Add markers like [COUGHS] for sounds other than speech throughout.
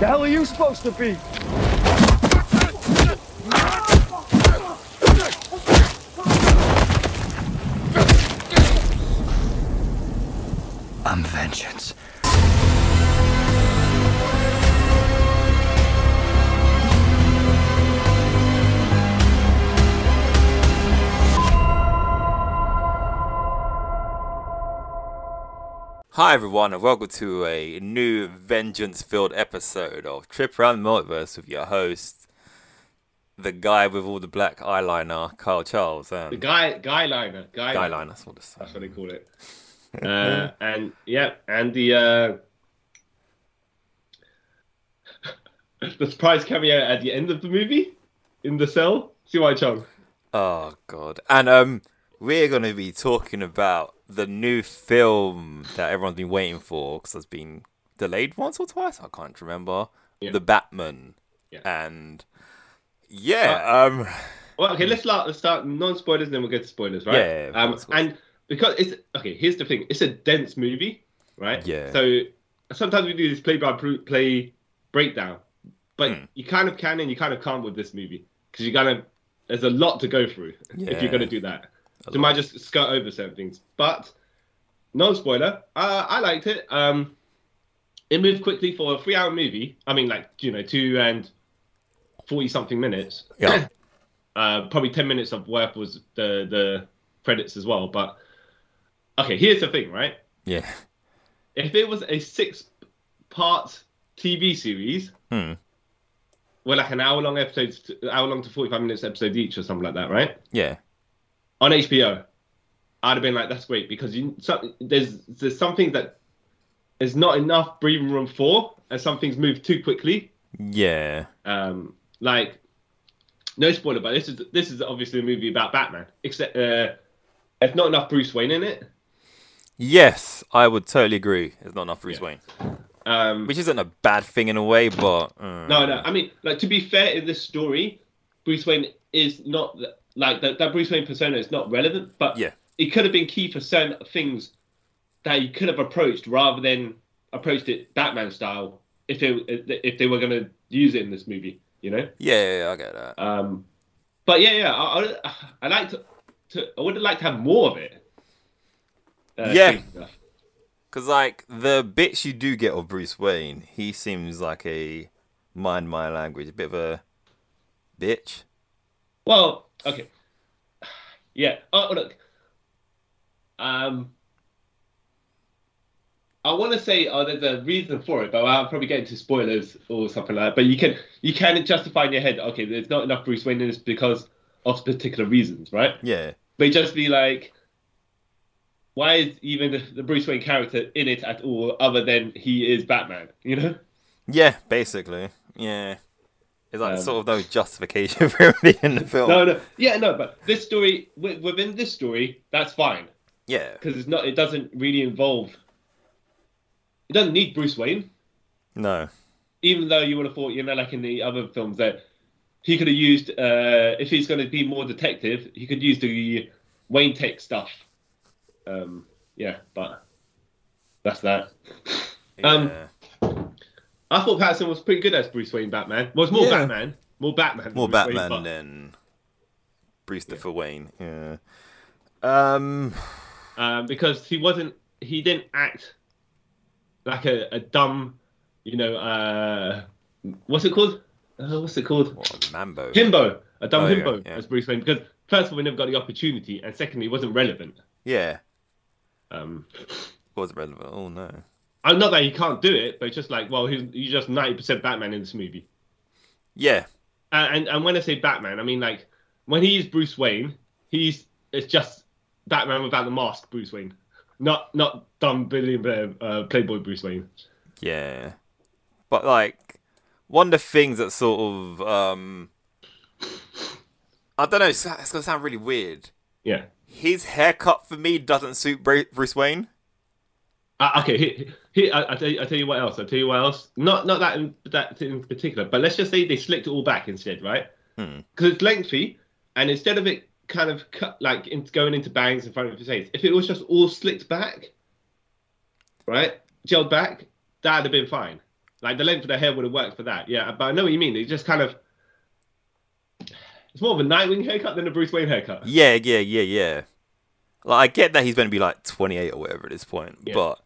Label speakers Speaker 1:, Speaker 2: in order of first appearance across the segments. Speaker 1: The hell are you supposed to be? I'm vengeance.
Speaker 2: Hi everyone and welcome to a new vengeance filled episode of Trip Around the Multiverse with your host, the guy with all the black eyeliner, Kyle Charles.
Speaker 3: The
Speaker 2: And
Speaker 3: guy, guy liner, guy,
Speaker 2: guy
Speaker 3: liner.
Speaker 2: liner, that's what it's
Speaker 3: That's what they call [LAUGHS] it. Uh, and yeah, and the uh, [LAUGHS] the surprise cameo at the end of the movie in the cell. See why Chung.
Speaker 2: Oh god. And um we're going to be talking about the new film that everyone's been waiting for because it's been delayed once or twice. I can't remember.
Speaker 3: Yeah.
Speaker 2: The Batman.
Speaker 3: Yeah. Uh,
Speaker 2: And yeah,
Speaker 3: [COUGHS]
Speaker 2: um
Speaker 3: Well, okay, let's start, let's start non spoilers, and then we'll get to spoilers, right?
Speaker 2: Yeah, of
Speaker 3: um,
Speaker 2: course, of course.
Speaker 3: and because it's okay, here's the thing: it's a dense movie, right?
Speaker 2: Yeah.
Speaker 3: So sometimes we do this play by pr- play breakdown, but
Speaker 2: Hmm.
Speaker 3: you kind of can and you kind of can't with this movie because you're gonna there's a lot to go through if
Speaker 2: Yeah.
Speaker 3: you're gonna do that.
Speaker 2: A
Speaker 3: So you might just skirt over certain things, but non spoiler. Uh, I liked it. Um, it moved quickly for a three hour movie. I mean, like you know, two and forty something minutes
Speaker 2: yeah.
Speaker 3: uh, probably 10 minutes of worth was the the credits as well but okay here's the thing right
Speaker 2: yeah.
Speaker 3: if it was a six part tv series
Speaker 2: Hmm.
Speaker 3: well like an hour long episode hour long to 45 minutes episode each or something like that right
Speaker 2: Yeah.
Speaker 3: on hbo i'd have been like that's great because you some, there's there's something that there's not enough breathing room for and some things move too quickly
Speaker 2: Yeah.
Speaker 3: um like no spoiler but this is this is obviously a movie about batman except uh there's not enough bruce wayne in it
Speaker 2: Yes, I would totally agree. There's not enough Bruce
Speaker 3: Yeah.
Speaker 2: Wayne,
Speaker 3: um
Speaker 2: which isn't a bad thing in a way, but uh,
Speaker 3: no no i mean like to be fair in this story bruce wayne is not like that, that bruce wayne persona is not relevant but
Speaker 2: Yeah.
Speaker 3: it could have been key for certain things that you could have approached rather than approached it batman style if they if they were going to use it in this movie you know
Speaker 2: yeah, yeah, yeah, I get that.
Speaker 3: Um, but yeah, yeah, I, I, I like to, to, I would like to have more of it. Uh,
Speaker 2: Yeah.
Speaker 3: same stuff.
Speaker 2: Cause like the bits you do get of Bruce Wayne, he seems like a mind my language, a bit of a bitch.
Speaker 3: Well, okay. Yeah. Oh, look. Um, I want to say, oh, there's a reason for it, but I'll probably get into spoilers or something like that. But you can, you can justify in your head, okay, there's not enough Bruce Wayne in this because of particular reasons, right?
Speaker 2: Yeah,
Speaker 3: but it'd just be like, why is even the, the Bruce Wayne character in it at all, other than he is Batman? You know?
Speaker 2: yeah, basically, yeah. It's like
Speaker 3: Um,
Speaker 2: sort of no justification [LAUGHS] for him being in the film.
Speaker 3: No, no, yeah, no. But this story, wi- within this story, that's fine
Speaker 2: Yeah,
Speaker 3: because it's not. It doesn't really involve. It doesn't need Bruce Wayne,
Speaker 2: no,
Speaker 3: even though you would have thought, you know, like in the other films that he could have used. Uh, if he's going to be more detective, he could use the Wayne Tech stuff. Um, yeah, but that's that. [LAUGHS] Um,
Speaker 2: Yeah.
Speaker 3: I thought Patterson was pretty good as Bruce Wayne Batman. Was more
Speaker 2: Yeah.
Speaker 3: Batman, more Batman, than
Speaker 2: more
Speaker 3: Bruce Wayne,
Speaker 2: Batman
Speaker 3: but-
Speaker 2: than Bruce the for Wayne. Yeah. Um.
Speaker 3: um, because he wasn't. He didn't act like a, a dumb, you know, uh, what's it called? Uh, what's it called?
Speaker 2: What a mambo.
Speaker 3: Himbo, a dumb
Speaker 2: Oh, yeah,
Speaker 3: himbo
Speaker 2: yeah.
Speaker 3: as Bruce Wayne. Because first of all, we never got the opportunity, and secondly, it wasn't relevant.
Speaker 2: Yeah.
Speaker 3: Um,
Speaker 2: Was relevant. Oh no.
Speaker 3: I'm not that he can't do it, but it's just like, well, he's, he's just 90% Batman in this movie.
Speaker 2: Yeah.
Speaker 3: and and- and when I say Batman, I mean like when he's Bruce Wayne, he's it's just Batman without the mask, Bruce Wayne, not not dumb billionaire uh, playboy Bruce Wayne.
Speaker 2: Yeah. But like one of the things that sort of um I don't know, it's, it's gonna sound really weird.
Speaker 3: Yeah.
Speaker 2: His haircut for me doesn't suit Bru- Bruce Wayne.
Speaker 3: Uh, okay, he, he, I, I tell you, I tell you what else. I tell you what else. Not not that in, that in particular, but let's just say they slicked it all back instead, right?
Speaker 2: Hmm.
Speaker 3: Because it's lengthy, and instead of it kind of cut like in, going into bangs in front of his face, if it was just all slicked back, right, gelled back, that'd have been fine. Like the length of the hair would have worked for that. Yeah, but I know what you mean. It just kind of it's more of a Nightwing haircut than a Bruce Wayne haircut.
Speaker 2: Yeah, yeah, yeah, yeah. Like I get that he's going to be like 28 or whatever at this point,
Speaker 3: Yeah.
Speaker 2: but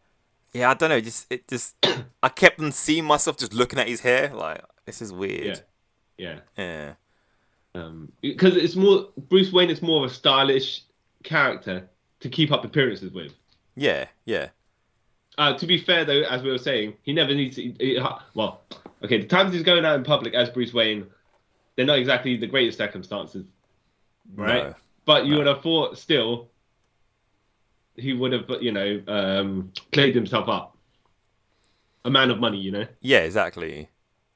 Speaker 2: yeah, I don't know. Just it just [COUGHS] I kept on seeing myself just looking at his hair. Like this is
Speaker 3: Yeah,
Speaker 2: weird.
Speaker 3: yeah.
Speaker 2: Yeah,
Speaker 3: Because Um, it's more Bruce Wayne. is more of a stylish character to keep up appearances with.
Speaker 2: yeah, yeah,
Speaker 3: Uh, to be fair, though, as we were saying, he never needs to. he- he- well, okay, the times he's going out in public as Bruce Wayne, they're not exactly the greatest circumstances, right?
Speaker 2: No.
Speaker 3: But you would have thought still he would have, you know, um, played himself up. A man of money, you know.
Speaker 2: yeah. Exactly.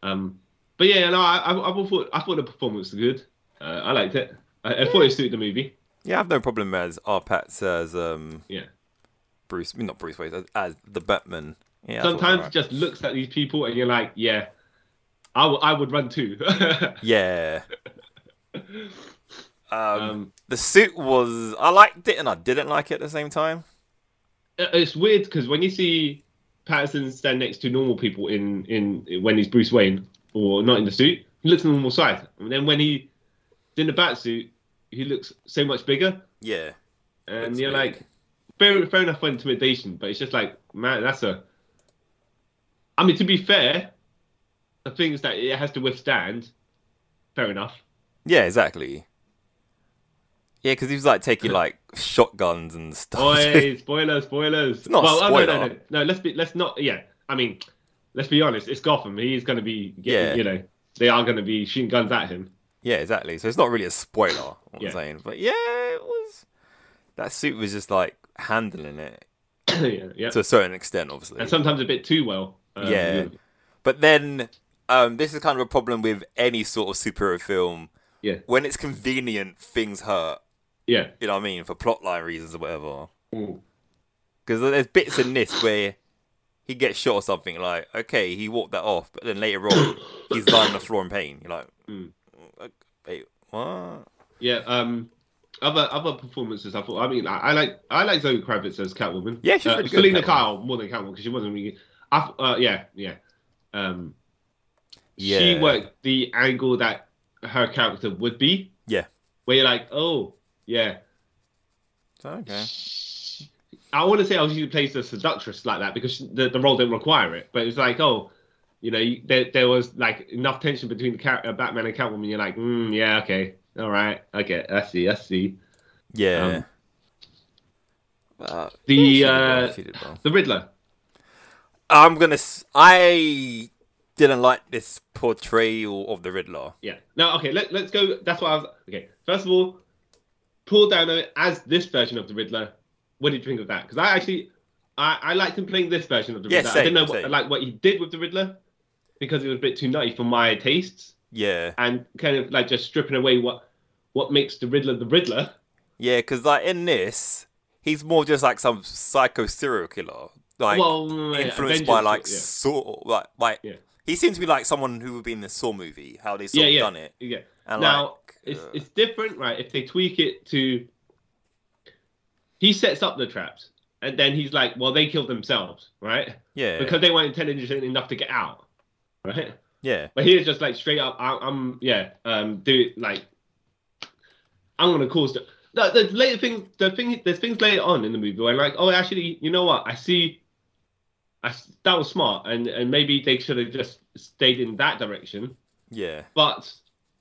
Speaker 3: Um, but yeah, no, I, I, I thought I thought the performance was good. Uh, I liked it. I, I thought it suited the movie.
Speaker 2: Yeah, I have no problem as R. Pat says um,
Speaker 3: Yeah.
Speaker 2: Bruce, I mean, not Bruce Wayne, as, as the Batman. Yeah, I thought it was
Speaker 3: Sometimes
Speaker 2: alright.
Speaker 3: it just looks at these people and you're like, yeah, I, w- I would run too. [LAUGHS] Uh,
Speaker 2: Yeah. Um,
Speaker 3: um,
Speaker 2: the suit was I liked it and I didn't like it at the same time.
Speaker 3: it- it's weird because when you see Patterson stand next to normal people in in when he's Bruce Wayne or not in the suit, he looks normal size. And then when he in the bat suit, he looks so much bigger,
Speaker 2: Yeah.
Speaker 3: and
Speaker 2: Looks
Speaker 3: you're
Speaker 2: big.
Speaker 3: like, fair, fair enough for intimidation, but it's just like, man, that's a. I mean, to be fair, the things that it has to withstand, fair enough.
Speaker 2: Yeah, exactly. Yeah, because he was like taking like shotguns and stuff. [LAUGHS]
Speaker 3: [LAUGHS] Oi, spoilers, spoilers.
Speaker 2: not a
Speaker 3: oh, no, no, no,
Speaker 2: spoiler.
Speaker 3: no. Let's be, let's not. Yeah, I mean, let's be honest. It's Gotham. He's going to be,
Speaker 2: Yeah.
Speaker 3: yeah. You know, they are going to be shooting guns at him. [COUGHS]
Speaker 2: yeah, exactly. So it's not really a spoiler. What
Speaker 3: Yeah.
Speaker 2: I'm saying, but yeah, it was. That suit was just like handling it
Speaker 3: yeah, yeah.
Speaker 2: to a certain extent, obviously.
Speaker 3: and sometimes a bit too well. Um,
Speaker 2: yeah, but then um, this is kind of a problem with any sort of superhero film.
Speaker 3: yeah,
Speaker 2: When it's convenient, things hurt.
Speaker 3: yeah,
Speaker 2: You know what I mean? For plotline reasons or whatever.
Speaker 3: Mm.
Speaker 2: Because there's bits in this where he gets shot or something. Like, okay, he walked that off, but then later on, he's lying on the floor in pain. You're like,
Speaker 3: Hmm.
Speaker 2: "Ok- wait, what?
Speaker 3: yeah. Um, other other performances. I thought. I mean, I, I like I like Zoe Kravitz as Catwoman.
Speaker 2: Yeah, she's
Speaker 3: uh,
Speaker 2: really good,
Speaker 3: Selena
Speaker 2: Catwoman.
Speaker 3: Kyle more than Catwoman because she wasn't really. I, th- uh, yeah, yeah. Um, she
Speaker 2: Yeah.
Speaker 3: worked the angle that her character would be.
Speaker 2: Yeah.
Speaker 3: Where you're like, oh, yeah.
Speaker 2: Okay.
Speaker 3: I want to say I was usually plays the seductress like that because the, the role didn't require it. But it's like, oh, you know, you, there, there was like enough tension between the cat, uh, Batman and Catwoman. You're like, mm, yeah, okay, all right, okay, I see, I see.
Speaker 2: Yeah.
Speaker 3: Um,
Speaker 2: Well,
Speaker 3: The
Speaker 2: she did
Speaker 3: uh,
Speaker 2: well, she did well.
Speaker 3: the Riddler.
Speaker 2: I'm gonna. s- I didn't like this portrayal of the Riddler.
Speaker 3: Yeah. Now, okay, let, let's go. That's what I was. Okay, first of all, Paul Dano as this version of the Riddler. What did you think of that? Because I actually, I, I liked him playing this version of the
Speaker 2: Yeah,
Speaker 3: Riddler. I
Speaker 2: same,
Speaker 3: didn't know what,
Speaker 2: same.
Speaker 3: like what he did with the Riddler because it was a bit too nutty for my tastes
Speaker 2: Yeah.
Speaker 3: and kind of like just stripping away what what makes the Riddler the Riddler.
Speaker 2: Yeah, because like in this, he's more just like some psycho serial killer, like
Speaker 3: Well, yeah,
Speaker 2: influenced by
Speaker 3: Avengers,
Speaker 2: like
Speaker 3: yeah.
Speaker 2: Saw, like like
Speaker 3: Yeah.
Speaker 2: he seems to be like someone who would be in the Saw movie, how they sort
Speaker 3: Yeah,
Speaker 2: of
Speaker 3: yeah,
Speaker 2: done it.
Speaker 3: yeah.
Speaker 2: And
Speaker 3: now
Speaker 2: like,
Speaker 3: it's
Speaker 2: uh,
Speaker 3: it's different, right? If they tweak it to, he sets up the traps, and then he's like, "Well, they killed themselves, right?
Speaker 2: yeah,
Speaker 3: Because they weren't intelligent enough to get out, right?"
Speaker 2: yeah,
Speaker 3: But here's just like straight up, I, I'm yeah, um, do like, I'm gonna cause the. No, there's later things. The thing, there's things later on in the movie where like, oh, actually, you know what? I see. I s- that was smart, and and maybe they should have just stayed in that direction,
Speaker 2: yeah,
Speaker 3: but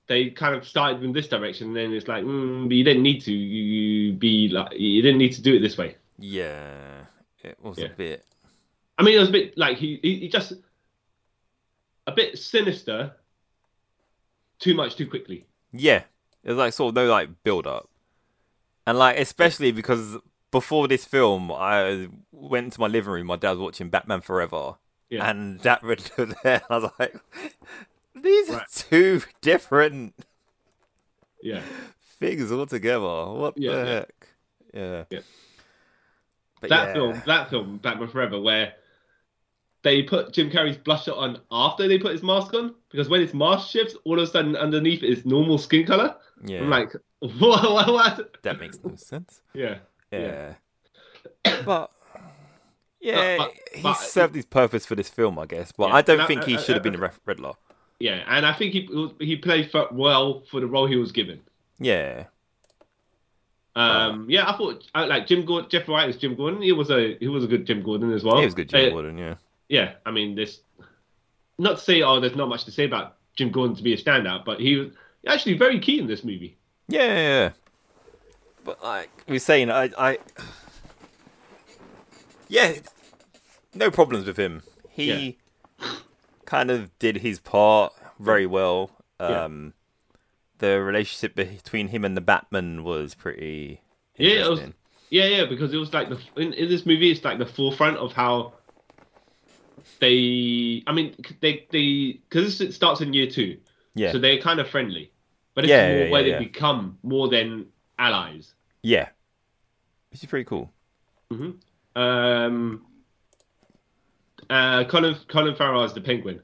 Speaker 3: they kind of started in this direction, and then it's like, mm, but you didn't need to. You, you be like, you didn't need to do it this way.
Speaker 2: yeah. It was a
Speaker 3: Yeah.
Speaker 2: bit.
Speaker 3: I mean, it was a bit like he, he, he just a bit sinister, too much too quickly.
Speaker 2: Yeah, it was like sort of no like build up, and like especially because before this film, I went to my living room. My dad was watching Batman Forever,
Speaker 3: Yeah.
Speaker 2: and that Riddler there. I was [LAUGHS] like, these are
Speaker 3: Right.
Speaker 2: two different
Speaker 3: Yeah.
Speaker 2: things altogether. What
Speaker 3: Yeah,
Speaker 2: the
Speaker 3: yeah.
Speaker 2: heck? Yeah.
Speaker 3: Yeah.
Speaker 2: [LAUGHS] But
Speaker 3: that
Speaker 2: yeah.
Speaker 3: film, that film, Batman Forever, where they put Jim Carrey's blusher on after they put his mask on, because when his mask shifts, all of a sudden underneath is normal skin color.
Speaker 2: Yeah.
Speaker 3: I'm like, [LAUGHS] what? What? what?
Speaker 2: that makes no sense.
Speaker 3: [COUGHS] Yeah. [COUGHS]
Speaker 2: Yeah.
Speaker 3: Yeah.
Speaker 2: but Yeah,
Speaker 3: but-
Speaker 2: he
Speaker 3: but-
Speaker 2: served his purpose for this film, I guess. But
Speaker 3: Yeah.
Speaker 2: I don't
Speaker 3: No,
Speaker 2: think he
Speaker 3: uh,
Speaker 2: should have
Speaker 3: uh,
Speaker 2: been a ref- Redlaw.
Speaker 3: Yeah, and I think he he played for, well for the role he was given.
Speaker 2: Yeah, Oh.
Speaker 3: Um, yeah, I thought I, like Jim Gordon, Jeff Wright is Jim Gordon. He was a he was a good Jim Gordon as well.
Speaker 2: he was good, Jim
Speaker 3: Uh,
Speaker 2: Gordon. Yeah,
Speaker 3: Yeah, I mean, this not to say oh, there's not much to say about Jim Gordon to be a standout, but he was actually very key in this movie.
Speaker 2: yeah, yeah. yeah. But like we were saying, I, I, yeah, no problems with him. He kind of did his part very well.
Speaker 3: Yeah.
Speaker 2: Um, The relationship between him and the Batman was pretty.
Speaker 3: Yeah, it was,
Speaker 2: interesting.
Speaker 3: yeah, yeah, because it was like the in, in this movie, it's like the forefront of how they. I mean, c- they they because it starts in year two,
Speaker 2: yeah,
Speaker 3: so they're kind of friendly, but it's
Speaker 2: Yeah,
Speaker 3: more
Speaker 2: yeah,
Speaker 3: where
Speaker 2: yeah,
Speaker 3: they
Speaker 2: yeah.
Speaker 3: become more than allies.
Speaker 2: yeah, which is pretty cool.
Speaker 3: Um, uh, Colin Colin Farrell as the Penguin,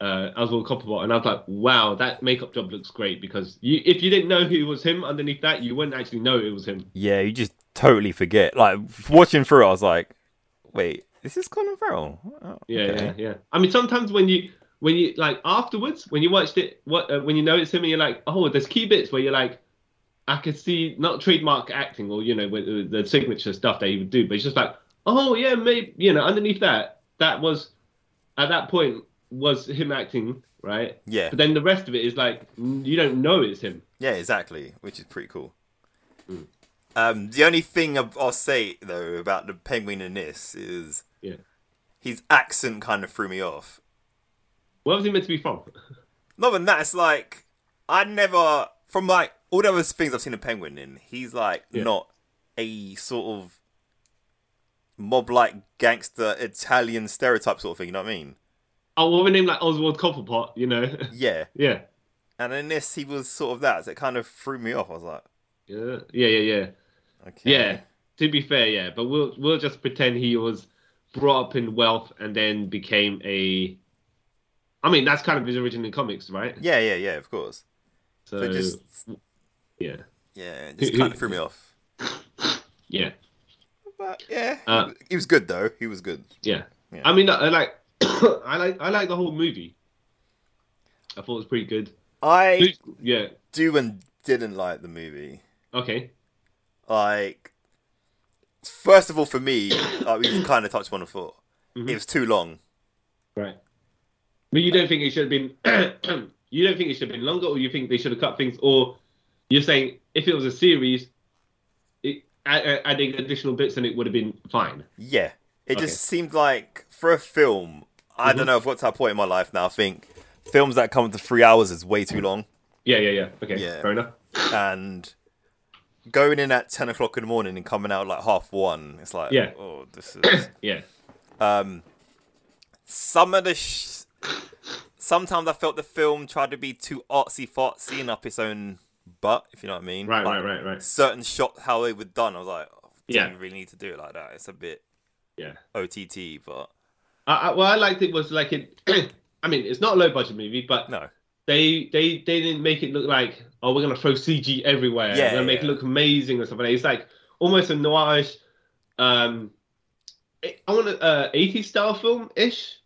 Speaker 3: uh, Oswald Copperbot, and I was like, wow, that makeup job looks great because you, if you didn't know who was him underneath that, you wouldn't actually know it was him.
Speaker 2: Yeah, you just totally forget. Like watching through, it, I was like, "Wait, this is Colin Farrell." Oh,
Speaker 3: Yeah,
Speaker 2: okay.
Speaker 3: yeah, yeah. I mean, sometimes when you when you like afterwards when you watched it, what uh, when you know it's him and you're like, oh, there's key bits where you're like. I could see not trademark acting or you know with- with the signature stuff that he would do, but it's just like, oh yeah, maybe you know underneath that that was at that point was him acting right,
Speaker 2: yeah,
Speaker 3: But then the rest of it is like mm, you don't know it's him.
Speaker 2: yeah, exactly, which is pretty cool.
Speaker 3: Mm.
Speaker 2: Um, the only thing I- I'll say though about the penguin in this is
Speaker 3: Yeah.
Speaker 2: his accent kind of threw me off.
Speaker 3: Where was he meant to be from? [LAUGHS]
Speaker 2: Not than that, it's like I never from like all the other things I've seen a penguin in, he's like
Speaker 3: Yeah.
Speaker 2: not a sort of mob like gangster Italian stereotype sort of thing, you know what I mean?
Speaker 3: Oh, well, a name like Oswald Copperpot, you know? [LAUGHS]
Speaker 2: Yeah.
Speaker 3: yeah,
Speaker 2: And in this he was sort of that, so it kind of threw me off. I was like,
Speaker 3: yeah, yeah, yeah, yeah.
Speaker 2: okay.
Speaker 3: Yeah. To be fair, yeah, but we'll we'll just pretend he was brought up in wealth and then became a. I mean, that's kind of his origin in comics, right?
Speaker 2: Yeah, yeah, yeah, of course.
Speaker 3: So,
Speaker 2: So just
Speaker 3: yeah,
Speaker 2: yeah, it just kind of threw me off.
Speaker 3: yeah,
Speaker 2: But yeah,
Speaker 3: Uh,
Speaker 2: he was good though. He was good.
Speaker 3: yeah,
Speaker 2: Yeah.
Speaker 3: I mean, I like, [COUGHS] I like, I like the whole movie. I thought it was pretty good.
Speaker 2: I
Speaker 3: Yeah.
Speaker 2: do and didn't like the movie.
Speaker 3: Okay.
Speaker 2: Like, first of all, for me, [COUGHS] like we've kind of touched on before.
Speaker 3: Mm-hmm.
Speaker 2: It was too long.
Speaker 3: Right. But you don't think it should have been [CLEARS THROAT] you don't think it should have been longer, or you think they should have cut things, or you're saying if it was a series, it, a- a- adding additional bits and it would have been fine.
Speaker 2: Yeah, it
Speaker 3: Okay. Mm-hmm.
Speaker 2: just seemed like for a film. I don't know. I've got to that point in my life now. I think films that come to three hours is way too long.
Speaker 3: Yeah, yeah, yeah. Okay,
Speaker 2: Yeah.
Speaker 3: fair enough.
Speaker 2: and going in at 10 o'clock in the morning and coming out like half one it's like
Speaker 3: Yeah.
Speaker 2: oh this
Speaker 3: [COUGHS]
Speaker 2: is
Speaker 3: Yeah,
Speaker 2: um some of the sh- sometimes i felt the film tried to be too artsy fartsy and up its own butt if you know what i mean
Speaker 3: right,
Speaker 2: Like,
Speaker 3: right, right, right.
Speaker 2: certain shot how they were done i was like oh, do
Speaker 3: Yeah.
Speaker 2: you really need to do it like that it's a bit
Speaker 3: Yeah.
Speaker 2: ott but
Speaker 3: I, I, what I liked it was like it. [CLEARS THROAT] I mean, it's not a low budget movie, but
Speaker 2: no
Speaker 3: they they they didn't make it look like oh we're gonna throw CG everywhere,
Speaker 2: Yeah,
Speaker 3: we're gonna make
Speaker 2: yeah.
Speaker 3: it look amazing or something. It's like almost a noirish, um, I I want a eighties style film ish,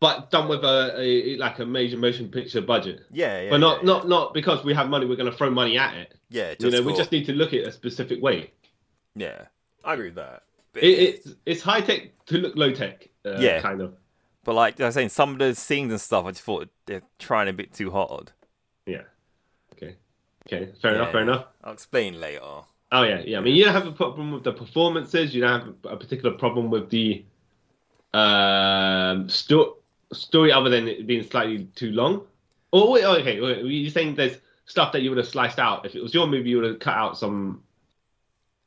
Speaker 3: but done with a, a like a major motion picture budget.
Speaker 2: yeah, yeah
Speaker 3: but not
Speaker 2: yeah,
Speaker 3: not not because we have money, we're gonna throw money at it.
Speaker 2: yeah, yeah just
Speaker 3: you know, we
Speaker 2: for-
Speaker 3: just need to look at it a specific way.
Speaker 2: yeah i agree with that But
Speaker 3: It, it's it's high tech to look low tech. Uh,
Speaker 2: Yeah.
Speaker 3: kind of.
Speaker 2: But like I was saying, some of the scenes and stuff, I just thought they're trying a bit too hard.
Speaker 3: Yeah. Okay. Okay. Fair
Speaker 2: Yeah.
Speaker 3: enough. Fair enough.
Speaker 2: I'll explain later.
Speaker 3: Oh yeah, yeah. I mean, you don't have a problem with the performances. You don't have a particular problem with the um, sto- story, other than it being slightly too long. Oh, wait, okay. Wait, you're saying there's stuff that you would have sliced out if it was your movie. You would have cut out some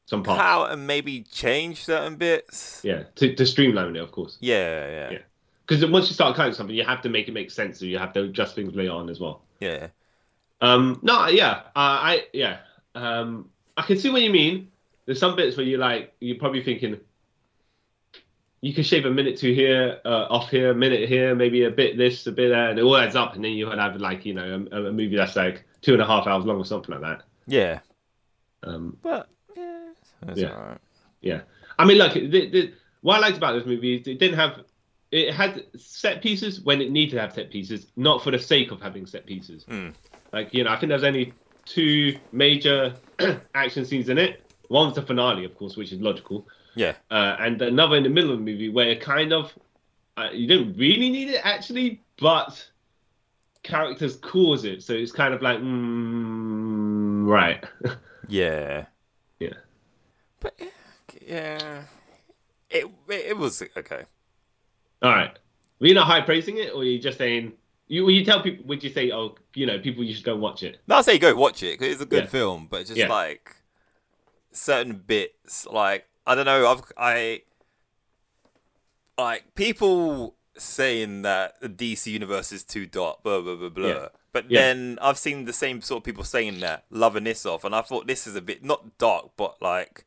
Speaker 3: some parts.
Speaker 2: How and maybe change certain bits.
Speaker 3: Yeah, to, to streamline it, of course.
Speaker 2: Yeah, yeah, yeah.
Speaker 3: Yeah. Because once you start cutting something, you have to make it make sense. So you have to adjust things later on as well.
Speaker 2: yeah.
Speaker 3: Um, no, yeah, uh, I yeah, um, I can see what you mean. There's some bits where you're like, you're probably thinking, you can shave a minute to here, uh, off here, a minute here, maybe a bit this, a bit there, and it all adds up, and then you would have like, you know, a, a movie that's like two and a half hours long or something like that.
Speaker 2: Yeah.
Speaker 3: Um,
Speaker 2: But yeah, that's
Speaker 3: Yeah.
Speaker 2: alright.
Speaker 3: yeah, I mean, look, the, the, what I liked about this movie is it didn't have, it had set pieces when it needed to have set pieces, not for the sake of having set pieces. Like, you know, I think there's only two major [CLEARS THROAT] action scenes in it. One was the finale, of course, which is logical,
Speaker 2: Yeah.
Speaker 3: uh, and another in the middle of the movie where it kind of, uh, you don't really need it actually, but characters cause it. So it's kind of like, mm, right. [LAUGHS]
Speaker 2: Yeah.
Speaker 3: yeah.
Speaker 2: But yeah. It it, it was okay.
Speaker 3: All right. Were you not high praising it, or you just saying you? Will you tell people? Would you say, oh, you know, people, you should go watch it?
Speaker 2: No, I say go watch it 'cause it's a good
Speaker 3: Yeah.
Speaker 2: film, but just
Speaker 3: Yeah.
Speaker 2: like certain bits, like I don't know, I've I like people saying that the DC universe is too dark, blah blah blah blah.
Speaker 3: Yeah.
Speaker 2: But
Speaker 3: Yeah.
Speaker 2: then I've seen the same sort of people saying that, loving this off, and I thought this is a bit not dark, but like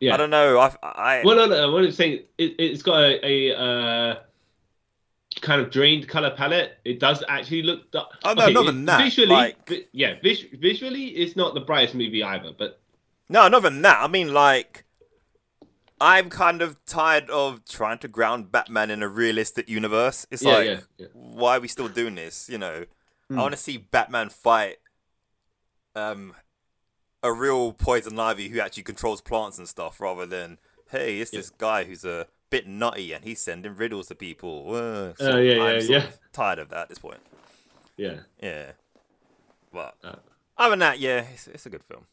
Speaker 3: Yeah.
Speaker 2: I don't know, I I
Speaker 3: Well, no, no. What I'm saying, it, it's got a, a uh, kind of drained color palette. It does actually look. da-
Speaker 2: Oh, no, not than that,
Speaker 3: Visually,
Speaker 2: like-
Speaker 3: vi- yeah, vis- visually, it's not the brightest movie either. But
Speaker 2: No, not than that. I mean, like, I'm kind of tired of trying to ground Batman in a realistic universe. It's
Speaker 3: Yeah,
Speaker 2: like,
Speaker 3: yeah, yeah.
Speaker 2: why are we still doing this? You know, I want to see Batman fight um, a real poison ivy who actually controls plants and stuff, rather than hey, it's this guy who's a bit nutty and he's sending riddles to people. Uh, so
Speaker 3: Oh, yeah,
Speaker 2: I'm
Speaker 3: yeah,
Speaker 2: sort
Speaker 3: yeah.
Speaker 2: of tired of that at this point.
Speaker 3: yeah,
Speaker 2: Yeah, but
Speaker 3: Uh.
Speaker 2: other than that, yeah, it's, it's a good film.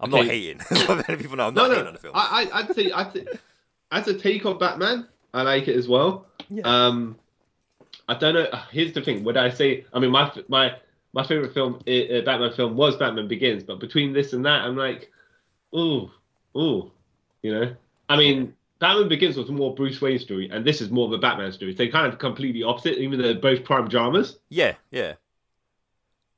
Speaker 2: I'm not
Speaker 3: Okay.
Speaker 2: hating. [LAUGHS] Let people know I'm
Speaker 3: no,
Speaker 2: not hating
Speaker 3: no.
Speaker 2: on the film.
Speaker 3: I, I, I'd say, I'd say, as a take on Batman, I like it as well.
Speaker 2: Yeah.
Speaker 3: Um, I don't know. Here's the thing. Would I say? I mean, my f- my my favorite film, uh, uh, Batman film, was Batman Begins. But between this and that, I'm like, ooh, ooh, you know. I mean, Batman Begins was more Bruce Wayne story, and this is more of a Batman story. So they're kind of completely opposite, even though they're both prime dramas.
Speaker 2: yeah, yeah,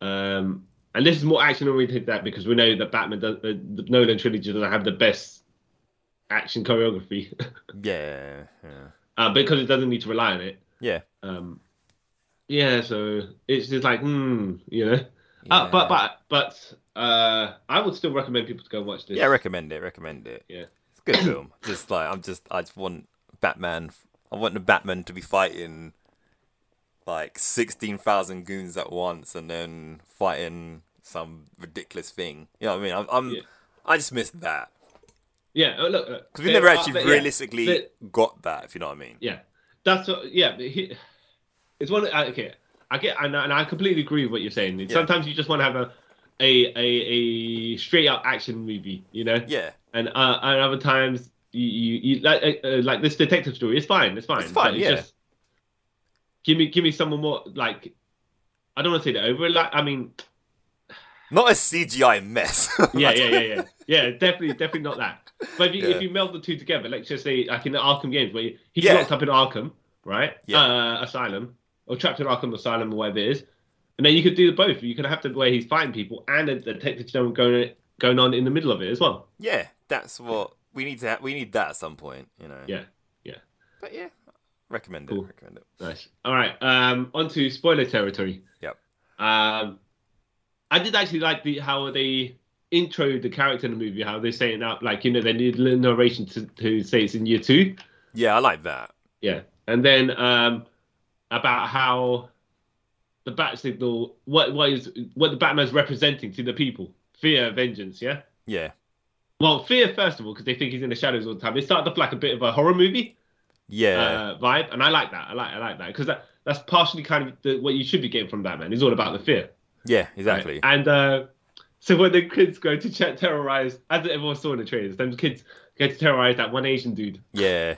Speaker 3: Um, and this is more action oriented than that because we know that Batman, does, the, the Nolan trilogy, doesn't have the best action choreography [LAUGHS]
Speaker 2: yeah, yeah,
Speaker 3: uh, because it doesn't need to rely on it.
Speaker 2: yeah.
Speaker 3: um yeah so it's just like hmm you know uh, but but but uh i would still recommend people to go watch this
Speaker 2: yeah, recommend it. Recommend it.
Speaker 3: yeah
Speaker 2: It's a good
Speaker 3: [CLEARS THROAT]
Speaker 2: film. Just like I'm just, I just want Batman. I want the Batman to be fighting like sixteen thousand goons at once, and then fighting some ridiculous thing. You know what I mean? I'm, I'm
Speaker 3: Yeah.
Speaker 2: I just miss that.
Speaker 3: yeah oh, look because
Speaker 2: Because we never actually realistically got that, if you know what I mean.
Speaker 3: yeah that's what, yeah but he, it's one I- okay i get and, I- and i completely agree with what you're saying sometimes you just want to have a a a, a straight up action movie you know
Speaker 2: Yeah.
Speaker 3: and uh and other times you you, you like uh, uh, like this detective story it's fine it's fine
Speaker 2: It's fine,
Speaker 3: but
Speaker 2: yeah.
Speaker 3: give me give me someone more like i don't want to say the over like i mean
Speaker 2: Not a CGI mess. [LAUGHS]
Speaker 3: yeah, yeah, yeah, yeah, yeah. Definitely, definitely not that. But if you,
Speaker 2: Yeah.
Speaker 3: if you meld the two together, let's just say, like in the Arkham games, where you- he's
Speaker 2: Yeah.
Speaker 3: locked up in Arkham, right?
Speaker 2: Yeah.
Speaker 3: Uh, asylum or trapped in Arkham Asylum or whatever it is, and then you could do both. You could have the way he's fighting people and a detective story going going on in the middle of it as well.
Speaker 2: Yeah, that's what we need to. Ha- we need that at some point, you know.
Speaker 3: Yeah, yeah.
Speaker 2: But yeah, recommend
Speaker 3: Cool.
Speaker 2: it. Recommend it.
Speaker 3: Nice. All right. Um, on to spoiler territory.
Speaker 2: Yep.
Speaker 3: Um, I did actually like the how they intro the character in the movie, how they say it out, like you know, they need little narration to, to say it's in year two.
Speaker 2: Yeah, I like that.
Speaker 3: Yeah, and then um, about how the bat signal, what what is what the Batman's representing to the people, fear, vengeance. Yeah.
Speaker 2: Yeah,
Speaker 3: Well, fear first of all, because they think he's in the shadows all the time. It started off like a bit of a horror movie
Speaker 2: yeah,
Speaker 3: uh, vibe, and I like that. I like I like that because that, that's partially kind of the, what you should be getting from Batman. It's all about the fear.
Speaker 2: yeah.
Speaker 3: right?
Speaker 2: Exactly.
Speaker 3: And uh, so when the kids go to ch- terrorize, as everyone saw in the trailers, them kids go to terrorize that one Asian dude.
Speaker 2: Yeah.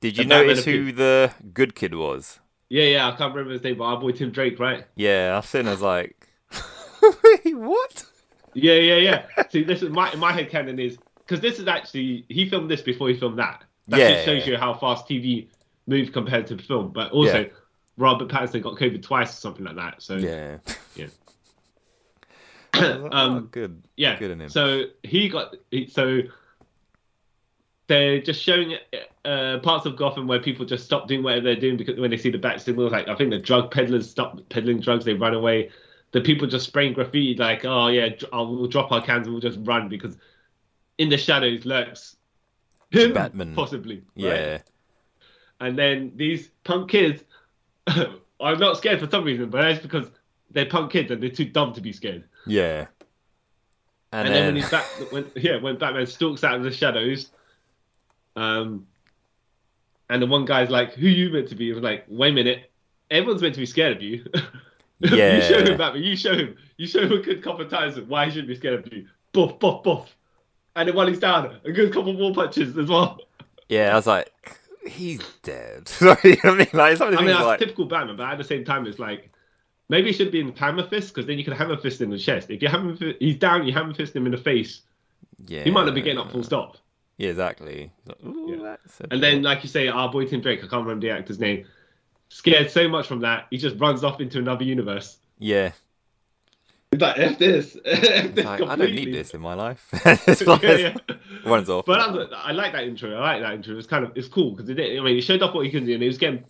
Speaker 2: Did you
Speaker 3: And Batman
Speaker 2: notice who
Speaker 3: appeared.
Speaker 2: the good kid was?
Speaker 3: Yeah, yeah, I can't remember his name, but our boy Tim Drake, right?
Speaker 2: Yeah, I've seen. I was like, [LAUGHS] what?
Speaker 3: Yeah, yeah, yeah. See, this is my my head canon is because this is actually he filmed this before he filmed that. That just
Speaker 2: Yeah.
Speaker 3: shows you how fast TV moved compared to film. But also,
Speaker 2: Yeah.
Speaker 3: Robert Pattinson got COVID twice or something like that. So
Speaker 2: Yeah.
Speaker 3: yeah.
Speaker 2: [COUGHS] I was
Speaker 3: [COUGHS]
Speaker 2: like, oh,
Speaker 3: Um,
Speaker 2: good.
Speaker 3: Yeah.
Speaker 2: Good on him.
Speaker 3: So he got he- so they're just showing uh, parts of Gotham where people just stop doing whatever they're doing because when they see the bat signals, like I think the drug peddlers stop peddling drugs, they run away. The people just spraying graffiti, like oh yeah, dr- oh, we'll drop our cans and we'll just run because in the shadows lurks him,
Speaker 2: Batman.
Speaker 3: possibly. right?
Speaker 2: Yeah.
Speaker 3: And then these punk kids [LAUGHS] are not scared for some reason, but that's because they're punk kids and they're too dumb to be scared.
Speaker 2: Yeah. And,
Speaker 3: And, then,
Speaker 2: then,
Speaker 3: when, he's back, when yeah, when Batman stalks out of the shadows, um, and the one guy's like, "Who you meant to be?" He was like, "Wait a minute, everyone's meant to be scared of you." [LAUGHS] you show
Speaker 2: Yeah.
Speaker 3: him Batman. You show him. You show him a good couple of times of why he shouldn't be scared of you. Buff, buff, buff. And then while he's down, a good couple more punches as
Speaker 2: [LAUGHS]
Speaker 3: well.
Speaker 2: yeah, I was like, he's dead. [LAUGHS] Sorry, I mean, like, some of the
Speaker 3: I
Speaker 2: things
Speaker 3: mean, that's
Speaker 2: like,
Speaker 3: typical Batman, but at the same time, it's like maybe it should be in hammer fist because then you can hammer fist in the chest. If you hammer, fi- he's down, you hammer fist him in the face.
Speaker 2: yeah,
Speaker 3: He might not be getting up full stop.
Speaker 2: Yeah, exactly. Like, Ooh,
Speaker 3: Yeah.
Speaker 2: that's a
Speaker 3: And
Speaker 2: bit-
Speaker 3: then, like you say, our boy Tim Drake, I can't remember the actor's name, scared so much from that, he just runs off into another universe.
Speaker 2: yeah,
Speaker 3: He's like, F this. [LAUGHS] F
Speaker 2: it's
Speaker 3: this
Speaker 2: like, I don't need
Speaker 3: completely."
Speaker 2: this in my life. [LAUGHS] It's like- [LAUGHS]
Speaker 3: [LAUGHS] yeah, yeah.
Speaker 2: Runs off.
Speaker 3: But that was, I like that intro. I like that intro. It's kind of it's cool because it did. I mean, it showed off what he can do, and he was getting.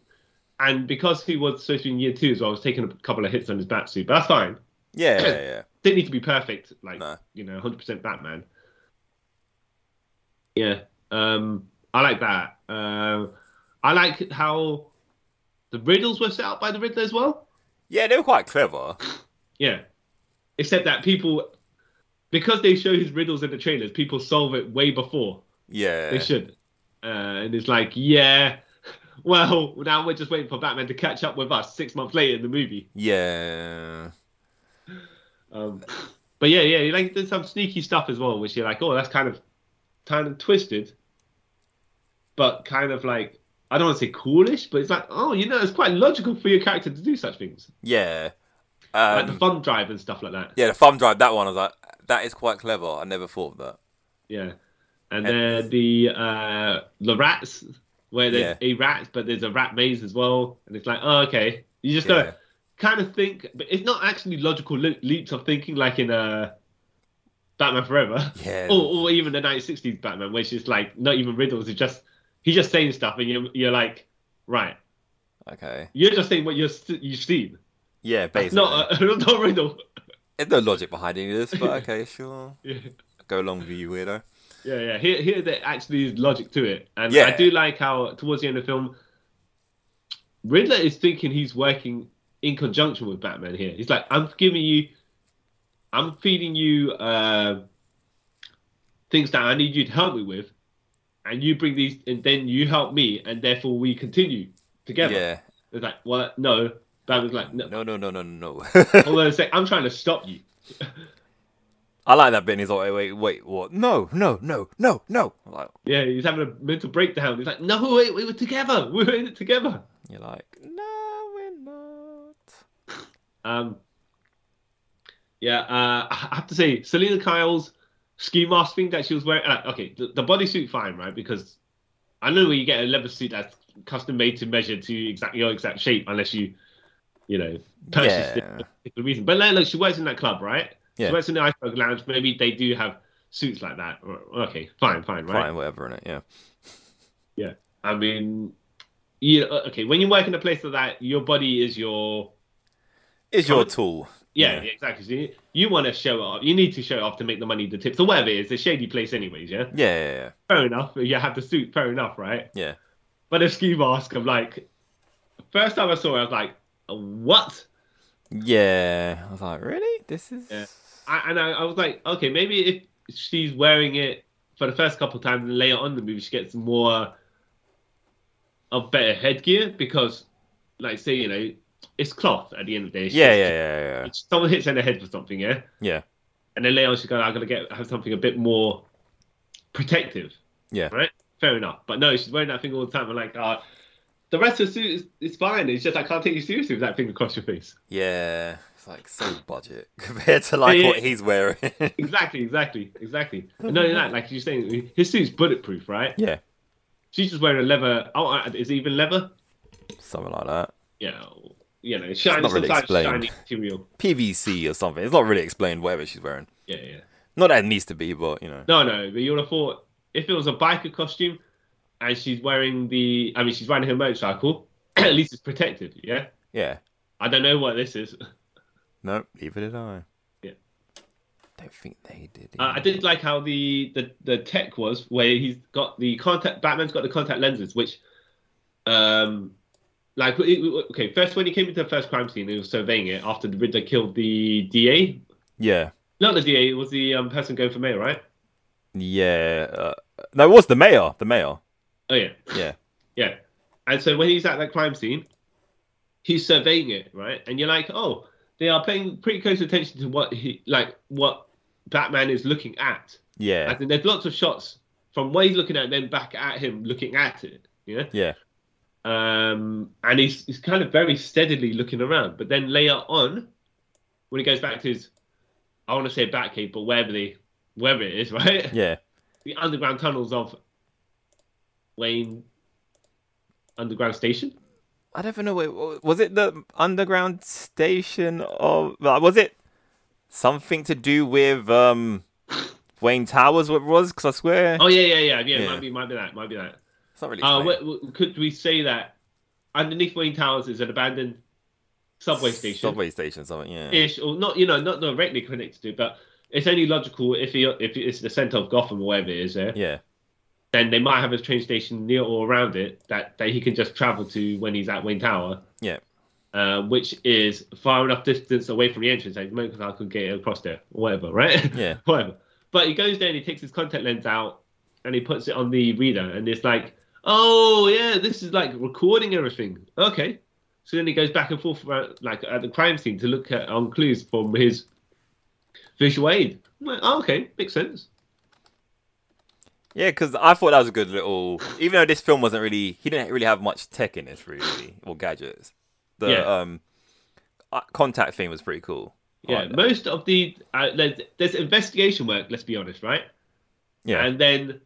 Speaker 3: And because he was supposed to be in year two as well, I was taking a couple of hits on his bat suit, but that's fine.
Speaker 2: yeah, yeah, yeah.
Speaker 3: Didn't need to be perfect, like
Speaker 2: No.
Speaker 3: you know, hundred percent Batman. Yeah, um, I like that. Um I like how the riddles were set up by the Riddler as well.
Speaker 2: Yeah, they were quite clever.
Speaker 3: Yeah. Except that people, because they show his riddles in the trailers, people solve it way before
Speaker 2: Yeah.
Speaker 3: they should. Uh, and it's like, yeah, [LAUGHS] well, now we're just waiting for Batman to catch up with us six months later in the movie.
Speaker 2: Yeah.
Speaker 3: Um, but yeah, yeah, like there's some sneaky stuff as well, which you're like, oh, that's kind of kind of twisted, but kind of like I don't want to say coolish, but it's like, oh, you know, it's quite logical for your character to do such things,
Speaker 2: Yeah.
Speaker 3: like the
Speaker 2: Um,
Speaker 3: fun drive and stuff like that.
Speaker 2: yeah, the thumb drive, that one, I was like, that is quite clever. I never thought of that.
Speaker 3: Yeah.
Speaker 2: And-
Speaker 3: And then the uh the rats where there's a rat but there's a rat maze as well and it's like oh okay you just
Speaker 2: Yeah.
Speaker 3: gotta kind of think but it's not actually logical le- leaps of thinking like in uh Batman Forever [LAUGHS]
Speaker 2: Yeah.
Speaker 3: or, or even the 1960s Batman which is like not even riddles it's just he's just saying stuff and you're, you're like right
Speaker 2: Okay.
Speaker 3: you're just saying what you're s- you've seen
Speaker 2: Yeah,
Speaker 3: it's
Speaker 2: basically.
Speaker 3: not a, [LAUGHS] not a riddle
Speaker 2: There's no logic behind any of this,
Speaker 3: [LAUGHS]
Speaker 2: but okay, sure.
Speaker 3: yeah. [LAUGHS]
Speaker 2: Go along with you, weirdo.
Speaker 3: Yeah, yeah. Here, here, there actually is logic to it, and
Speaker 2: Yeah.
Speaker 3: I do like how towards the end of the film, Riddler is thinking he's working in conjunction with Batman. Here, he's like, "I'm giving you, I'm feeding you uh, things that I need you to help me with, and you bring these, and then you help me, and therefore we continue
Speaker 2: Yeah.
Speaker 3: together." It's like, well, no. Batman's like, no.
Speaker 2: No, no, no, no, no. [LAUGHS]
Speaker 3: Hold on a sec. I'm trying to stop you.
Speaker 2: I like that bit. and He's like, wait, wait, wait, what? No, no, no, no, no. I'm Like,
Speaker 3: Yeah, he's having a mental breakdown. He's like, no, wait, we were together. [LAUGHS] We were in it together.
Speaker 2: you're like, no, we're not.
Speaker 3: Um, yeah, uh, I have to say, Selena Kyle's ski mask thing that she was wearing. Uh, okay, the, the bodysuit, fine, right? Because I know when you get a leather suit that's custom made to measure to exact your exact shape, unless you, you know, purchased it
Speaker 2: Yeah.
Speaker 3: for a particular reason. But no, look, she works in that club, right?
Speaker 2: Yeah.
Speaker 3: She works in the iceberg lounge. Maybe they do have suits like that. Or- Okay, fine, fine, right?
Speaker 2: Fine, whatever, innit? Yeah.
Speaker 3: I mean, you okay, when you work in a place like that, your body is your
Speaker 2: Is your
Speaker 3: Comment-
Speaker 2: tool.
Speaker 3: Yeah, yeah, exactly. So you, you want to show off. You need to show off to make the money, the tips, or whatever it is. It's a shady place, anyways. Yeah,
Speaker 2: Yeah, yeah, yeah.
Speaker 3: fair enough. You have the suit, fair enough, right?
Speaker 2: Yeah.
Speaker 3: But a ski mask, I'm like, first time I saw it, I was like, what?
Speaker 2: Yeah. I was like, really? This is.
Speaker 3: Yeah. I, and I, I was like, okay, maybe if she's wearing it for the first couple of times, and later on in the movie, she gets more of better headgear because, like, say, you know, it's cloth at the end of the day. It's
Speaker 2: Yeah,
Speaker 3: just-
Speaker 2: yeah, yeah, yeah.
Speaker 3: If someone hits her in the head for something, yeah.
Speaker 2: Yeah.
Speaker 3: And then later on, she's going, "I'm gonna get have something a bit more protective."
Speaker 2: Yeah.
Speaker 3: Right. Fair enough. But no, she's wearing that thing all the time. I'm like, uh, the rest of the suit is, is fine. It's just I can't take you seriously with that thing across your face.
Speaker 2: Yeah. It's like so budget [LAUGHS] compared to like
Speaker 3: Yeah,
Speaker 2: what
Speaker 3: yeah.
Speaker 2: he's wearing. [LAUGHS]
Speaker 3: Exactly. Exactly. Exactly. And not only that, like you're saying, his suit's bulletproof, right?
Speaker 2: yeah.
Speaker 3: She's just wearing a leather. Oh, uh, is it even leather?
Speaker 2: Something like that.
Speaker 3: You know, you know, shiny,
Speaker 2: not really
Speaker 3: sometimes
Speaker 2: explained.
Speaker 3: shiny material.
Speaker 2: PVC or something. It's not really explained whatever she's wearing.
Speaker 3: Yeah, yeah.
Speaker 2: Not that it needs to be, but you know.
Speaker 3: No, no, but you would have thought if it was a biker costume and she's wearing the, I mean, she's riding her motorcycle, [CLEARS THROAT] at least it's protected, yeah?
Speaker 2: Yeah.
Speaker 3: Uh, I don't know what this is.
Speaker 2: Nope. Neither did I. don't think they did.
Speaker 3: Uh, I did like how the, the the tech was where he's got the contact. Batman's got the contact lenses, which, um, like it- it- okay, first when he came into the first crime scene, he was surveying it after the Riddler killed the DA.
Speaker 2: Yeah,
Speaker 3: Not the DA, it was the um, person going for mayor, right?
Speaker 2: yeah. Uh, no, it was the mayor. The mayor.
Speaker 3: Oh yeah,
Speaker 2: Yeah,
Speaker 3: yeah. And so when he's at that crime scene, he's surveying it, right? And you're like, oh, they are paying pretty close attention to what he like what Batman is looking at. I
Speaker 2: yeah,
Speaker 3: think there's lots of shots from where he's looking at, then back at him looking at it. Yeah.
Speaker 2: yeah.
Speaker 3: Um, and he's he's kind of very steadily looking around, but then later on, when he goes back to his, I want to say Batcave, but wherever the wherever it is, [LAUGHS] right?
Speaker 2: Yeah.
Speaker 3: The underground tunnels of Wayne Underground Station.
Speaker 2: I don't even know. Wait, wa- was it the underground station or like, was it something to do with um Wayne Towers? What it was? Because I swear,
Speaker 3: Oh yeah, yeah, yeah, yeah.
Speaker 2: Yeah.
Speaker 3: Might be, might be that, might be that.
Speaker 2: it's not really.
Speaker 3: Uh,
Speaker 2: explained.
Speaker 3: wh- wh- could we say that underneath Wayne Towers is an abandoned subway station?
Speaker 2: Subway station, something. Yeah.
Speaker 3: ish, or not, you know, not directly connected to, but it's only logical if you if it's the center of Gotham or wherever it is there,
Speaker 2: Yeah.
Speaker 3: then they might have a train station near or around it that, that he can just travel to when he's at Wayne Tower,
Speaker 2: Yeah.
Speaker 3: uh, which is far enough distance away from the entrance that Motor Car could get across there, or whatever, right? [LAUGHS]
Speaker 2: Yeah.
Speaker 3: whatever. But he goes there and he takes his contact lens out and he puts it on the reader, and it's like, oh yeah, this is like recording everything. Okay. So then he goes back and forth around, like at the crime scene to look at on clues from his visual aid. I'm like, oh, okay, makes sense.
Speaker 2: Yeah, because I thought that was a good little. Even though this film wasn't really, he didn't really have much tech in this, really, or gadgets. The
Speaker 3: Yeah.
Speaker 2: um, uh, contact thing was pretty cool. Oh, I
Speaker 3: Yeah,
Speaker 2: like that.
Speaker 3: most of the uh, there's, there's investigation work. Let's be honest, right?
Speaker 2: yeah,
Speaker 3: And then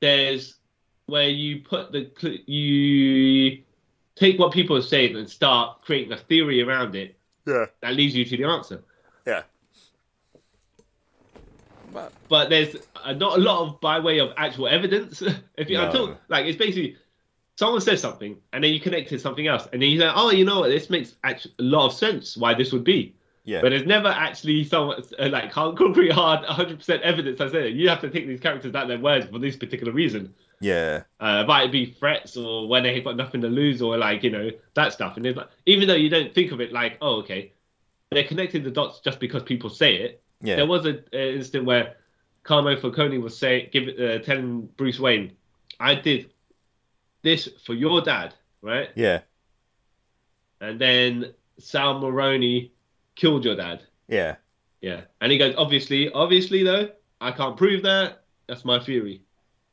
Speaker 3: there's where you put the cl- you take what people are saying and start creating a theory around it
Speaker 2: yeah,
Speaker 3: that leads you to the answer.
Speaker 2: yeah.
Speaker 3: But there's uh, not a lot of by way of actual evidence. [LAUGHS] if you
Speaker 2: No.
Speaker 3: until like it's basically someone says something and then you connect it to something else and then you say, oh, you know what, this makes actu- a lot of sense why this would be.
Speaker 2: Yeah.
Speaker 3: But there's never actually some uh, like hard- concrete, hard, 100% evidence. I say you have to take these characters at their words for this particular reason.
Speaker 2: yeah,
Speaker 3: uh, it might be threats or when they've got nothing to lose or like you know that stuff and it's like even though you don't think of it like oh okay they're connecting the dots just because people say it
Speaker 2: yeah,
Speaker 3: there was an instant where carmo falcone was saying give uh, telling bruce wayne i did this for your dad right
Speaker 2: yeah,
Speaker 3: and then sal Maroni killed your dad
Speaker 2: yeah,
Speaker 3: yeah and he goes obviously obviously though i can't prove that that's my theory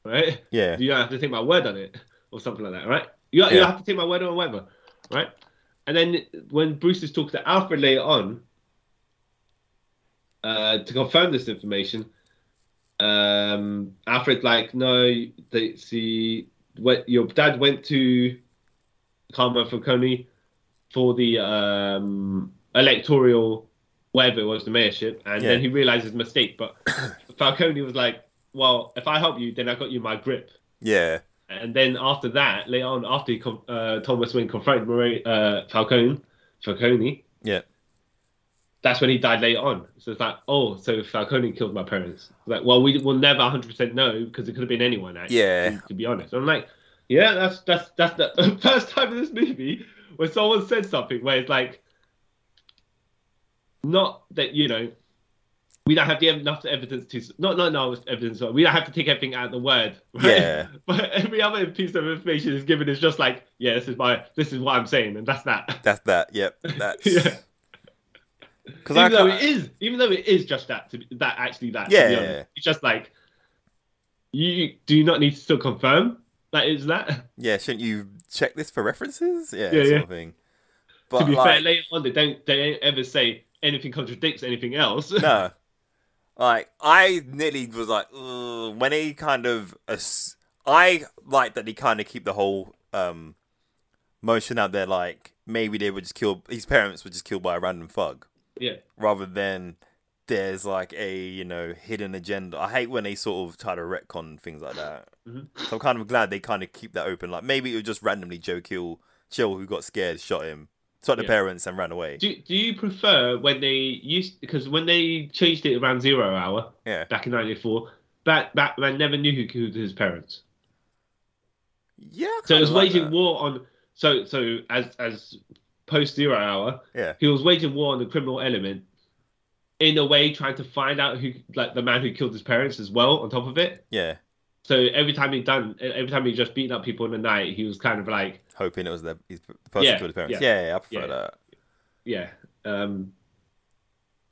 Speaker 3: right
Speaker 2: yeah,
Speaker 3: you don't have to take my word on it or something like that, right? You, you
Speaker 2: Yeah.
Speaker 3: have to take my word on whatever, right? And then when Bruce is talking to Alfred later on uh, to confirm this information, um, Alfred's like, no, they see what your dad went to Carmen Falcone for the um, electoral whatever it was, the mayorship, and
Speaker 2: Yeah.
Speaker 3: then he realized his mistake. But [COUGHS] Falcone was like, well, if I help you, then I got you my grip.
Speaker 2: yeah,
Speaker 3: And then after that, later on, after he con- uh, Thomas Wayne confronted Marie, uh, Falcone, Falcone,
Speaker 2: yeah.
Speaker 3: that's when he died later on. So it's like, oh, so Falcone killed my parents. Like, well, we will never 100% know because it could have been anyone, actually,
Speaker 2: Yeah.
Speaker 3: to be honest. I'm like, yeah, that's that's that's the [LAUGHS] first time in this movie where someone said something where it's like, not that, you know, we don't have the, enough evidence to, not, not enough evidence, but we don't have to take everything out of the word. Right?
Speaker 2: Yeah.
Speaker 3: But every other piece of information is given is just like, yeah, this is my, this is what I'm saying, and that's that.
Speaker 2: That's that.
Speaker 3: [LAUGHS]
Speaker 2: Yep. That's.
Speaker 3: Yeah.
Speaker 2: Because
Speaker 3: even though it is, even though it is just that, to be, that actually that. to be
Speaker 2: Yeah.
Speaker 3: honest. it's just like you do not need to still confirm that is that. [LAUGHS]
Speaker 2: yeah, shouldn't you check this for references? Yeah,
Speaker 3: Yeah,
Speaker 2: sort
Speaker 3: yeah.
Speaker 2: of thing. But
Speaker 3: to be
Speaker 2: like,
Speaker 3: fair, later on they don't they don't ever say anything contradicts anything else. [LAUGHS]
Speaker 2: no. Like I nearly was like "Ugh," when he kind of ass- I like that he kind of keep the whole um motion out there like maybe they were just killed his parents were just killed by a random thug
Speaker 3: yeah,
Speaker 2: rather than there's like a you know hidden agenda. I hate when they sort of try to retcon things like that.
Speaker 3: Mhm.
Speaker 2: So I'm kind of glad they kind of keep that open. Like maybe it was just randomly Joe Kill Chill who got scared shot him took the
Speaker 3: Yeah.
Speaker 2: parents and ran away.
Speaker 3: Do, do you prefer when they used because when they changed it around zero hour
Speaker 2: Yeah.
Speaker 3: back in '94, Bat, Batman never knew who killed his parents,
Speaker 2: Yeah. I
Speaker 3: so it
Speaker 2: kinda
Speaker 3: was
Speaker 2: like
Speaker 3: waging
Speaker 2: that.
Speaker 3: war on. So so as as post zero hour,
Speaker 2: Yeah.
Speaker 3: he was waging war on the criminal element, in a way trying to find out who like the man who killed his parents as well. On top of it,
Speaker 2: Yeah.
Speaker 3: so every time he done, e, every time he just beating up people in the night, he was kind of like,
Speaker 2: Hoping it was the, he's the person
Speaker 3: Yeah,
Speaker 2: who killed his parents.
Speaker 3: yeah,
Speaker 2: Yeah, yeah, I prefer
Speaker 3: yeah.
Speaker 2: that.
Speaker 3: yeah, um,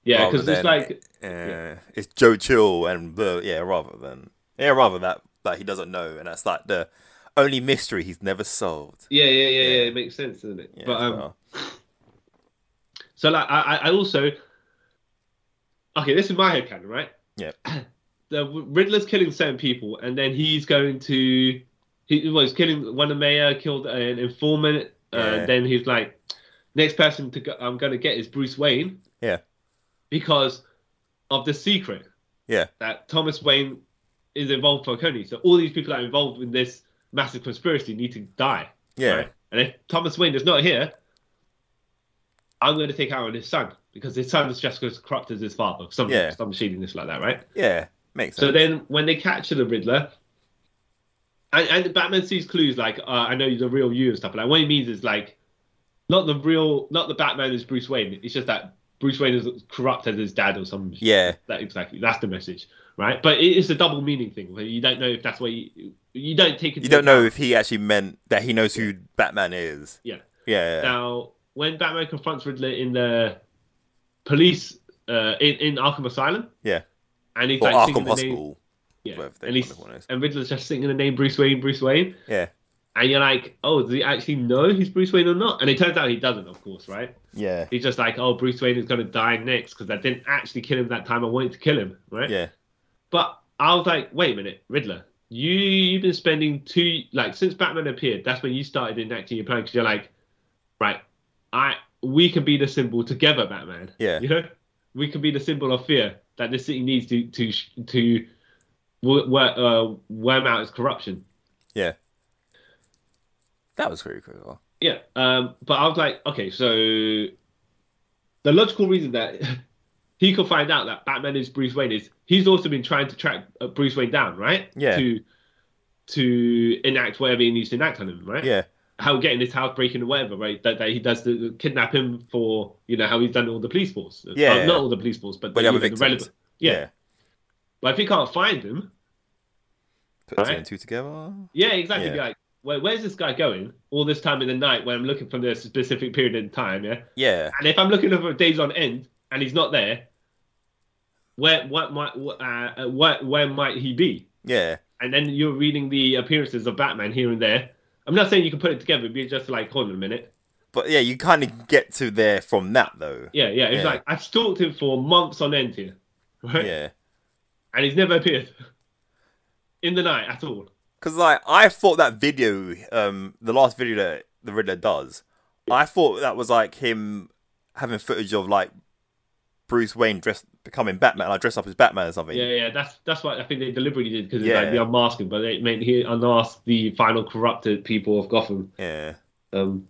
Speaker 3: yeah,
Speaker 2: Rather
Speaker 3: because
Speaker 2: than,
Speaker 3: it's like.
Speaker 2: uh, it's Joe Chill and the yeah, rather than yeah, rather that that he doesn't know, and that's like the only mystery he's never solved.
Speaker 3: Yeah, yeah, yeah, yeah. It makes sense, doesn't it?
Speaker 2: Yeah,
Speaker 3: but
Speaker 2: as
Speaker 3: um,
Speaker 2: well.
Speaker 3: so like, I, I I also okay. This is my head canon, right?
Speaker 2: Yeah.
Speaker 3: [CLEARS THROAT] The Riddler's killing certain people, and then he's going to he was killing one of the mayor, killed an informant,
Speaker 2: Yeah.
Speaker 3: and then he's like, next person to go, I'm gonna get is Bruce Wayne.
Speaker 2: Yeah.
Speaker 3: Because of the secret.
Speaker 2: Yeah.
Speaker 3: That Thomas Wayne is involved for Coney. So all these people that are involved in this massive conspiracy need to die.
Speaker 2: yeah,
Speaker 3: Right? And if Thomas Wayne is not here, I'm going to take out on his son because his son is just as corrupt as his father. Some
Speaker 2: Yeah.
Speaker 3: some shadiness like that, right?
Speaker 2: yeah, makes sense.
Speaker 3: So then when they capture the Riddler, and, and Batman sees clues like uh, I know you're the real you and stuff. Like what he means is like not the real, not the Batman is Bruce Wayne. It's just that Bruce Wayne is corrupt as his dad or something.
Speaker 2: yeah,
Speaker 3: That exactly. That's the message, right? But it is a double meaning thing. Where you don't know if that's where you, you don't take.
Speaker 2: you don't know if he actually meant that he knows who Batman is.
Speaker 3: Yeah.
Speaker 2: Yeah,
Speaker 3: Now, when Batman confronts Riddler in the police uh, in in Arkham Asylum,
Speaker 2: Yeah.
Speaker 3: and he's
Speaker 2: or
Speaker 3: like
Speaker 2: Arkham
Speaker 3: singing the name,
Speaker 2: Hospital.
Speaker 3: yeah,
Speaker 2: whatever they
Speaker 3: and
Speaker 2: call
Speaker 3: he's
Speaker 2: it, one of those.
Speaker 3: and Riddler's just singing the name Bruce Wayne, Bruce Wayne,
Speaker 2: Yeah,
Speaker 3: and you're like, oh, does he actually know he's Bruce Wayne or not? And it turns out he doesn't, of course, right?
Speaker 2: yeah,
Speaker 3: He's just like, oh, Bruce Wayne is gonna die next because I didn't actually kill him that time. I wanted to kill him, right?
Speaker 2: yeah,
Speaker 3: But I was like, wait a minute, Riddler, you you've been spending two like since Batman appeared. That's when you started enacting your plan because you're like, right, I we can be the symbol together, Batman.
Speaker 2: Yeah.
Speaker 3: you know, we can be the symbol of fear that this city needs to to sh- to wo- wo- uh, worm out its corruption.
Speaker 2: yeah. That was pretty cool.
Speaker 3: Yeah, um, but I was like, okay, so the logical reason that [LAUGHS] he could find out that Batman is Bruce Wayne is he's also been trying to track uh, Bruce Wayne down, right?
Speaker 2: Yeah.
Speaker 3: To to enact whatever he needs to enact on him, right?
Speaker 2: Yeah,
Speaker 3: How getting his house breaking or whatever, right? That, that he does the kidnap him for you know how he's done all the police force.
Speaker 2: Yeah,
Speaker 3: Uh,
Speaker 2: yeah.
Speaker 3: not all the police force, but,
Speaker 2: But the
Speaker 3: the,
Speaker 2: other
Speaker 3: you know, the
Speaker 2: victims.
Speaker 3: relevant. Yeah.
Speaker 2: yeah.
Speaker 3: but if he can't find him,
Speaker 2: Put two
Speaker 3: Right.
Speaker 2: and two together.
Speaker 3: yeah, exactly.
Speaker 2: Yeah.
Speaker 3: Be like, where, where's this guy going all this time in the night when I'm looking for this specific period in time? Yeah.
Speaker 2: Yeah,
Speaker 3: And if I'm looking for days on end and he's not there, where what might what, uh, what where might he be?
Speaker 2: yeah,
Speaker 3: And then you're reading the appearances of Batman here and there. I'm not saying you can put it together, but you're just like, hold on a minute.
Speaker 2: but yeah, you kind of get to there from that though.
Speaker 3: Yeah, yeah. It's
Speaker 2: Yeah.
Speaker 3: like I've stalked him for months on end here, [LAUGHS] right?
Speaker 2: yeah.
Speaker 3: And he's never appeared [LAUGHS] in the night at all.
Speaker 2: Because like I thought that video, um, the last video that the Riddler does, I thought that was like him having footage of like Bruce Wayne dressed becoming Batman, like dressed up as Batman or something.
Speaker 3: Yeah, yeah. That's that's what I think they deliberately did because it's
Speaker 2: Yeah.
Speaker 3: like the unmasking, but it meant he unmasked the final corrupted people of Gotham.
Speaker 2: yeah,
Speaker 3: Um,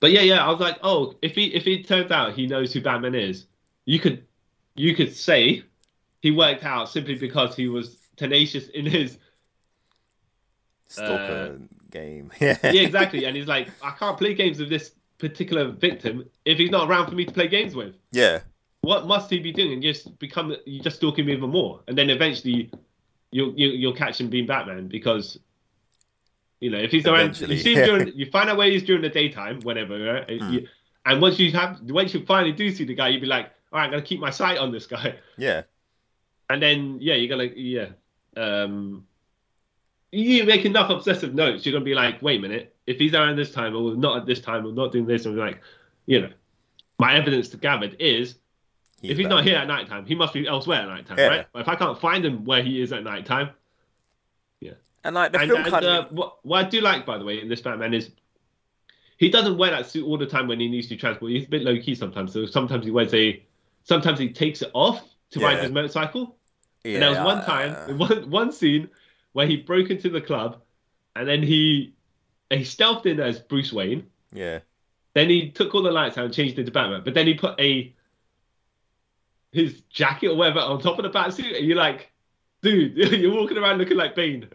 Speaker 3: but yeah, yeah, I was like, oh, if he if it turns out he knows who Batman is, you could you could say he worked out simply because he was tenacious in his
Speaker 2: stalker game. [LAUGHS] Yeah,
Speaker 3: Uh, yeah exactly, and he's like, I can't play games with this particular victim if he's not around for me to play games with.
Speaker 2: yeah,
Speaker 3: What must he be doing? And just become you just stalk him even more, and then eventually you'll you, you'll catch him being Batman because. You know, if he's around, you
Speaker 2: Eventually,
Speaker 3: see
Speaker 2: yeah.
Speaker 3: him during, you find out where he is during the daytime, whenever, right? You- and once you have, once you finally do see the guy, you'd be like, all right, I'm gonna keep my sight on this guy, [LAUGHS]
Speaker 2: yeah,
Speaker 3: and then yeah, you're gonna yeah, um, you make enough obsessive notes, you're gonna be like, wait a minute, if he's around this time or not at this time or not doing this, and like, you know, my evidence to gathered is if he's not
Speaker 2: Batman.
Speaker 3: here at night time, he must be elsewhere at night time,
Speaker 2: Yeah.
Speaker 3: right? But if I can't find him where he is at night time,
Speaker 2: and like the
Speaker 3: and,
Speaker 2: film
Speaker 3: and,
Speaker 2: kind
Speaker 3: uh,
Speaker 2: of
Speaker 3: what, what I do like, by the way, in this Batman is he doesn't wear that suit all the time when he needs to transport. He's a bit low key sometimes. So sometimes he wears a, sometimes he takes it off to ride
Speaker 2: Yeah.
Speaker 3: his motorcycle.
Speaker 2: yeah, Uh,
Speaker 3: and there was one time, [LAUGHS] one one scene where he broke into the club, and then he he stealthed in as Bruce Wayne,
Speaker 2: yeah,
Speaker 3: Then he took all the lights out and changed it to Batman. But then he put a his jacket or whatever on top of the Batsuit, and you're like, dude, [LAUGHS] you're walking around looking like Bane.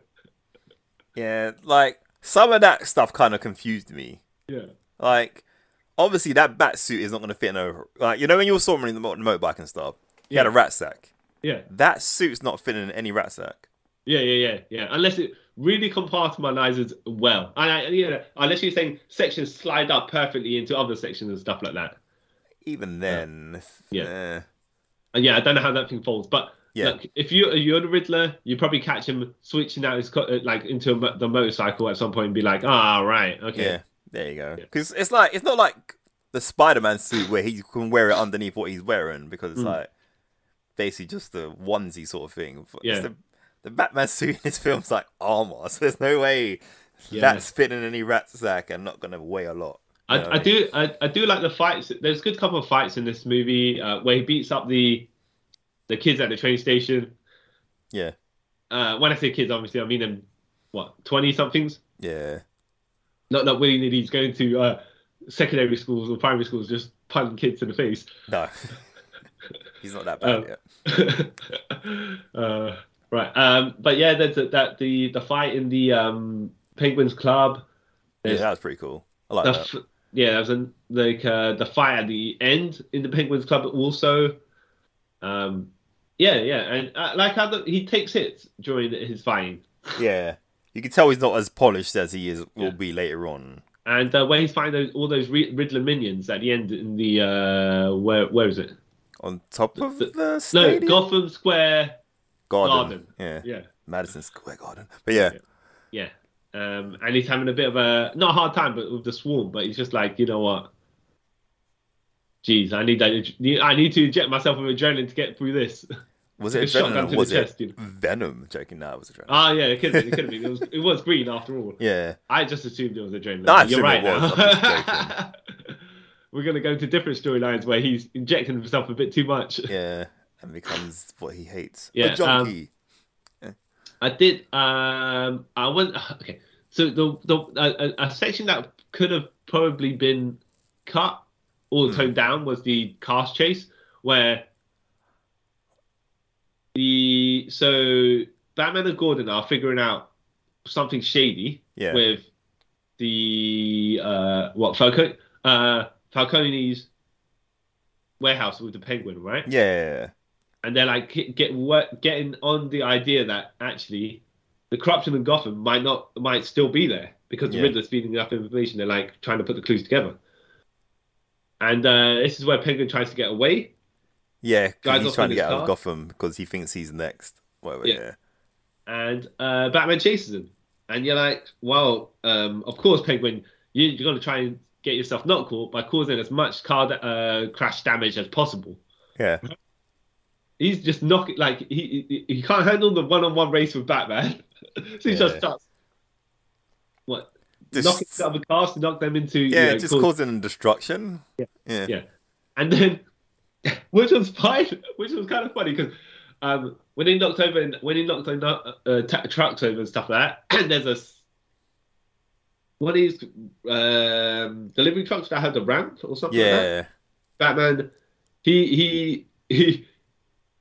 Speaker 2: Yeah, like some of that stuff kind of confused me.
Speaker 3: Yeah.
Speaker 2: Like, obviously that bat suit is not going to fit in a like. You know when you saw him in the mo- motorbike and stuff, he had a
Speaker 3: Yeah.
Speaker 2: rat sack.
Speaker 3: Yeah.
Speaker 2: That suit's not fitting in any rat sack.
Speaker 3: Yeah, yeah, yeah, yeah. Unless it really compartmentalizes well, and I, you know, unless you're saying sections slide up perfectly into other sections and stuff like that.
Speaker 2: Even then,
Speaker 3: Yeah.
Speaker 2: eh.
Speaker 3: And yeah, I don't know how that thing falls, but
Speaker 2: Yeah.
Speaker 3: look, if you you're the Riddler, you probably catch him switching out his co- uh, like into a, mo- the motorcycle at some point and be like, ah, right, okay,
Speaker 2: yeah, there you go.
Speaker 3: Yeah.
Speaker 2: Because it's like it's not like the Spider-Man suit where he can wear it underneath what he's wearing because it's
Speaker 3: Mm.
Speaker 2: like basically just a onesie sort of thing. But it's
Speaker 3: Yeah.
Speaker 2: The, the Batman suit in this film's like armor, [LAUGHS] so there's no way
Speaker 3: Yeah.
Speaker 2: that's fitting in any rat sack and not going to weigh a lot. Um, You
Speaker 3: I,
Speaker 2: know
Speaker 3: I
Speaker 2: what mean?
Speaker 3: do I, I do like the fights. There's a good couple of fights in this movie uh, where he beats up the the kids at the train station.
Speaker 2: Yeah.
Speaker 3: Uh, when I say kids, obviously I mean them what twenty somethings.
Speaker 2: Yeah.
Speaker 3: Not not willy nilly. He's going to uh, secondary schools or primary schools, just punting kids in the face. [LAUGHS]
Speaker 2: No. [LAUGHS] He's not that bad
Speaker 3: Um,
Speaker 2: yet.
Speaker 3: uh, right. Um, but yeah, there's a, that the the fight in the um, Penguins Club.
Speaker 2: Yeah,
Speaker 3: there's-
Speaker 2: that was pretty cool. I like
Speaker 3: The
Speaker 2: that.
Speaker 3: f- yeah, there was an, like uh, the fight at the end in the Penguins Club also. Um, yeah, yeah, and I like how the, he takes it during his fighting,
Speaker 2: Yeah. You can tell he's not as polished as he is will
Speaker 3: Yeah.
Speaker 2: be later on.
Speaker 3: and uh, when he's fighting those, all those Rid- Riddler minions at the end in the uh, where where is it?
Speaker 2: On top of
Speaker 3: The-
Speaker 2: the,
Speaker 3: the- No,
Speaker 2: stadium?
Speaker 3: Gotham Square
Speaker 2: garden.
Speaker 3: Garden.
Speaker 2: Yeah.
Speaker 3: Yeah.
Speaker 2: Madison Square Garden. But yeah,
Speaker 3: Yeah. Um, and he's having a bit of a not a hard time, but with the swarm. But he's just like, you know what? Jeez, I need that. I need to inject myself with adrenaline to get through this. [LAUGHS]
Speaker 2: was
Speaker 3: A
Speaker 2: it
Speaker 3: shotgun
Speaker 2: Venom?
Speaker 3: to
Speaker 2: or
Speaker 3: the
Speaker 2: Was it
Speaker 3: chest, you know.
Speaker 2: Venom? Joking, no, it was adrenaline.
Speaker 3: Ah, yeah, it could be. It could be. It was, it was green after all.
Speaker 2: [LAUGHS] yeah,
Speaker 3: I just assumed it was adrenaline.
Speaker 2: No, I assume
Speaker 3: You're
Speaker 2: it
Speaker 3: right.
Speaker 2: was.
Speaker 3: now.
Speaker 2: I'm just
Speaker 3: [LAUGHS] We're gonna go to different storylines where he's injecting himself a bit too much.
Speaker 2: yeah, and becomes what he hates.
Speaker 3: Yeah,
Speaker 2: a
Speaker 3: um,
Speaker 2: junkie.
Speaker 3: I did. Um, I went. [SIGHS] Okay, so the the a, a- a section that could have probably been cut or
Speaker 2: Hmm.
Speaker 3: toned down was the cast chase where the so Batman and Gordon are figuring out something shady
Speaker 2: yeah,
Speaker 3: with the uh what Falcone uh Falcone's warehouse with the Penguin, right?
Speaker 2: yeah,
Speaker 3: and they're like get, get work, getting on the idea that actually the corruption in Gotham might not might still be there because the
Speaker 2: Yeah.
Speaker 3: Riddler's feeding enough information. They're like trying to put the clues together, and uh, this is where Penguin tries to get away.
Speaker 2: yeah. 'cause
Speaker 3: Guys
Speaker 2: he's
Speaker 3: off
Speaker 2: trying to
Speaker 3: in his
Speaker 2: get out of
Speaker 3: car.
Speaker 2: Gotham because he thinks he's next. Whatever.
Speaker 3: Yeah.
Speaker 2: Yeah,
Speaker 3: and uh, Batman chases him. And you're like, well, um, of course, Penguin, you, you're going to try and get yourself not caught by causing as much car da- uh, crash damage as possible.
Speaker 2: yeah,
Speaker 3: He's just knocking, like, he, he, he can't handle the one on one race with Batman. [LAUGHS] so he
Speaker 2: Yeah.
Speaker 3: just starts, what,
Speaker 2: Just-
Speaker 3: knocking out of the cars to knock them into. you
Speaker 2: yeah.
Speaker 3: know,
Speaker 2: just
Speaker 3: cause-
Speaker 2: causing destruction. Yeah, yeah.
Speaker 3: Yeah. And then, [LAUGHS] which was fine, which was kind of funny because um, when he knocked over and when he knocked over, uh, ta trucks over and stuff like that, [CLEARS THROAT] and there's a s- one of these um, delivery trucks that had the ramp or something. Like that.
Speaker 2: Yeah.
Speaker 3: Batman, he he he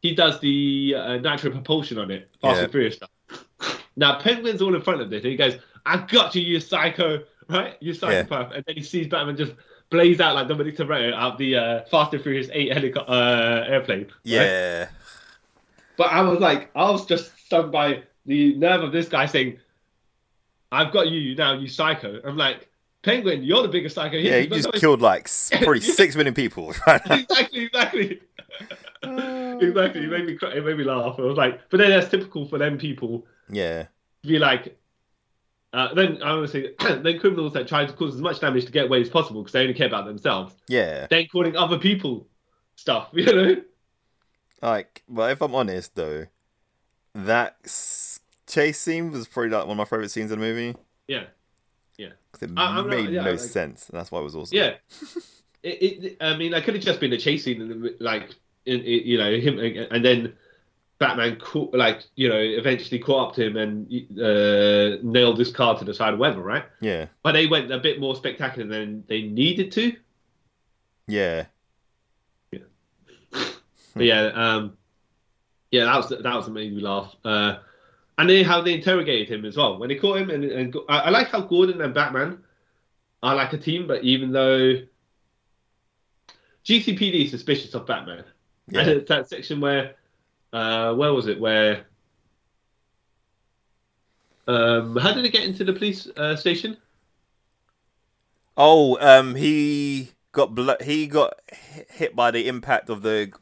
Speaker 3: he does the uh, nitro propulsion on it, Fast
Speaker 2: Yeah.
Speaker 3: and Furious stuff. Now Penguin's all in front of this, and he goes, "I got you, you psycho!" Right, you psychopath. And then he sees Batman just blaze out like Dominic Toretto out the uh, Fast and Furious Eight helicopter uh, airplane. right?
Speaker 2: Yeah.
Speaker 3: But I was like, I was just stunned by the nerve of this guy saying, "I've got you now, you psycho." I'm like, Penguin, you're the biggest psycho
Speaker 2: Yeah,
Speaker 3: here. [LAUGHS]
Speaker 2: he
Speaker 3: You've got
Speaker 2: just
Speaker 3: no-
Speaker 2: killed like
Speaker 3: [LAUGHS]
Speaker 2: s- probably
Speaker 3: Yeah.
Speaker 2: six million people. [LAUGHS] Right?
Speaker 3: exactly, exactly. exactly. It made me cry. It made me laugh. I was like, but then that's typical for them people
Speaker 2: yeah,
Speaker 3: to be like. Uh, then I want to say, [CLEARS THROAT] then criminals that try to cause as much damage to get away as possible because they only care about themselves.
Speaker 2: yeah.
Speaker 3: Then calling other people stuff, [LAUGHS] you know?
Speaker 2: Like, well, if I'm honest though, that s- chase scene was probably like one of my favorite scenes in the movie
Speaker 3: Yeah,
Speaker 2: 'cause it
Speaker 3: I- I'm not-
Speaker 2: made
Speaker 3: yeah,
Speaker 2: no
Speaker 3: like-
Speaker 2: sense, and that's why it was awesome.
Speaker 3: yeah. it, it, I mean, I could have just been a chase scene, and then, like, in, in- you know, him and and then Batman, caught, like you know, eventually caught up to him and uh, nailed his car to the side of Weber, right?
Speaker 2: Yeah.
Speaker 3: But they went a bit more spectacular than they needed to. [LAUGHS]
Speaker 2: Yeah.
Speaker 3: But yeah, um, yeah, that was that was what made me laugh. Uh, and then how they interrogated him as well when they caught him. And, and go- I, I like how Gordon and Batman are like a team, but even though GCPD is suspicious of Batman,
Speaker 2: Yeah.
Speaker 3: and it's that section where uh, where was it? Where um, how did they get into the police uh, station?
Speaker 2: Oh, um, he got blo- he got hi- hit by the impact of the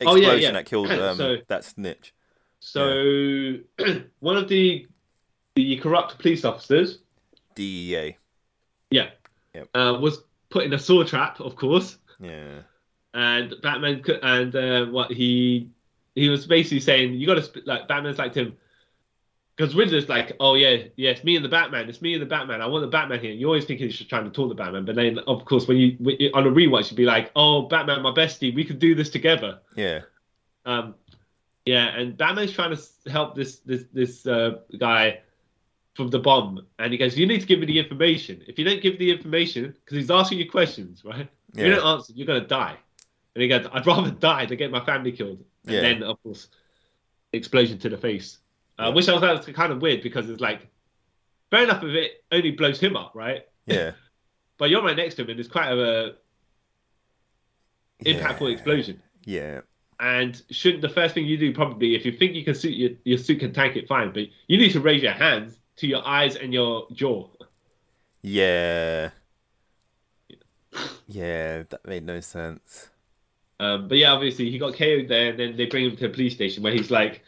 Speaker 2: explosion
Speaker 3: Oh, yeah, yeah.
Speaker 2: that killed um,
Speaker 3: So-
Speaker 2: that snitch.
Speaker 3: So [CLEARS THROAT] one of the the corrupt police officers
Speaker 2: DEA.
Speaker 3: Yeah.
Speaker 2: Yep.
Speaker 3: Uh, was put in a saw trap, of course,
Speaker 2: Yeah.
Speaker 3: and Batman cou- and uh, what he he was basically saying, you got to sp- like Batman's like to him because Riddler's like, oh yeah, yeah, it's me and the Batman, it's me and the Batman. I want the Batman here. You always think he's just trying to talk to Batman, but then of course when you when you- on a rewatch, you'd be like, oh Batman, my bestie, we could do this together.
Speaker 2: Yeah.
Speaker 3: Um, yeah, and Batman's trying to s- help this this this uh, guy from the bomb, and he goes, "You need to give me the information. If you don't give the information, because he's asking you questions, right? If you
Speaker 2: Yeah.
Speaker 3: don't answer, you're gonna die." And he goes, "I'd rather die than get my family killed." And
Speaker 2: Yeah.
Speaker 3: then, of course, explosion to the face, uh, which I was that's kind of weird because it's like, fair enough if it only blows him up, right?
Speaker 2: Yeah.
Speaker 3: But you're right next to him, and it's quite a [LAUGHS] impactful
Speaker 2: Yeah.
Speaker 3: explosion.
Speaker 2: Yeah.
Speaker 3: And shouldn't the first thing you do probably, if you think you can suit your, your suit can tank it, fine. But you need to raise your hands to your eyes and your jaw.
Speaker 2: Yeah. Yeah, that made no sense.
Speaker 3: Um, but yeah, obviously he got KO'd there, and then they bring him to a police station where he's like,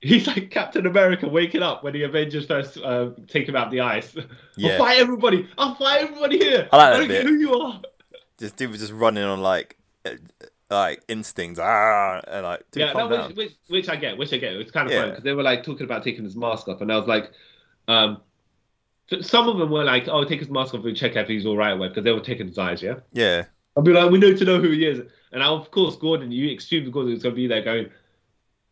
Speaker 3: he's like Captain America waking up when the Avengers first uh, take him out the ice. [LAUGHS]
Speaker 2: Yeah.
Speaker 3: I'll fight everybody. I'll fight everybody here.
Speaker 2: I like that
Speaker 3: don't care
Speaker 2: bit.
Speaker 3: who you are.
Speaker 2: This dude was just running on like, uh, like instincts. Ah, and like, dude,
Speaker 3: yeah,
Speaker 2: calm
Speaker 3: that
Speaker 2: down.
Speaker 3: was, which, which I get, which I get. It was kind of
Speaker 2: Yeah.
Speaker 3: funny because they were like talking about taking his mask off, and I was like, um, th- some of them were like, "Oh, take his mask off and check if he's all right away," because they were taking his eyes. Yeah,
Speaker 2: Yeah.
Speaker 3: I'd be like, "We need to know who he is," and I, of course, Gordon, you assumed Gordon was going to be there going,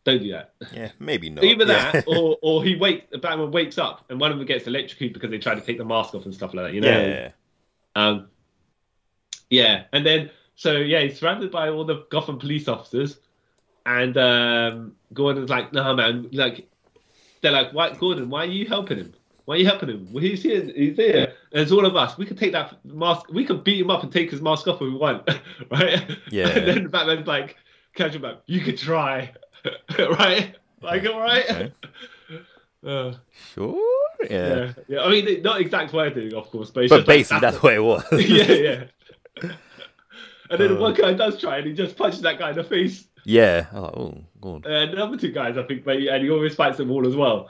Speaker 3: "Don't do that."
Speaker 2: Yeah. Maybe not.
Speaker 3: Either
Speaker 2: Oh, yeah. [LAUGHS]
Speaker 3: that, or or he wakes, Batman wakes up, and one of them gets electrocuted because they tried to take the mask off and stuff like that. You know,
Speaker 2: yeah.
Speaker 3: um, yeah, and then so yeah, he's surrounded by all the Gotham police officers, and um, Gordon's like, "Nah, man, like." They're like, "Why, Gordon? Why are you helping him? Why are you helping him? Well, he's here. He's there. And it's all of us. We could take that mask. We could beat him up and take his mask off if we want, [LAUGHS] right?
Speaker 2: Yeah.
Speaker 3: And then Batman's like, "Catch him up. You could try, [LAUGHS] right? Like, all right."
Speaker 2: Okay.
Speaker 3: [LAUGHS] Uh,
Speaker 2: Sure. Yeah.
Speaker 3: yeah. yeah. I mean, not exact wording, of course, but, it's
Speaker 2: But
Speaker 3: just like,
Speaker 2: basically, that's what it was. [LAUGHS]
Speaker 3: [LAUGHS] yeah, yeah. And then
Speaker 2: Uh.
Speaker 3: one guy does try, and he just punches that guy in the face.
Speaker 2: yeah. I'm like, oh, go on.
Speaker 3: And the other two guys, I think, but he- and he always fights them all as well.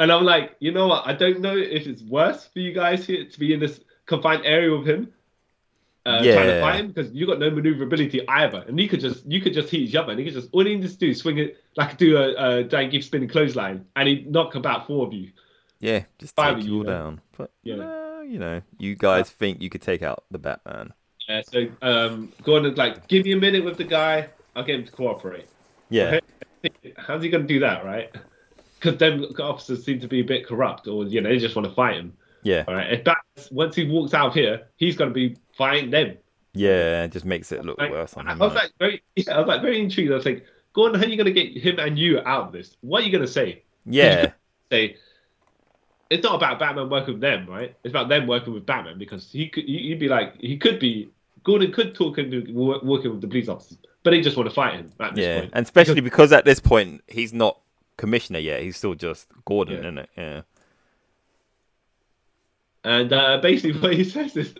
Speaker 3: And I'm like, you know what? I don't know if it's worse for you guys here to be in this confined area with him, uh, trying
Speaker 2: Yeah.
Speaker 3: to fight him because you got no maneuverability either, and you could just you could just hit each other, and he could just all he needs to do is swing it like do a, a Dan Gibb spinning clothesline, and he knock about four of you.
Speaker 2: Yeah, just
Speaker 3: Five
Speaker 2: take
Speaker 3: of
Speaker 2: you
Speaker 3: you,
Speaker 2: all
Speaker 3: though.
Speaker 2: down. But
Speaker 3: Yeah.
Speaker 2: no, you know, you guys think you could take out the Batman.
Speaker 3: Uh, so um, Gordon's like, give me a minute with the guy, I'll get him to cooperate.
Speaker 2: Yeah,
Speaker 3: How's he going to do that, right? Because them officers seem to be a bit corrupt, or you know, they just want to fight him.
Speaker 2: yeah,
Speaker 3: All right, if that's once he walks out of here, he's going to be fighting them.
Speaker 2: yeah. It just makes it look
Speaker 3: Like,
Speaker 2: worse on
Speaker 3: I
Speaker 2: him.
Speaker 3: was
Speaker 2: right?
Speaker 3: like [LAUGHS] very, yeah, I was like very intrigued. I was like, Gordon, how are you going to get him and you out of this? What are you going to say?
Speaker 2: yeah,
Speaker 3: Say, it's not about Batman working with them, right? It's about them working with Batman because he could, you- you'd be like, he could be. Gordon could talk into wo- working with the police officers, but they just want to fight him at this
Speaker 2: yeah,
Speaker 3: point.
Speaker 2: and especially because at this point he's not commissioner yet. He's still just Gordon,
Speaker 3: Yeah.
Speaker 2: isn't it? Yeah,
Speaker 3: And uh, basically, [LAUGHS] what he says is,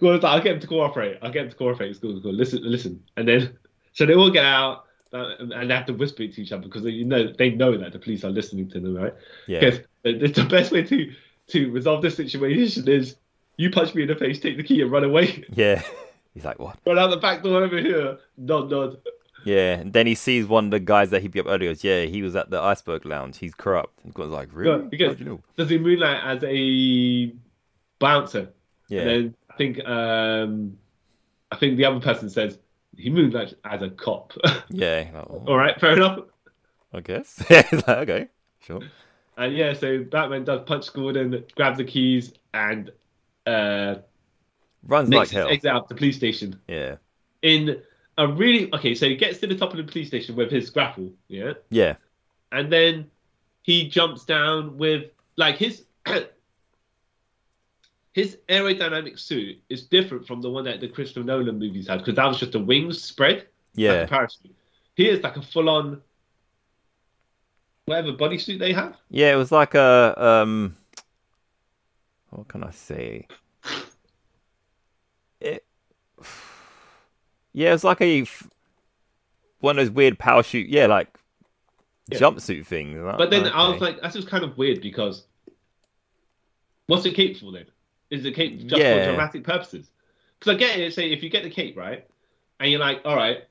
Speaker 3: Gordon's like, I'll get him to cooperate. I'll get him to cooperate. It's cool, it's cool. Listen, listen. And then, [LAUGHS] so they all get out uh, and they have to whisper it to each other because they, you know, they know that the police are listening to them, right?
Speaker 2: yeah,
Speaker 3: Because the, the best way to, to resolve this situation is you punch me in the face, take the key, and run away. [LAUGHS]
Speaker 2: yeah. [LAUGHS] He's like, what?
Speaker 3: run out the back door over here. Nod, nod.
Speaker 2: Yeah, and then he sees one of the guys that he beat up earlier. Goes, yeah, he was at the Iceberg Lounge. He's corrupt. And Gordon's like, really?
Speaker 3: Yeah, because-
Speaker 2: How'd you know?
Speaker 3: Does he moonlight as a bouncer?
Speaker 2: Yeah,
Speaker 3: And then I think um, I think the other person says, He moonlights as a cop. [LAUGHS]
Speaker 2: Yeah. like, oh,
Speaker 3: All right, fair enough.
Speaker 2: I guess. [LAUGHS] Yeah. it's like, okay. Sure.
Speaker 3: And yeah, so Batman does punch Gordon, grabs the keys, and uh,
Speaker 2: Runs
Speaker 3: makes
Speaker 2: like
Speaker 3: his
Speaker 2: hell.
Speaker 3: exit out the police station.
Speaker 2: Yeah.
Speaker 3: In a really okay, so he gets to the top of the police station with his grapple, yeah,
Speaker 2: Yeah.
Speaker 3: and then he jumps down with like his [CLEARS THROAT] his aerodynamic suit is different from the one that the Christopher Nolan movies had because that was just a wings spread, like
Speaker 2: Yeah.
Speaker 3: a parachute. He is like a full on whatever bodysuit they have.
Speaker 2: Yeah, it was like a um what can I say? It [SIGHS] Yeah, it was like a f- one of those weird power shoot, yeah, like
Speaker 3: Yeah.
Speaker 2: jumpsuit things. Like,
Speaker 3: But then I
Speaker 2: okay.
Speaker 3: was like, that's just kind of weird because what's the cape for then? Is the cape just
Speaker 2: Yeah.
Speaker 3: for dramatic purposes? Because I get it. Say if you get the cape right, and you're like, all right,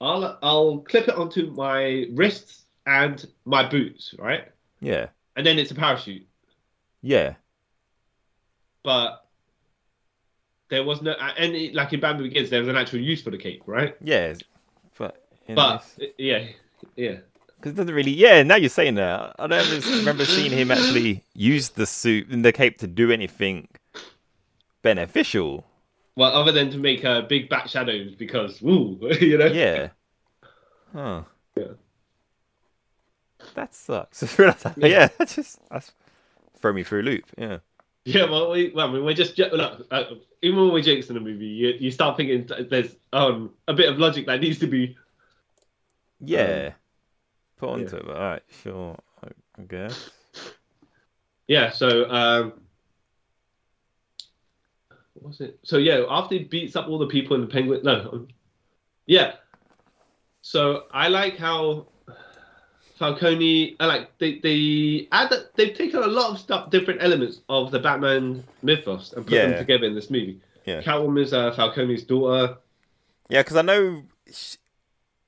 Speaker 3: I'll I'll clip it onto my wrists and my boots, right?
Speaker 2: Yeah.
Speaker 3: And then it's a parachute.
Speaker 2: Yeah.
Speaker 3: But there was no and it, like in Batman Begins, there was an actual use for the cape, right?
Speaker 2: Yeah. it's- But in
Speaker 3: But
Speaker 2: this-
Speaker 3: yeah, yeah.
Speaker 2: Because it doesn't really. Yeah, now you're saying that. I don't ever remember seeing him actually use the suit and the cape to do anything beneficial.
Speaker 3: Well, other than to make uh, big back shadows because woo, [LAUGHS] you know.
Speaker 2: Yeah. Huh.
Speaker 3: Yeah.
Speaker 2: That sucks. [LAUGHS] yeah, that just that's throw me through a loop. Yeah.
Speaker 3: Yeah, well, we, well, I mean, we're just jo- look, uh, even when we're jokes in a movie, you, you start thinking th- there's um a bit of logic that needs to be.
Speaker 2: Yeah. Put
Speaker 3: Um, yeah.
Speaker 2: onto it. All right. Sure. I I guess.
Speaker 3: Yeah, so um, what was it? So yeah, after he beats up all the people in the penguin, no, um, yeah. So I like how Falcone, I like they they add that they've taken a lot of stuff, different elements of the Batman mythos and put
Speaker 2: Yeah.
Speaker 3: them together in this movie.
Speaker 2: Yeah.
Speaker 3: Catwoman's uh, Falcone's daughter.
Speaker 2: Yeah, because I know sh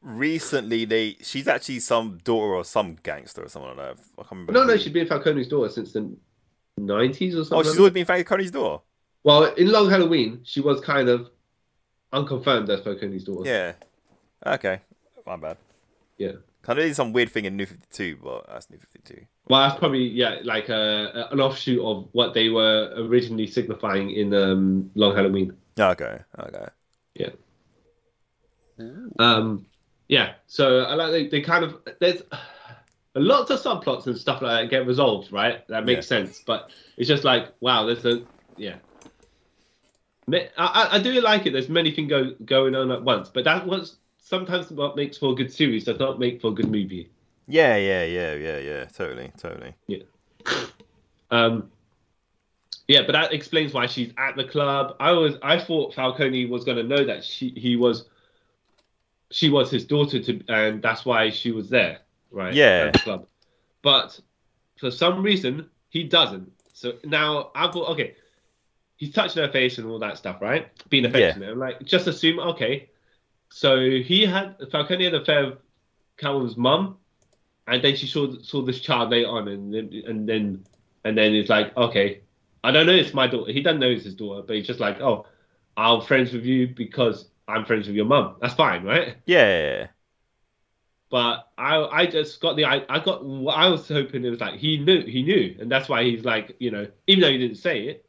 Speaker 2: recently they she's actually some daughter or some gangster or someone like that. I can't remember.
Speaker 3: No, no,
Speaker 2: who.
Speaker 3: she's been Falcone's daughter since the 90s or something.
Speaker 2: Oh, she's always been Frankie Coney's daughter.
Speaker 3: Well, in Long Halloween, she was kind of unconfirmed as Falcone's daughter.
Speaker 2: Yeah. Okay. My bad.
Speaker 3: Yeah.
Speaker 2: I know there's some weird thing in New 52, but that's New 52.
Speaker 3: Well, that's probably, yeah, like a, a- an offshoot of what they were originally signifying in um, Long Halloween.
Speaker 2: Okay. Okay.
Speaker 3: Yeah. Um, yeah, so I like they, they kind of, there's lots of subplots and stuff like that get resolved, right? That makes sense, but it's just like, wow, there's a, yeah. Ma- I, I- I do like it. There's many things go, going on at once, but that was sometimes what makes for a good series does not make for a good movie.
Speaker 2: Yeah, yeah, yeah, yeah, yeah. Totally, totally.
Speaker 3: Um, yeah, but that explains why she's at the club. I was I thought Falcone was going to know that she he was she was his daughter to, and that's why she was there, right?
Speaker 2: Yeah.
Speaker 3: at the club. But for some reason he doesn't. So now I thought, okay, he's touching her face and all that stuff, right? Being affectionate. I'm like, just assume, okay. So he had Falcone had an affair with Calum's mum, and then she saw saw this child later on, and then and then and then it's like, okay, I don't know it's my daughter. He doesn't know it's his daughter, but he's just like, oh, I'm friends with you because I'm friends with your mum. That's fine, right?
Speaker 2: Yeah.
Speaker 3: But I I just got the I, I got what I was hoping it was like he knew he knew, and that's why he's like you know even though he didn't say it.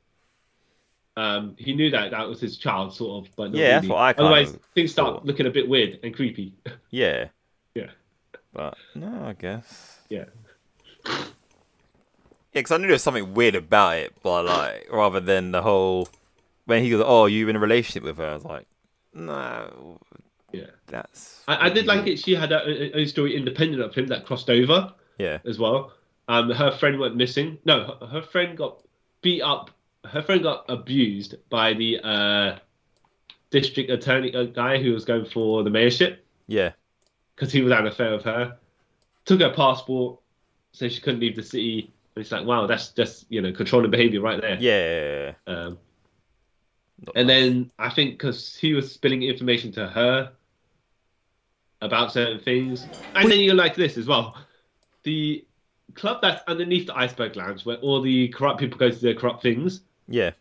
Speaker 3: Um, he knew that that was his child, sort of, but not
Speaker 2: Yeah, that's
Speaker 3: really.
Speaker 2: what I kind
Speaker 3: Otherwise,
Speaker 2: of
Speaker 3: things start
Speaker 2: thought.
Speaker 3: looking a bit weird and creepy. [LAUGHS]
Speaker 2: Yeah.
Speaker 3: Yeah.
Speaker 2: But no, I guess.
Speaker 3: yeah,
Speaker 2: Yeah, because I knew there was something weird about it, but like, rather than the whole. When he goes, oh, you in a relationship with her? I was like, no,
Speaker 3: yeah.
Speaker 2: that's.
Speaker 3: I, I did like it. She had her own- own story independent of him that crossed over
Speaker 2: Yeah.
Speaker 3: as well. Um, her friend went missing. No, her- her friend got beat up. Her friend got abused by the uh, district attorney uh, guy who was going for the mayorship
Speaker 2: Yeah.
Speaker 3: because he was having an affair with her. Took her passport, so she couldn't leave the city. And it's like, wow, that's just you know controlling behavior right there.
Speaker 2: Yeah.
Speaker 3: Um, and then I think because he was spilling information to her about certain things, and then you're like this as well. The club that's underneath the iceberg lounge, where all the corrupt people go to do their corrupt things,
Speaker 2: Yeah.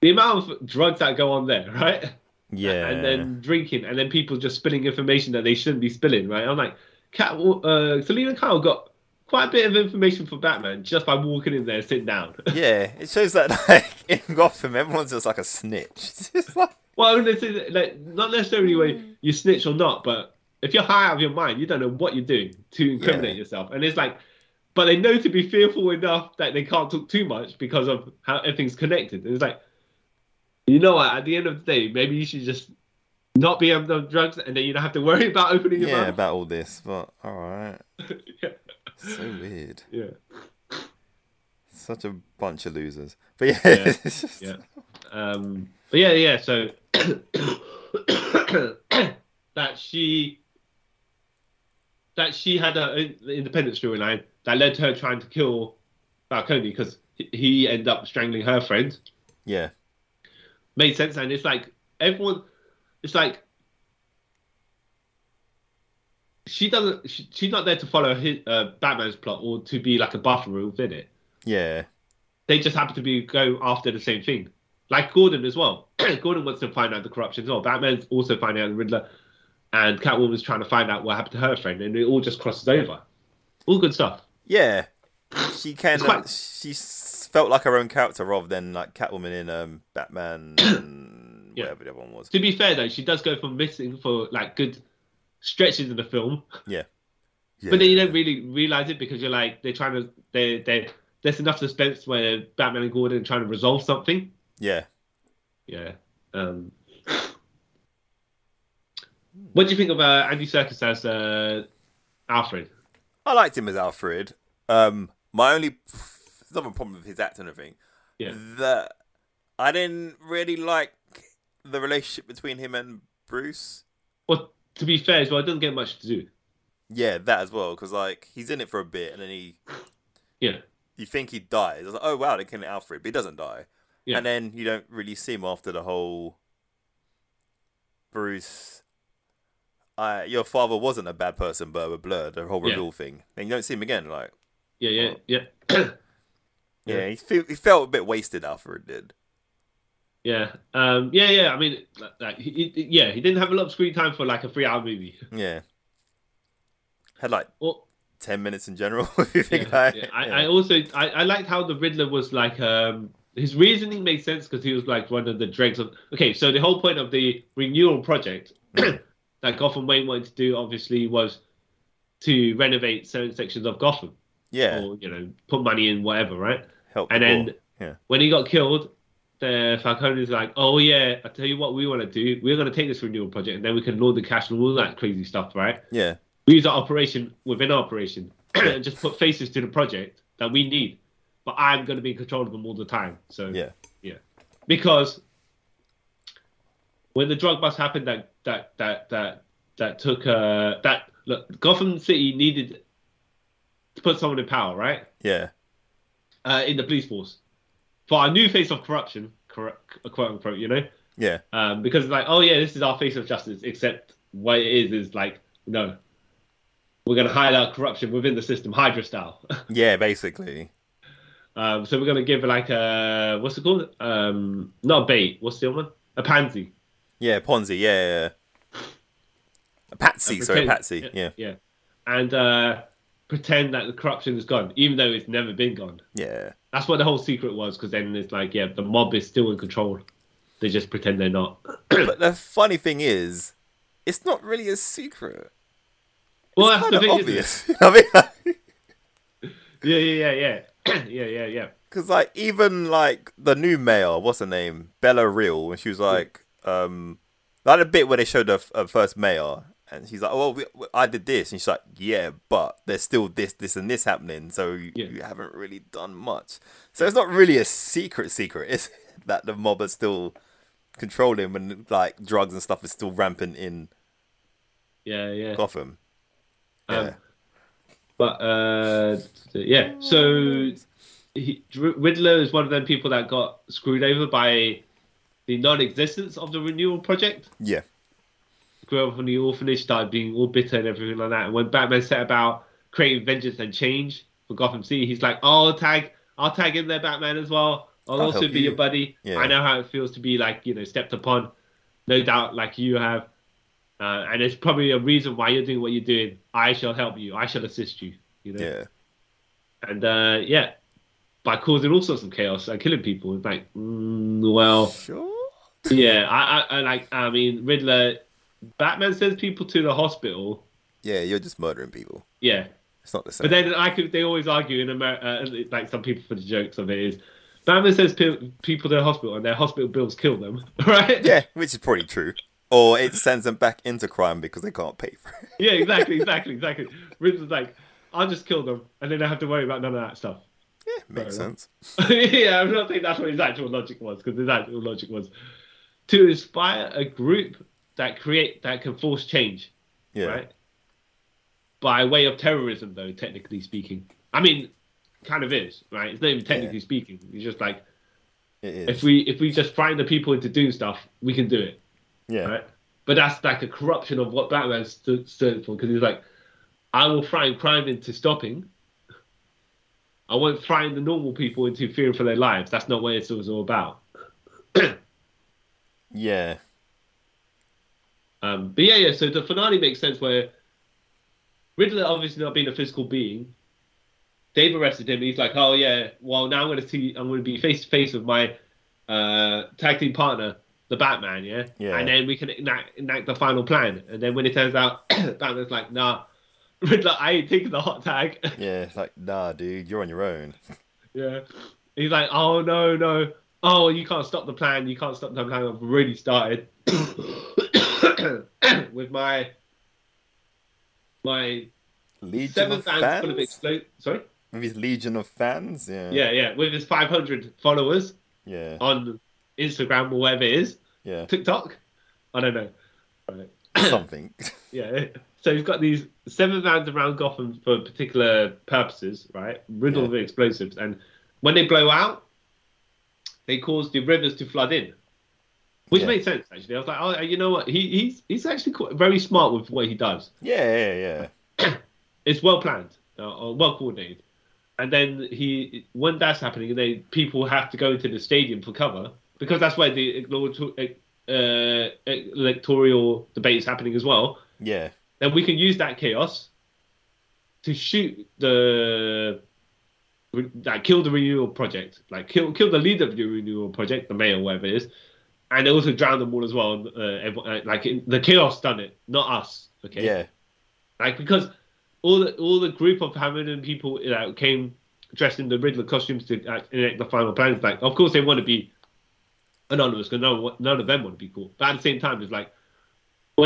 Speaker 3: the amount of drugs that go on there, right?
Speaker 2: Yeah.
Speaker 3: and then drinking, and then people just spilling information that they shouldn't be spilling, right? I'm like, Cat, uh, Selena Kyle got quite a bit of information for Batman just by walking in there and sitting down.
Speaker 2: Yeah, it shows that [LAUGHS] like in Gotham, everyone's just like a snitch. [LAUGHS] It's just like,
Speaker 3: well, I'm gonna say that, like, not necessarily where you snitch or not, but if you're high out of your mind, you don't know what you're doing to incriminate
Speaker 2: Yeah.
Speaker 3: yourself. And it's like, but they know to be fearful enough that they can't talk too much because of how everything's connected. And it's like, you know what? At the end of the day, maybe you should just not be on the drugs, and then you don't have to worry about opening your
Speaker 2: yeah,
Speaker 3: mouth.
Speaker 2: about all this, but all right.
Speaker 3: [LAUGHS] Yeah.
Speaker 2: So weird.
Speaker 3: Yeah.
Speaker 2: Such a bunch of losers. But yeah, [LAUGHS]
Speaker 3: Yeah,
Speaker 2: it's just,
Speaker 3: yeah. Um, but yeah, yeah. So [COUGHS] that she that she had her own independent storyline that led to her trying to kill Falcone because he ended up strangling her friend.
Speaker 2: yeah,
Speaker 3: Made sense, and it's like everyone, it's like she doesn't. She, she's not there to follow his, uh, Batman's plot or to be like a buffer within it.
Speaker 2: yeah,
Speaker 3: they just happen to be go after the same thing. Like Gordon as well. [CLEARS THROAT] Gordon wants to find out the corruption as well. Batman's also finding out the Riddler, and Catwoman's trying to find out what happened to her friend, and it all just crosses over. All good stuff.
Speaker 2: yeah. She kind
Speaker 3: It's
Speaker 2: of
Speaker 3: quite-
Speaker 2: she s- felt like her own character rather than like Catwoman in um
Speaker 3: [CLEARS THROAT]
Speaker 2: Batman, and
Speaker 3: Yeah.
Speaker 2: whatever the other one was.
Speaker 3: To be fair though, she does go for missing for like good stretches in the film,
Speaker 2: Yeah.
Speaker 3: but then you don't really realize it because you're like they're trying to they they there's enough suspense where Batman and Gordon are trying to resolve something.
Speaker 2: yeah.
Speaker 3: Yeah. Um, what do you think of uh, Andy Serkis as uh, Alfred?
Speaker 2: I liked him as Alfred. Um, my only it's not a problem with his acting or anything.
Speaker 3: Yeah.
Speaker 2: That I didn't really like the relationship between him and Bruce.
Speaker 3: Well, to be fair as well, it doesn't get much to do.
Speaker 2: Yeah, that as well, because like he's in it for a bit, and then he
Speaker 3: Yeah.
Speaker 2: you think he dies. It's like, oh wow, they killed Alfred, but he doesn't die.
Speaker 3: Yeah.
Speaker 2: And then you don't really see him after the whole Bruce. I, your father wasn't a bad person, but we're blurred. The whole
Speaker 3: Yeah.
Speaker 2: reveal thing, and you don't see him again. Like,
Speaker 3: Yeah, yeah, yeah.
Speaker 2: yeah,
Speaker 3: Yeah.
Speaker 2: he, fe- he felt a bit wasted. Alfred did.
Speaker 3: yeah. Um, yeah, yeah. I mean, like- like, he, he- yeah, he didn't have a lot of screen time for like a three hour movie. [LAUGHS]
Speaker 2: Yeah. Had like
Speaker 3: Or,
Speaker 2: ten minutes in general. [LAUGHS] If you think
Speaker 3: yeah,
Speaker 2: about
Speaker 3: yeah.
Speaker 2: it.
Speaker 3: I,
Speaker 2: Yeah.
Speaker 3: I also I, I liked how the Riddler was like um his reasoning made sense because he was like one of the dregs of okay so the whole point of the renewal project that Gotham Wayne wanted to do obviously was to renovate certain sections of Gotham
Speaker 2: yeah,
Speaker 3: or you know put money in whatever right
Speaker 2: help.
Speaker 3: and
Speaker 2: the
Speaker 3: then
Speaker 2: poor. yeah,
Speaker 3: when he got killed the Falcone's like oh yeah I tell you what we want to do we're going to take this renewal project and then we can lord the cash and all that crazy stuff right
Speaker 2: yeah,
Speaker 3: we use our operation within our operation [CLEARS THROAT] and just put faces to the project that we need. But I'm going to be in control of them all the time. So
Speaker 2: yeah,
Speaker 3: yeah. Because when the drug bust happened, that that that that that took uh that look Gotham City needed to put someone in power, right?
Speaker 2: yeah,
Speaker 3: Uh, in the police force for our new face of corruption, corru- quote unquote, you know
Speaker 2: yeah,
Speaker 3: um, because it's like, oh yeah, this is our face of justice. Except what it is is like, no, we're going to highlight corruption within the system, Hydra style. [LAUGHS]
Speaker 2: yeah. Basically,
Speaker 3: um, so we're going to give like a what's it called? Um, not a bait. What's the other one? A pansy.
Speaker 2: yeah. Ponzi. Yeah, yeah. yeah. A Patsy.
Speaker 3: A
Speaker 2: sorry, a
Speaker 3: pretend-
Speaker 2: Patsy. Yeah.
Speaker 3: yeah, and uh, pretend that the corruption is gone, even though it's never been gone.
Speaker 2: yeah,
Speaker 3: That's what the whole secret was, because then it's like, yeah, the mob is still in control. They just pretend they're not.
Speaker 2: But the funny thing is, it's not really a secret.
Speaker 3: well,
Speaker 2: It's kind of
Speaker 3: isn't it?
Speaker 2: obvious. [LAUGHS] You know what I mean,
Speaker 3: Yeah, yeah, yeah, [CLEARS THROAT] yeah, yeah, yeah, yeah.
Speaker 2: Because like even like the new mayor, what's her name, Bella Real, when she was like, um, like a bit where they showed the f- uh, first mayor, and she's like, "Oh, well, we, we- I did this," and she's like, "Yeah, but there's still this, this, and this happening, so you,
Speaker 3: Yeah.
Speaker 2: you haven't really done much." So it's not really a secret secret. It's [LAUGHS] that the mob are still controlling when like drugs and stuff is still rampant in
Speaker 3: Yeah, yeah.
Speaker 2: Gotham.
Speaker 3: Um,
Speaker 2: Yeah.
Speaker 3: But uh, yeah, so he, Dr- Riddler is one of them people that got screwed over by the non-existence of the renewal project.
Speaker 2: Yeah,
Speaker 3: Grew up on the orphanage, started being all bitter and everything like that. And when Batman set about creating vengeance and change for Gotham City, he's like, "Oh, I'll tag, I'll tag in there, Batman as well. I'll,
Speaker 2: I'll
Speaker 3: also
Speaker 2: help
Speaker 3: be
Speaker 2: you."
Speaker 3: your buddy.
Speaker 2: Yeah.
Speaker 3: I know how it feels to be like you know stepped upon." no doubt, like you have. Uh, and it's probably a reason why you're doing what you're doing. I shall help you. I shall assist you. You know.
Speaker 2: Yeah.
Speaker 3: And uh, yeah, by causing all sorts of chaos and killing people, it's like, mm, well,
Speaker 2: Sure.
Speaker 3: yeah. I, I, I like. I mean, Riddler. Batman sends people to the hospital.
Speaker 2: Yeah, you're just murdering people.
Speaker 3: Yeah,
Speaker 2: It's not the same.
Speaker 3: But then I could, they always argue in America, uh, like some people for the jokes of it is, Batman says pe- people to the hospital and their hospital bills kill them, [LAUGHS] right?
Speaker 2: yeah, which is probably true. Or it sends them back into crime because they can't pay for it. [LAUGHS]
Speaker 3: Yeah, exactly, exactly, exactly. Riddler's like, I'll just kill them and then I have to worry about none of that stuff. [LAUGHS]
Speaker 2: Yeah, makes
Speaker 3: Fair
Speaker 2: sense.
Speaker 3: yeah, I'm not saying that's what his actual logic was, because his actual logic was to inspire a group that create that can force change,
Speaker 2: Yeah.
Speaker 3: right? By way of terrorism, though, technically speaking. I mean, kind of is, right? It's not even technically speaking. It's just like
Speaker 2: It is.
Speaker 3: if we if we just find the people into doing stuff, we can do it,
Speaker 2: yeah.
Speaker 3: right? But that's like a corruption of what Batman stood, stood for because he's like, I will frying crime into stopping. I won't frying the normal people into fearing for their lives. That's not what it's was all about.
Speaker 2: Yeah.
Speaker 3: Um, but yeah, yeah. So the finale makes sense where Riddler, obviously not being a physical being, they've arrested him. He's like, oh yeah, well now I'm going to see, I'm going to be face to face with my uh, tag team partner, the Batman, yeah.
Speaker 2: Yeah.
Speaker 3: And then we can enact, enact the final plan. And then when it turns out, [COUGHS] Batman's like, nah, [LAUGHS] Riddler, I ain't taking the hot tag. [LAUGHS]
Speaker 2: Yeah. It's like, nah, dude, you're on your own.
Speaker 3: yeah. He's like, oh no, no, oh you can't stop the plan. You can't stop the plan. I've already started [COUGHS] with my my
Speaker 2: Legion
Speaker 3: seven
Speaker 2: of
Speaker 3: fans,
Speaker 2: fans?
Speaker 3: full of explode. Sorry.
Speaker 2: With his legion of fans. Yeah.
Speaker 3: Yeah, Oh. yeah. With his 500 followers
Speaker 2: Yeah.
Speaker 3: on Instagram or whatever it is, [CLEARS THROAT]
Speaker 2: Yeah.
Speaker 3: TikTok. I don't know. Right.
Speaker 2: Something. [LAUGHS]
Speaker 3: Yeah. So he's got these seven vans around Gotham for particular purposes, right? Riddled
Speaker 2: Yeah.
Speaker 3: with explosives, and when they blow out, they cause the rivers to flood in, which
Speaker 2: Yeah.
Speaker 3: makes sense actually. I was like, oh, you know what? He, he's he's actually quite, very smart with what he does.
Speaker 2: yeah. Yeah. Yeah.
Speaker 3: it's well planned uh, or well coordinated. And then he, when that's happening, they people have to go into the stadium for cover because that's where the electoral- uh, electoral debate is happening as well.
Speaker 2: Yeah.
Speaker 3: Then we can use that chaos to shoot the like kill the renewal project, like kill kill the leader of the renewal project, the mayor, whatever it is, and also drown them all as well. and, Uh, everyone- like the chaos done it, not us. Okay
Speaker 2: Yeah. yeah.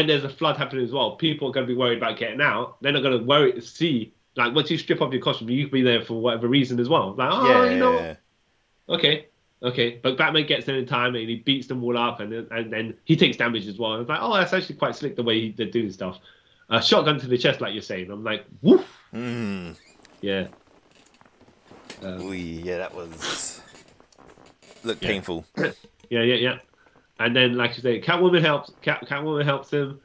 Speaker 3: Oh, you know,
Speaker 2: yeah.
Speaker 3: okay, okay. But Batman gets there in time and he beats them all up, and then, and then he takes damage as well. And it's like, oh, that's actually quite slick the way he, they're doing stuff. Uh, shotgun to the chest, like you're saying. I'm like, woof.
Speaker 2: Mm.
Speaker 3: Yeah,
Speaker 2: Ooh, yeah, that was [SIGHS] look
Speaker 3: Uh, Yeah.
Speaker 2: painful.
Speaker 3: yeah, yeah, yeah. And then, like you say, Catwoman helps. Cat, Catwoman helps him.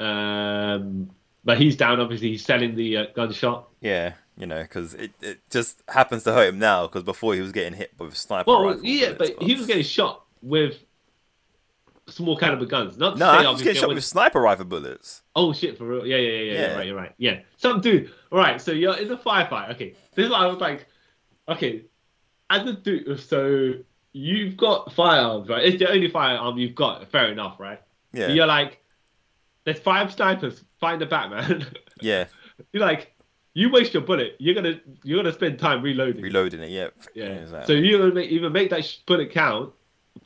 Speaker 3: Um, but he's down. Obviously, he's selling the uh, gunshot.
Speaker 2: Yeah, you know, because it, it just happens to hurt him now. Because before he was getting hit with sniper
Speaker 3: Well,
Speaker 2: rifle
Speaker 3: yeah,
Speaker 2: bullets,
Speaker 3: but he was getting shot with small caliber guns. Not to
Speaker 2: no,
Speaker 3: say
Speaker 2: he was
Speaker 3: obviously,
Speaker 2: getting
Speaker 3: I
Speaker 2: shot
Speaker 3: wouldn't-
Speaker 2: with sniper rifle bullets.
Speaker 3: Oh shit, for real? Yeah, yeah, yeah, yeah.
Speaker 2: Yeah.
Speaker 3: You're right, you're right. Yeah, some dude. All right, so you're in the firefight. Okay, this is why I was like, okay, as a dude, so you've got firearms, right? It's the only firearm you've got. Fair enough, right?
Speaker 2: Yeah,
Speaker 3: You're like, there's five snipers. Find the Batman. [LAUGHS]
Speaker 2: yeah,
Speaker 3: you're like, you waste your bullet. You're gonna you're gonna spend time reloading.
Speaker 2: reloading it. Yeah,
Speaker 3: yeah.
Speaker 2: exactly.
Speaker 3: So you make, either make that sh- bullet count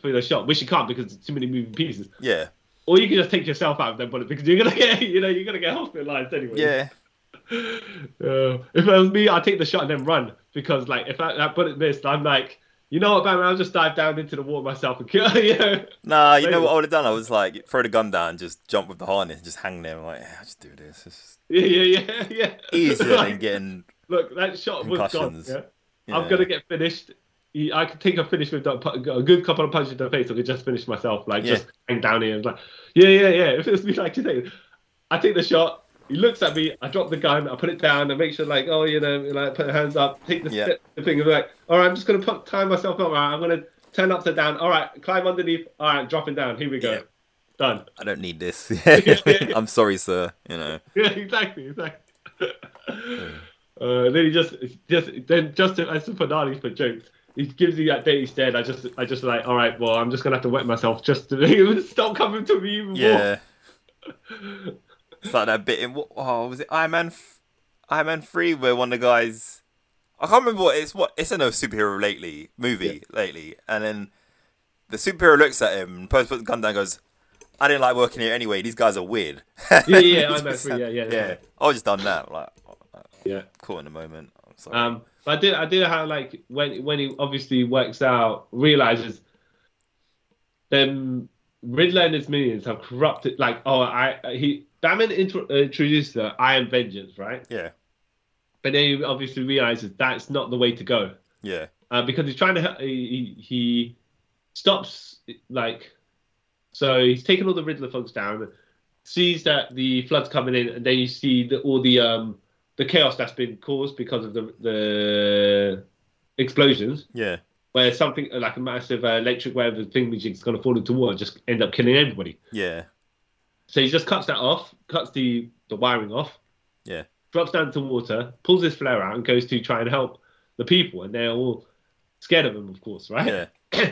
Speaker 3: for the shot, which you can't because it's too many moving pieces,
Speaker 2: yeah,
Speaker 3: or you can just take yourself out of that bullet because you're gonna get [LAUGHS] you know you're gonna get hospitalized anyway.
Speaker 2: yeah,
Speaker 3: Uh, if it was me, I'd take the shot and then run because, like, if I, that bullet missed, I'm like, you know what, Batman, I'll just dive down into the water myself and kill [LAUGHS] you. know?
Speaker 2: Nah, you know
Speaker 3: Maybe.
Speaker 2: what I would have done? I was like, throw the gun down, just jump with the harness, and just hang there. I'm like, "Yeah, I'll just do this.
Speaker 3: [LAUGHS]
Speaker 2: It's
Speaker 3: yeah, yeah, yeah, yeah.
Speaker 2: easier than
Speaker 3: Like,
Speaker 2: getting.
Speaker 3: Look, that shot was gone.
Speaker 2: Concussions.
Speaker 3: Yeah?
Speaker 2: Yeah.
Speaker 3: I'm gonna get finished. You- I could take a finish with that pu- a good couple of punches in the face. I could just finish myself, like
Speaker 2: Yeah.
Speaker 3: just hang down here. And like, yeah, yeah, yeah. [LAUGHS] If it was me, like you say, I take the shot. He looks at me. I drop the gun. I put it down. I make sure, like, oh, you know, like put the hands up, take the,
Speaker 2: Yeah.
Speaker 3: step- the thing. And be like, all right, I'm just gonna put, tie myself up. All right, I'm gonna turn upside down. All right, climb underneath. All right, dropping down. Here we go.
Speaker 2: Yeah.
Speaker 3: Done.
Speaker 2: I don't need this. [LAUGHS]
Speaker 3: [LAUGHS]
Speaker 2: I'm sorry, sir. You know.
Speaker 3: Yeah, exactly, exactly. [LAUGHS] uh, then he just, just then just to- as a finale for jokes, he gives you that dirty stare. and I just, I just like, all right, well, I'm just gonna have to wet myself just to [LAUGHS] stop coming to me even more.
Speaker 2: Yeah. it's like that bit in what? Oh, was it Iron Man? F- Iron Man Three, where one of the guys. I can't remember what it's what it's in a superhero lately movie lately, and then the superhero looks at him, and post puts the gun down, and goes, "I didn't like working here anyway. These guys are weird."
Speaker 3: [LAUGHS]
Speaker 2: [LAUGHS]
Speaker 3: Yeah, yeah, Iron Man
Speaker 2: Just
Speaker 3: 3, yeah, yeah,
Speaker 2: yeah.
Speaker 3: yeah.
Speaker 2: I was just done that, like,
Speaker 3: Yeah.
Speaker 2: caught in the moment. I'm sorry.
Speaker 3: Um, but I did, I did how like when when he obviously works out, realizes them Riddler and his minions have corrupted. Like, oh, I he Batman intro, uh, introduced the Iron Vengeance, right?
Speaker 2: yeah,
Speaker 3: But then he obviously realizes that's not the way to go.
Speaker 2: yeah,
Speaker 3: uh, because he's trying to help. He, he- he stops like, so he's taken all the Riddler folks down, sees that the flood's coming in, and then you see the, all the um the chaos that's been caused because of the the explosions,
Speaker 2: yeah,
Speaker 3: where something like a massive uh, electric wave of thing which is going to fall into water just end up killing everybody.
Speaker 2: yeah,
Speaker 3: So he just cuts that off, cuts the the wiring off,
Speaker 2: yeah,
Speaker 3: drops down to water, pulls his flare out, and goes to try and help the people, and they're all scared of him, of course, right?
Speaker 2: yeah,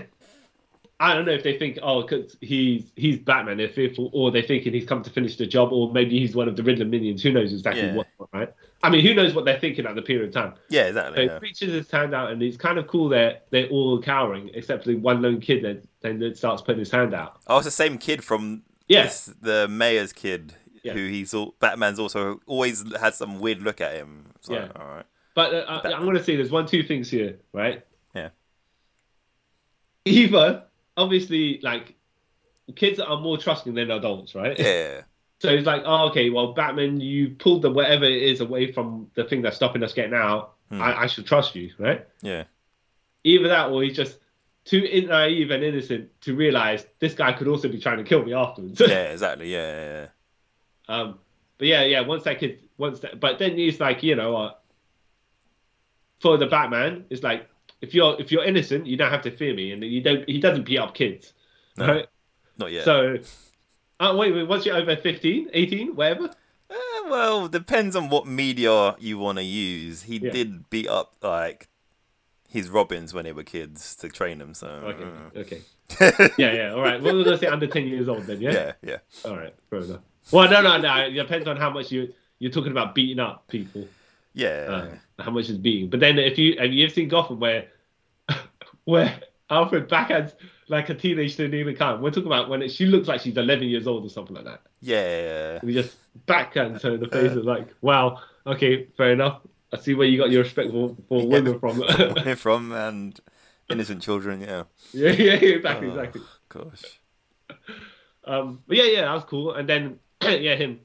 Speaker 3: I don't know if they think, oh, 'cause he's he's Batman, they're fearful, or they're thinking he's come to finish the job, or maybe he's one of the Riddler minions. Who knows exactly
Speaker 2: Yeah.
Speaker 3: what, right? I mean, who knows what they're thinking at the period of time?
Speaker 2: yeah,
Speaker 3: So
Speaker 2: exactly.
Speaker 3: he
Speaker 2: Yeah.
Speaker 3: reaches his hand out, and it's kind of cool that they're all cowering, except for the one lone kid that then that starts putting his hand out.
Speaker 2: Oh, it's the same kid from
Speaker 3: Yeah.
Speaker 2: this- the mayor's kid,
Speaker 3: Yeah.
Speaker 2: who he's all Batman's also always had some weird look at him. It's like,
Speaker 3: Yeah.
Speaker 2: all right,
Speaker 3: But uh, I, I'm
Speaker 2: Batman.
Speaker 3: going to say there's one, two things here, right?
Speaker 2: yeah,
Speaker 3: Either, obviously, like, kids are more trusting than adults, right?
Speaker 2: yeah,
Speaker 3: So it's like, oh, okay, well, Batman, you pulled the whatever it is away from the thing that's stopping us getting out.
Speaker 2: Hmm.
Speaker 3: I, I should trust you, right?
Speaker 2: yeah,
Speaker 3: Either that, or he's just too in- naive and innocent to realize this guy could also be trying to kill me afterwards. [LAUGHS]
Speaker 2: yeah, exactly, yeah, yeah, yeah.
Speaker 3: um, but yeah, yeah. Once that kid, once that, but then he's like, you know what? For the Batman, it's like if you're if you're innocent, you don't have to fear me, and you don't. He doesn't beat up kids,
Speaker 2: No.
Speaker 3: right?
Speaker 2: not yet.
Speaker 3: So, oh, wait, wait. Once you're over 15, 18, whatever.
Speaker 2: Eh, well, depends on what media you want to use. He
Speaker 3: Yeah.
Speaker 2: did beat up like his Robins when they were kids to train them. So
Speaker 3: Okay,
Speaker 2: uh,
Speaker 3: okay. [LAUGHS] yeah, yeah. All right. Well, let's say under ten years old then. Yeah?
Speaker 2: yeah, yeah.
Speaker 3: All right. Fair enough. Well, no, no, no. It depends on how much you you're talking about beating up people.
Speaker 2: Yeah,
Speaker 3: Uh, How much is beating? But then if you have you ever seen Gotham where [LAUGHS] where Alfred backhands like a teenage Selena Khan? We're talking about when it, she looks like she's eleven years old or something like that.
Speaker 2: yeah,
Speaker 3: And he just backhands her in the face and like, wow. Okay, fair enough. I see where you got your respect for, for women from. [LAUGHS]
Speaker 2: [LAUGHS] Where from and innocent children. Yeah,
Speaker 3: yeah, yeah, exactly,
Speaker 2: Oh,
Speaker 3: exactly.
Speaker 2: gosh,
Speaker 3: Um, but yeah, yeah, that was cool. And then [CLEARS THROAT] yeah, him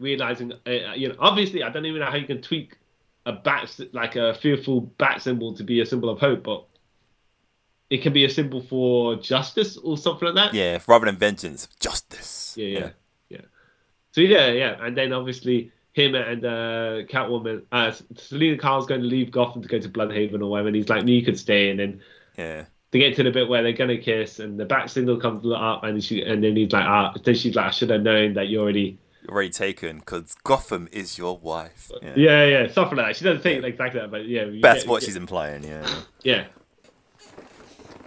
Speaker 3: realizing, uh, you know, obviously, I don't even know how you can tweak a bat like a fearful bat symbol to be a symbol of hope, but it can be a symbol for justice or something like that.
Speaker 2: yeah. Rather than vengeance, justice.
Speaker 3: yeah, yeah, yeah. So yeah, yeah, and then obviously him and uh, Catwoman, uh, Selena Kyle's going to leave Gotham to go to Bloodhaven or whatever, and he's like, "No, you could stay." And then
Speaker 2: yeah.
Speaker 3: they get to the bit where they're gonna kiss, and the bat signal comes up, and she, and then he's like, ah, then she's like, I should have known that you already,
Speaker 2: already taken because Gotham is your wife. Yeah.
Speaker 3: yeah, yeah, something like that. She doesn't say it exactly that, but yeah, you
Speaker 2: That's
Speaker 3: get-
Speaker 2: what she's implying. Yeah,
Speaker 3: yeah,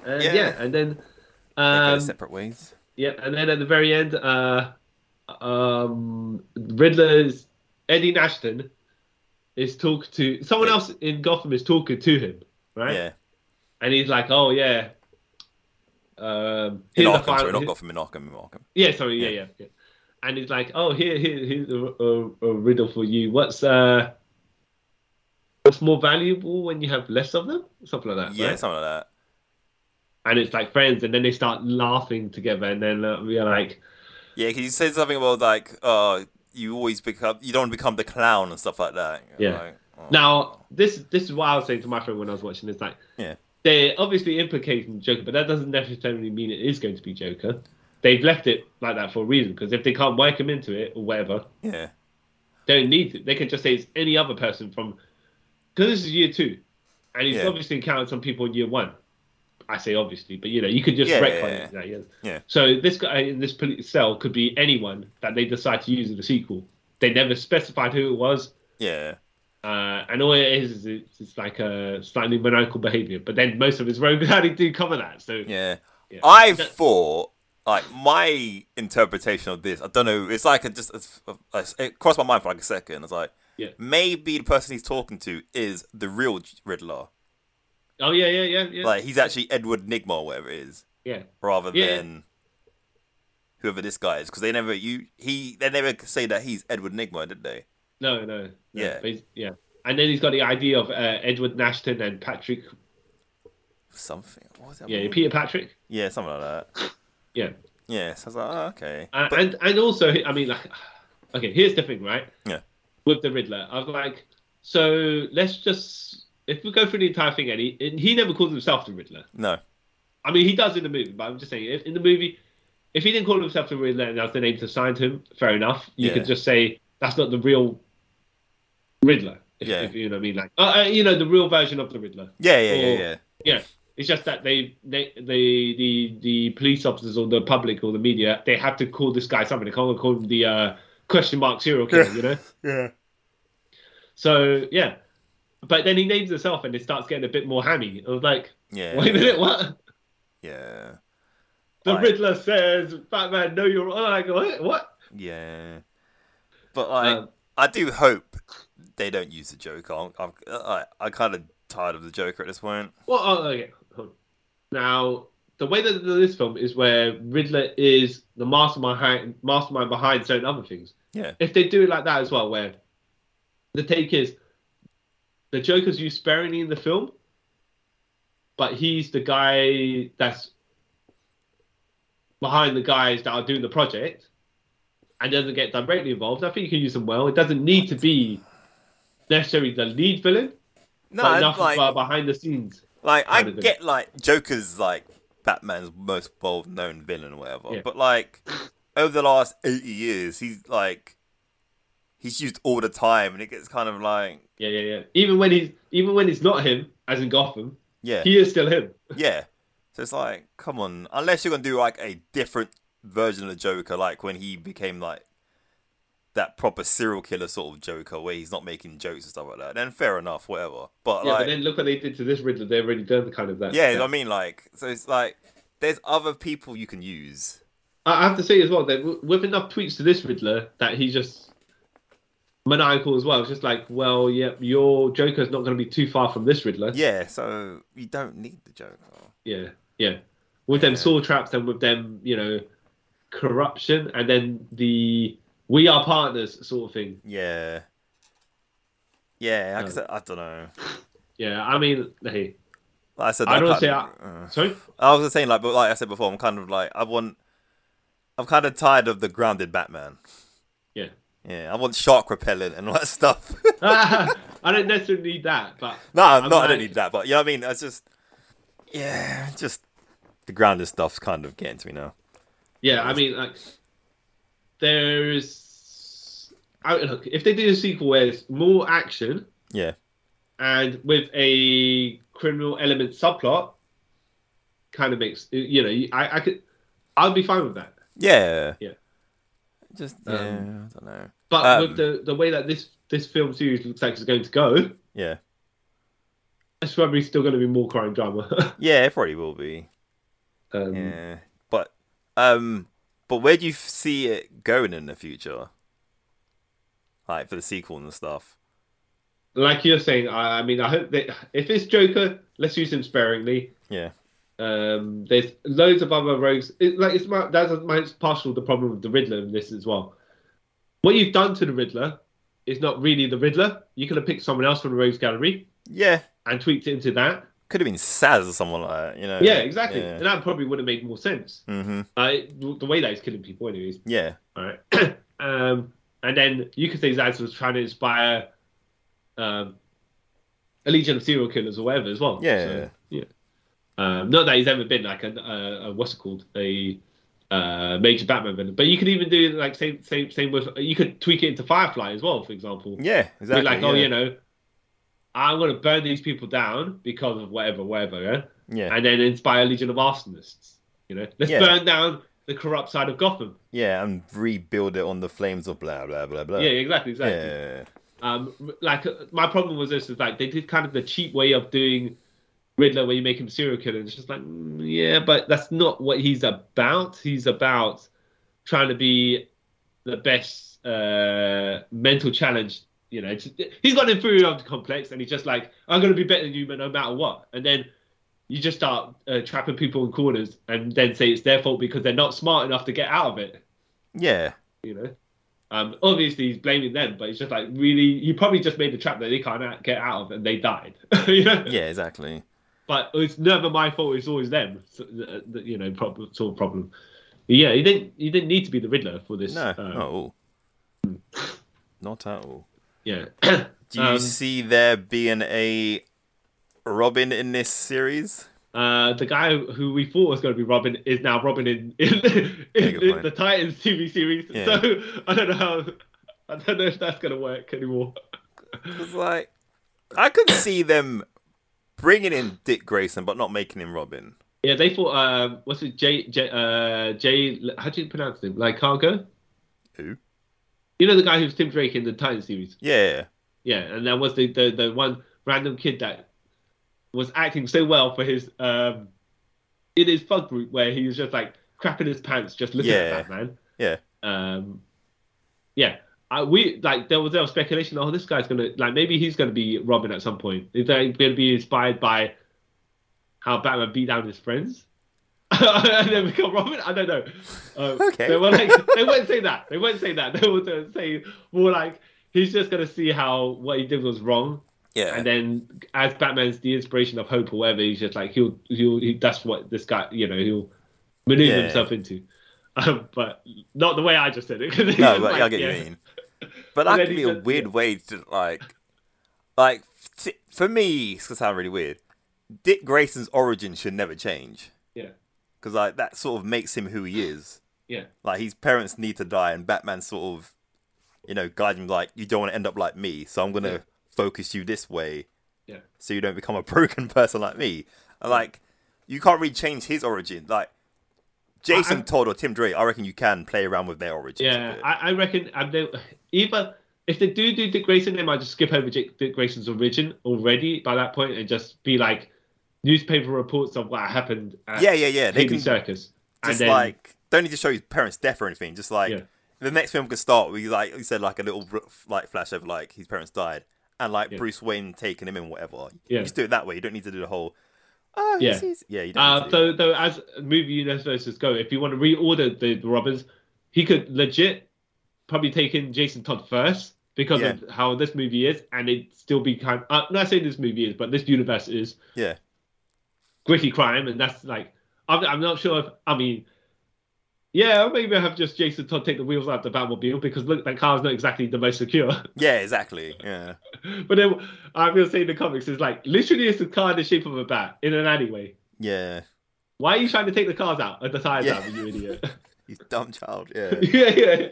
Speaker 3: Uh, yeah.
Speaker 2: Yeah.
Speaker 3: and then,
Speaker 2: They go
Speaker 3: um,
Speaker 2: separate ways.
Speaker 3: yeah, and then at the very end, uh, um, Riddler's Eddie Nashton is talking to someone
Speaker 2: Yeah.
Speaker 3: else in Gotham is talking to him, right?
Speaker 2: Yeah,
Speaker 3: And he's like, oh yeah. Um,
Speaker 2: in
Speaker 3: here's the
Speaker 2: Arkham, sorry,
Speaker 3: final-
Speaker 2: not Gotham, in Arkham, in Arkham.
Speaker 3: Yeah, sorry, yeah, yeah. yeah. And he's like, "Oh, here, here, here's a, a, a riddle for you. What's uh, what's more valuable when you have less of them? Something like that."
Speaker 2: Yeah,
Speaker 3: right?
Speaker 2: something like
Speaker 3: And it's like friends, and then they start laughing together, and then uh, we're like,
Speaker 2: that. Yeah, because you said something about like, uh, you always become, you don't become the clown and stuff like that. You're
Speaker 3: Yeah.
Speaker 2: like, oh.
Speaker 3: "Now, this, this is what I was saying to my friend when I was watching. It's like
Speaker 2: Yeah,
Speaker 3: they're obviously implicating Joker, but that doesn't necessarily mean it is going to be Joker. They've left it like that for a reason because if they can't work him into it or whatever,
Speaker 2: yeah,
Speaker 3: they don't need to. They can just say it's any other person from because this is year two, and he's
Speaker 2: Yeah.
Speaker 3: obviously encountered some people in year one. I say obviously, but you know, you could just
Speaker 2: Yeah,
Speaker 3: wreck
Speaker 2: yeah,
Speaker 3: yeah,
Speaker 2: yeah. Yeah.
Speaker 3: So this guy in this poli- cell could be anyone that they decide to use in the sequel. They never specified who it was,
Speaker 2: Yeah.
Speaker 3: uh, and all it is is it's, it's like a slightly maniacal behavior. But then most of his [LAUGHS] roguelike do cover that. So
Speaker 2: Yeah.
Speaker 3: Yeah.
Speaker 2: I
Speaker 3: That-
Speaker 2: thought, like, my interpretation of this, I don't know, it's like, it just, it's- uh, it's- it crossed my mind for like a second. It's like,
Speaker 3: Yeah.
Speaker 2: maybe the person he's talking to is the real Riddler.
Speaker 3: oh yeah, yeah, yeah, yeah,
Speaker 2: Like, he's actually Edward Nigma or whatever it is,
Speaker 3: yeah.
Speaker 2: rather
Speaker 3: Yeah.
Speaker 2: than whoever this guy is. Because they never, you, he, they never say that he's Edward Nigma, did they?
Speaker 3: No, no, no.
Speaker 2: Yeah.
Speaker 3: But he's- yeah. And then he's got the idea of uh, Edward Nashton and Patrick.
Speaker 2: Something. What was that?
Speaker 3: Yeah,
Speaker 2: movie?
Speaker 3: Peter Patrick.
Speaker 2: Yeah, something like that.
Speaker 3: Yeah.
Speaker 2: Yeah, so I was like, oh, okay.
Speaker 3: Uh, and and also, I mean, like, [SIGHS] okay, here's the thing, right?
Speaker 2: Yeah.
Speaker 3: With the Riddler, I was like, so let's just if we go through the entire thing, and he and he never calls himself the Riddler.
Speaker 2: No.
Speaker 3: I mean, he does in the movie, but I'm just saying, if, in the movie, if he didn't call himself the Riddler and that's the name assigned to him, fair enough. You
Speaker 2: Yeah.
Speaker 3: could just say that's not the real Riddler. If,
Speaker 2: Yeah.
Speaker 3: if you know what I mean, like, uh, uh, you know, the real version of the Riddler.
Speaker 2: Yeah, yeah, yeah,
Speaker 3: Or-
Speaker 2: yeah.
Speaker 3: Yeah, it's just that they, they, they, the, the police officers or the public or the media, they have to call this guy something. They can't call him the uh, question mark serial killer, you know.
Speaker 2: Yeah.
Speaker 3: So yeah, but then he names himself and it starts getting a bit more hammy. I was like,
Speaker 2: Yeah.
Speaker 3: wait a minute, what?
Speaker 2: Yeah.
Speaker 3: The
Speaker 2: Like-
Speaker 3: Riddler says, Batman, no, you're wrong. Like, what? What?
Speaker 2: Yeah, but I
Speaker 3: Um,
Speaker 2: I do hope they don't use the Joker. I'm, I'm I I kind of tired of the Joker at this point.
Speaker 3: Well, oh, okay. hold on. Now, the way that they do this film is where Riddler is the mastermind behind, mastermind behind certain other things.
Speaker 2: Yeah.
Speaker 3: If they do it like that as well, where the take is the Joker's used sparingly in the film, but he's the guy that's behind the guys that are doing the project and doesn't get directly involved. I think you can use them well. It doesn't need to be necessarily the lead villain,
Speaker 2: No,
Speaker 3: but enough
Speaker 2: like
Speaker 3: uh, behind the scenes.
Speaker 2: like I
Speaker 3: kind of
Speaker 2: get like Joker's like Batman's most well known villain or whatever,
Speaker 3: Yeah.
Speaker 2: but like over the last eighty years, he's like he's used all the time, and it gets kind of like
Speaker 3: Yeah, yeah, yeah. Even when he's even when it's not him, as in Gotham,
Speaker 2: yeah,
Speaker 3: he is still him.
Speaker 2: yeah. So it's like, come on, unless you're gonna do like a different version of the Joker, like when he became like that proper serial killer sort of Joker, where he's not making jokes and stuff like that, then fair enough, whatever. But
Speaker 3: yeah,
Speaker 2: like,
Speaker 3: but then look what they did to this Riddler. They've already done the kind of that.
Speaker 2: yeah, I mean, like, so it's like there's other people you can use.
Speaker 3: I I have to say as well that w- with enough tweets to this Riddler that he's just maniacal as well. It's just like, well, yeah, your Joker's not going to be too far from this Riddler.
Speaker 2: Yeah, so you don't need the Joker.
Speaker 3: yeah, yeah. With them
Speaker 2: Yeah.
Speaker 3: saw traps and with them, you know, corruption and then the we are partners sort of thing.
Speaker 2: Yeah. Yeah, like I
Speaker 3: No.
Speaker 2: said, I don't know.
Speaker 3: Yeah, I mean, hey,
Speaker 2: Like I said,
Speaker 3: I
Speaker 2: that
Speaker 3: don't say
Speaker 2: kind
Speaker 3: I,
Speaker 2: of- uh.
Speaker 3: sorry.
Speaker 2: I was just saying, like, but like I said before, I'm kind of like, I want, I'm kind of tired of the grounded Batman.
Speaker 3: Yeah. [LAUGHS]
Speaker 2: Yeah, I want shark repellent and all that [LAUGHS] stuff.
Speaker 3: I don't necessarily need that, but
Speaker 2: no, I'm not, I don't
Speaker 3: like-
Speaker 2: need that, but you know what I mean? It's just, yeah, just the grounded stuff's kind of getting to me now.
Speaker 3: Yeah, I mean, like, there's. I, look, if they do a sequel where it's more action
Speaker 2: Yeah,
Speaker 3: and with a criminal element subplot, kind of makes you know, I, I could, I'd be fine with that.
Speaker 2: yeah,
Speaker 3: Yeah.
Speaker 2: Just yeah,
Speaker 3: Um,
Speaker 2: I don't know.
Speaker 3: But
Speaker 2: Um,
Speaker 3: with the the way that this this film series looks like it's going to go,
Speaker 2: Yeah,
Speaker 3: it's probably still going to be more crime drama. [LAUGHS]
Speaker 2: yeah, it probably will be.
Speaker 3: um,
Speaker 2: Yeah, but um, but where do you f- see it going in the future? Like for the sequel and stuff.
Speaker 3: Like you're saying, I, I mean, I hope that if it's Joker, let's use him sparingly.
Speaker 2: Yeah.
Speaker 3: Um, there's loads of other rogues. It, like it's my, that's my it's partial the problem with the Riddler in this as well. What you've done to the Riddler is not really the Riddler. You could have picked someone else from the Rogues Gallery
Speaker 2: Yeah,
Speaker 3: and tweaked it into that.
Speaker 2: could have been Saz or someone like that. You know.
Speaker 3: yeah, exactly.
Speaker 2: Yeah.
Speaker 3: And that probably would have made more sense.
Speaker 2: Mm-hmm.
Speaker 3: Uh, it- the way that he's killing people, anyways.
Speaker 2: Yeah.
Speaker 3: All right. [COUGHS] um, and then you could say Zaz was trying to inspire um, a legion of serial killers or whatever as well.
Speaker 2: Yeah.
Speaker 3: Oh, So, yeah. Um, not that he's ever been like a, a, a what's it called a uh, major Batman villain, but you could even do like same same same with you could tweak it into Firefly as well, for example.
Speaker 2: Yeah.
Speaker 3: Be
Speaker 2: Exactly.
Speaker 3: like, oh,
Speaker 2: yeah.
Speaker 3: you know, I'm going to burn these people down because of whatever, whatever, yeah?
Speaker 2: Yeah.
Speaker 3: and then inspire a legion of arsonists. You know, let's
Speaker 2: Yeah.
Speaker 3: burn down the corrupt side of Gotham.
Speaker 2: yeah, and rebuild it on the flames of blah blah blah blah.
Speaker 3: Yeah, exactly, exactly.
Speaker 2: Yeah.
Speaker 3: Um, like uh, my problem was this is like they did kind of the cheap way of doing Riddler, where you make him serial killer. And it's just like, mm, yeah, but that's not what he's about. He's about trying to be the best uh, mental challenge. You know, It's- he's got an inferiority complex, and he's just like, I'm going to be better than you, but no matter what. And then you just start uh, trapping people in corners, and then say it's their fault because they're not smart enough to get out of it
Speaker 2: Yeah.
Speaker 3: you know. Um, obviously he's blaming them, but it's just like really, you probably just made the trap that they can't out- get out of, and they died. [LAUGHS] you know?
Speaker 2: Yeah, exactly.
Speaker 3: But it's never my fault. It's always them. So, uh, the- you know, problem sort of problem. Yeah, you didn't you didn't need to be the Riddler for this.
Speaker 2: No,
Speaker 3: uh,
Speaker 2: not at all. Not at all.
Speaker 3: Yeah. [COUGHS]
Speaker 2: Do you
Speaker 3: Um,
Speaker 2: see there being a Robin in this series?
Speaker 3: Uh, the guy who we thought was going to be Robin is now Robin in [LAUGHS] in,
Speaker 2: Yeah,
Speaker 3: in,
Speaker 2: good
Speaker 3: in
Speaker 2: point.
Speaker 3: the Titans TV series.
Speaker 2: Yeah.
Speaker 3: So [LAUGHS] I don't know how. I don't know if that's going to work anymore.
Speaker 2: It's like I could see them bringing in Dick Grayson, but not making him Robin.
Speaker 3: Yeah, they thought. Um, what's it? Jay. Jay. Uh, Jay. How do you pronounce him? Like Cargo.
Speaker 2: Who?
Speaker 3: You know the guy who was Tim Drake in the Titan series.
Speaker 2: Yeah,
Speaker 3: Yeah, and that was the the, the one random kid that was acting so well for his um in his fun group where he was just like crapping his pants just looking
Speaker 2: Yeah.
Speaker 3: at Batman.
Speaker 2: yeah,
Speaker 3: Um, yeah. I, we like there was there was speculation. Oh, this guy's gonna like maybe he's gonna be Robin at some point. Is they gonna be inspired by how Batman beat down his friends [LAUGHS] and then become Robin? I don't know. Um,
Speaker 2: [LAUGHS] Okay.
Speaker 3: They were like they won't say that. They won't say that. [LAUGHS] They would uh, say more like he's just gonna see how what he did was wrong,
Speaker 2: yeah.
Speaker 3: and then as Batman's the inspiration of hope or whatever, he's just like he'll he'll he, that's what this guy you know he'll maneuver
Speaker 2: Yeah.
Speaker 3: himself into. [LAUGHS] Um, but not the way I just said it. [LAUGHS] 'cause it's
Speaker 2: no,
Speaker 3: just
Speaker 2: but
Speaker 3: like,
Speaker 2: yeah, I get
Speaker 3: yeah.
Speaker 2: what you mean. [LAUGHS] But
Speaker 3: And
Speaker 2: that
Speaker 3: then
Speaker 2: could be
Speaker 3: he
Speaker 2: a
Speaker 3: does-
Speaker 2: weird
Speaker 3: yeah.
Speaker 2: way to like, like t- for me, it's gonna sound really weird. Dick Grayson's origin should never change
Speaker 3: Yeah,
Speaker 2: because like that sort of makes him who he is.
Speaker 3: yeah,
Speaker 2: Like his parents need to die, and Batman sort of, you know, guides him like you don't want to end up like me, so I'm gonna
Speaker 3: Yeah.
Speaker 2: focus you this way
Speaker 3: yeah,
Speaker 2: so you don't become a [LAUGHS] broken person like me. And, like you can't really change his origin. Like Jason
Speaker 3: I-
Speaker 2: Todd or Tim Drake, I reckon you can play around with their origins. a
Speaker 3: yeah.
Speaker 2: bit.
Speaker 3: I, I reckon um, they, either if they do do Dick Grayson, they might just skip over Dick, Dick Grayson's origin already by that point and just be like newspaper reports of what happened. At
Speaker 2: yeah, yeah, yeah. They
Speaker 3: Hades
Speaker 2: can
Speaker 3: Circus.
Speaker 2: just
Speaker 3: and then,
Speaker 2: like don't need to show his parents' death or anything. Just like
Speaker 3: Yeah.
Speaker 2: the next film could start with like you said, like a little br- like flash of like his parents died and like
Speaker 3: Yeah.
Speaker 2: Bruce Wayne taking him in whatever.
Speaker 3: Yeah.
Speaker 2: You just do it that way. You don't need to do the whole. Oh,
Speaker 3: Yeah.
Speaker 2: yeah, yeah. You don't need
Speaker 3: Uh,
Speaker 2: to do
Speaker 3: so, though, as movie universes go, if you want to reorder the Robins, he could legit probably take in Jason Todd first because of how this movie is, and it'd still be kind. Uh, not saying this movie is, but this universe is
Speaker 2: yeah,
Speaker 3: gritty crime, and that's like I'm, I'm not sure if I mean, yeah, maybe I have just Jason Todd take the wheels out the Batmobile because look, that car's not exactly the most secure. [LAUGHS]
Speaker 2: yeah, exactly. Yeah,
Speaker 3: but then I'm gonna say in the comics is like literally it's a car in the shape of a bat in an alleyway.
Speaker 2: yeah.
Speaker 3: Why are you trying to take the cars out at the tires
Speaker 2: Yeah.
Speaker 3: out, you idiot? [LAUGHS]
Speaker 2: You dumb child. Yeah,
Speaker 3: yeah, yeah.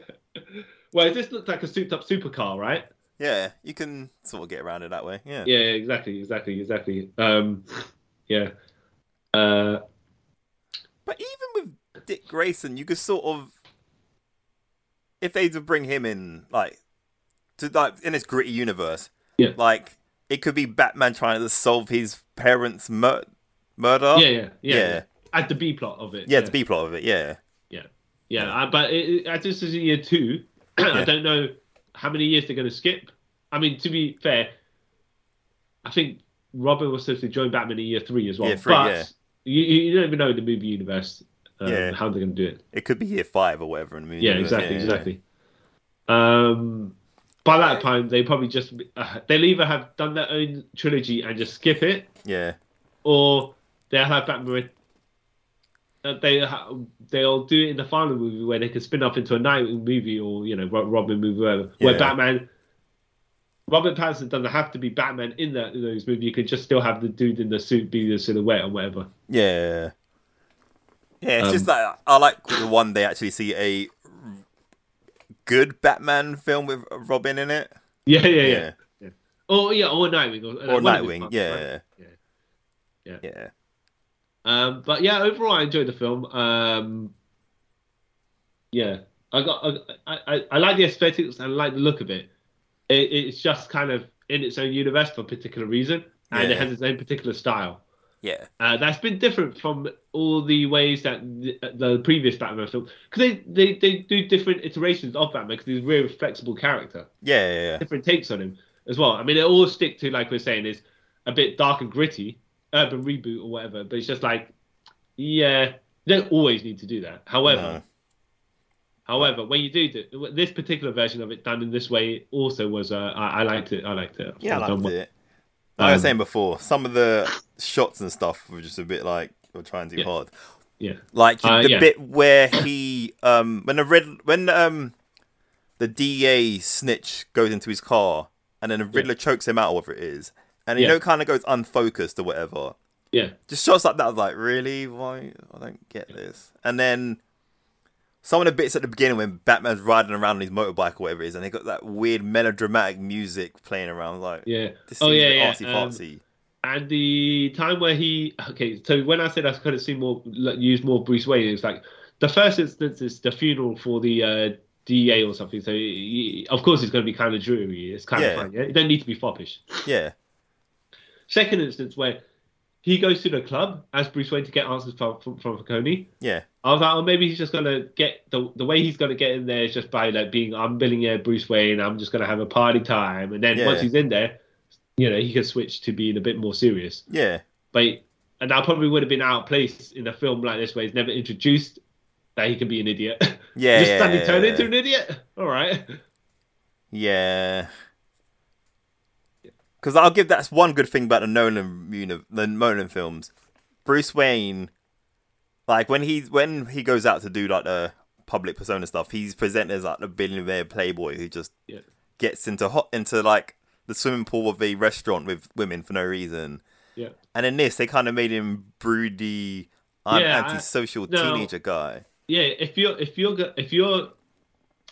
Speaker 3: Well, this looks like a souped-up supercar, right?
Speaker 2: yeah. You can sort of get around it that way. Yeah,
Speaker 3: Yeah, yeah, exactly, exactly, exactly. Um, yeah. Uh,
Speaker 2: But even with Dick Grayson, you could sort of, if they to bring him in, like, to like in this gritty universe,
Speaker 3: Yeah.
Speaker 2: like it could be Batman trying to solve his parents' mur- murder.
Speaker 3: yeah, yeah, yeah,
Speaker 2: yeah.
Speaker 3: yeah. At the B plot of it.
Speaker 2: Yeah, the B plot of it. Yeah,
Speaker 3: Yeah, yeah. I, but it, it, as this is year two, [CLEARS THROAT] I
Speaker 2: Yeah.
Speaker 3: don't know how many years they're going to skip. I mean, to be fair, I think Robin was supposed to join Batman in year three as well.
Speaker 2: Year three,
Speaker 3: but
Speaker 2: yeah.
Speaker 3: you, you you don't even know in the movie universe um,
Speaker 2: Yeah.
Speaker 3: how they're going to do it.
Speaker 2: it could be year five or whatever. In the
Speaker 3: yeah,
Speaker 2: universe,
Speaker 3: exactly,
Speaker 2: yeah.
Speaker 3: exactly. Um, by that time, they probably just uh, they'll either have done their own trilogy and just skip it,
Speaker 2: Yeah,
Speaker 3: or they'll have Batman. uh, They ha- they'll do it in the final movie where they can spin off into a night movie or you know Ro- Robin movie whatever, where
Speaker 2: Yeah.
Speaker 3: Batman. Robert Pattinson doesn't have to be Batman in that in those movies. You could just still have the dude in the suit be the silhouette or whatever. [LAUGHS]
Speaker 2: yeah, yeah. It's
Speaker 3: Um,
Speaker 2: just like I like the one they actually see a good Batman film with Robin in it.
Speaker 3: Yeah, yeah, yeah.
Speaker 2: Yeah.
Speaker 3: yeah. Or yeah, or Nightwing, or, uh,
Speaker 2: Or
Speaker 3: one of his
Speaker 2: Nightwing,
Speaker 3: ones,
Speaker 2: yeah,
Speaker 3: right?
Speaker 2: yeah,
Speaker 3: Yeah.
Speaker 2: yeah.
Speaker 3: Um, but yeah, overall, I enjoyed the film. Um, yeah, I got I, I, I like the aesthetics and I like the look of it. it. It's just kind of in its own universe for a particular reason, and it
Speaker 2: Yeah.
Speaker 3: has its own particular style.
Speaker 2: yeah.
Speaker 3: Uh, that's been different from all the ways that the, the previous Batman film, because they, they, they do different iterations of Batman because he's a really flexible character
Speaker 2: Yeah, yeah, yeah.
Speaker 3: different takes on him as well. I mean, they all stick to like we're saying is a bit dark and gritty, urban reboot or whatever. But it's just like, yeah, they don't always need to do that. However,
Speaker 2: No.
Speaker 3: however, when you do do this particular version of it done in this way, also was uh, I, I liked it. I liked it.
Speaker 2: Yeah, I
Speaker 3: Done
Speaker 2: liked
Speaker 3: well.
Speaker 2: it. Like I was
Speaker 3: Um,
Speaker 2: saying before, some of the shots and stuff were just a bit like were trying too
Speaker 3: Yeah.
Speaker 2: hard.
Speaker 3: Yeah,
Speaker 2: Like
Speaker 3: Uh,
Speaker 2: the
Speaker 3: yeah.
Speaker 2: bit where he, um, when the red, when um, the DA snitch goes into his car, and then the Riddler chokes him out, or whatever it is, and you
Speaker 3: Yeah.
Speaker 2: know, kind of goes unfocused or whatever.
Speaker 3: yeah,
Speaker 2: Just shots like that, I was like, really? Why? I don't get this. And then some of the bits at the beginning when Batman's riding around on his motorbike or whatever it is, and they got that weird melodramatic music playing around, like
Speaker 3: yeah.
Speaker 2: this
Speaker 3: Oh
Speaker 2: seems
Speaker 3: yeah,
Speaker 2: a bit
Speaker 3: yeah.
Speaker 2: artsy
Speaker 3: um,
Speaker 2: fartsy.
Speaker 3: and the time where he okay so when i said i could have seen more like, used more bruce wayne it's like the first instance is the funeral for the uh da or something so he, of course it's going to be kind of dreary it's kind
Speaker 2: Yeah.
Speaker 3: of fun yeah you don't need to be foppish
Speaker 2: yeah,
Speaker 3: second instance where he goes to the club as bruce wayne to get answers from from, from Falcone.
Speaker 2: yeah,
Speaker 3: I was like, oh, maybe he's just gonna get the the way he's gonna get in there is just by like being I'm billionaire Bruce Wayne. I'm just gonna have a party time, and then
Speaker 2: Yeah.
Speaker 3: once he's in there, you know, he can switch to being a bit more serious
Speaker 2: yeah,
Speaker 3: but and that probably would have been out of place in a film like this where he's never introduced that he can be an idiot. [LAUGHS]
Speaker 2: yeah.
Speaker 3: Just suddenly
Speaker 2: yeah,
Speaker 3: turn
Speaker 2: yeah,
Speaker 3: into an idiot. All right.
Speaker 2: Yeah. Because I'll give that's one good thing about the Nolan uni- the Nolan films. Bruce Wayne, like when he when he goes out to do like the public persona stuff, he's presented as like the billionaire playboy who just
Speaker 3: Yeah.
Speaker 2: gets into hot into like the swimming pool of a restaurant with women for no reason.
Speaker 3: Yeah.
Speaker 2: And in this, they kind of made him broody, I'm
Speaker 3: Yeah, I-
Speaker 2: antisocial
Speaker 3: no.
Speaker 2: teenager guy.
Speaker 3: Yeah. If you're if you're go- if you're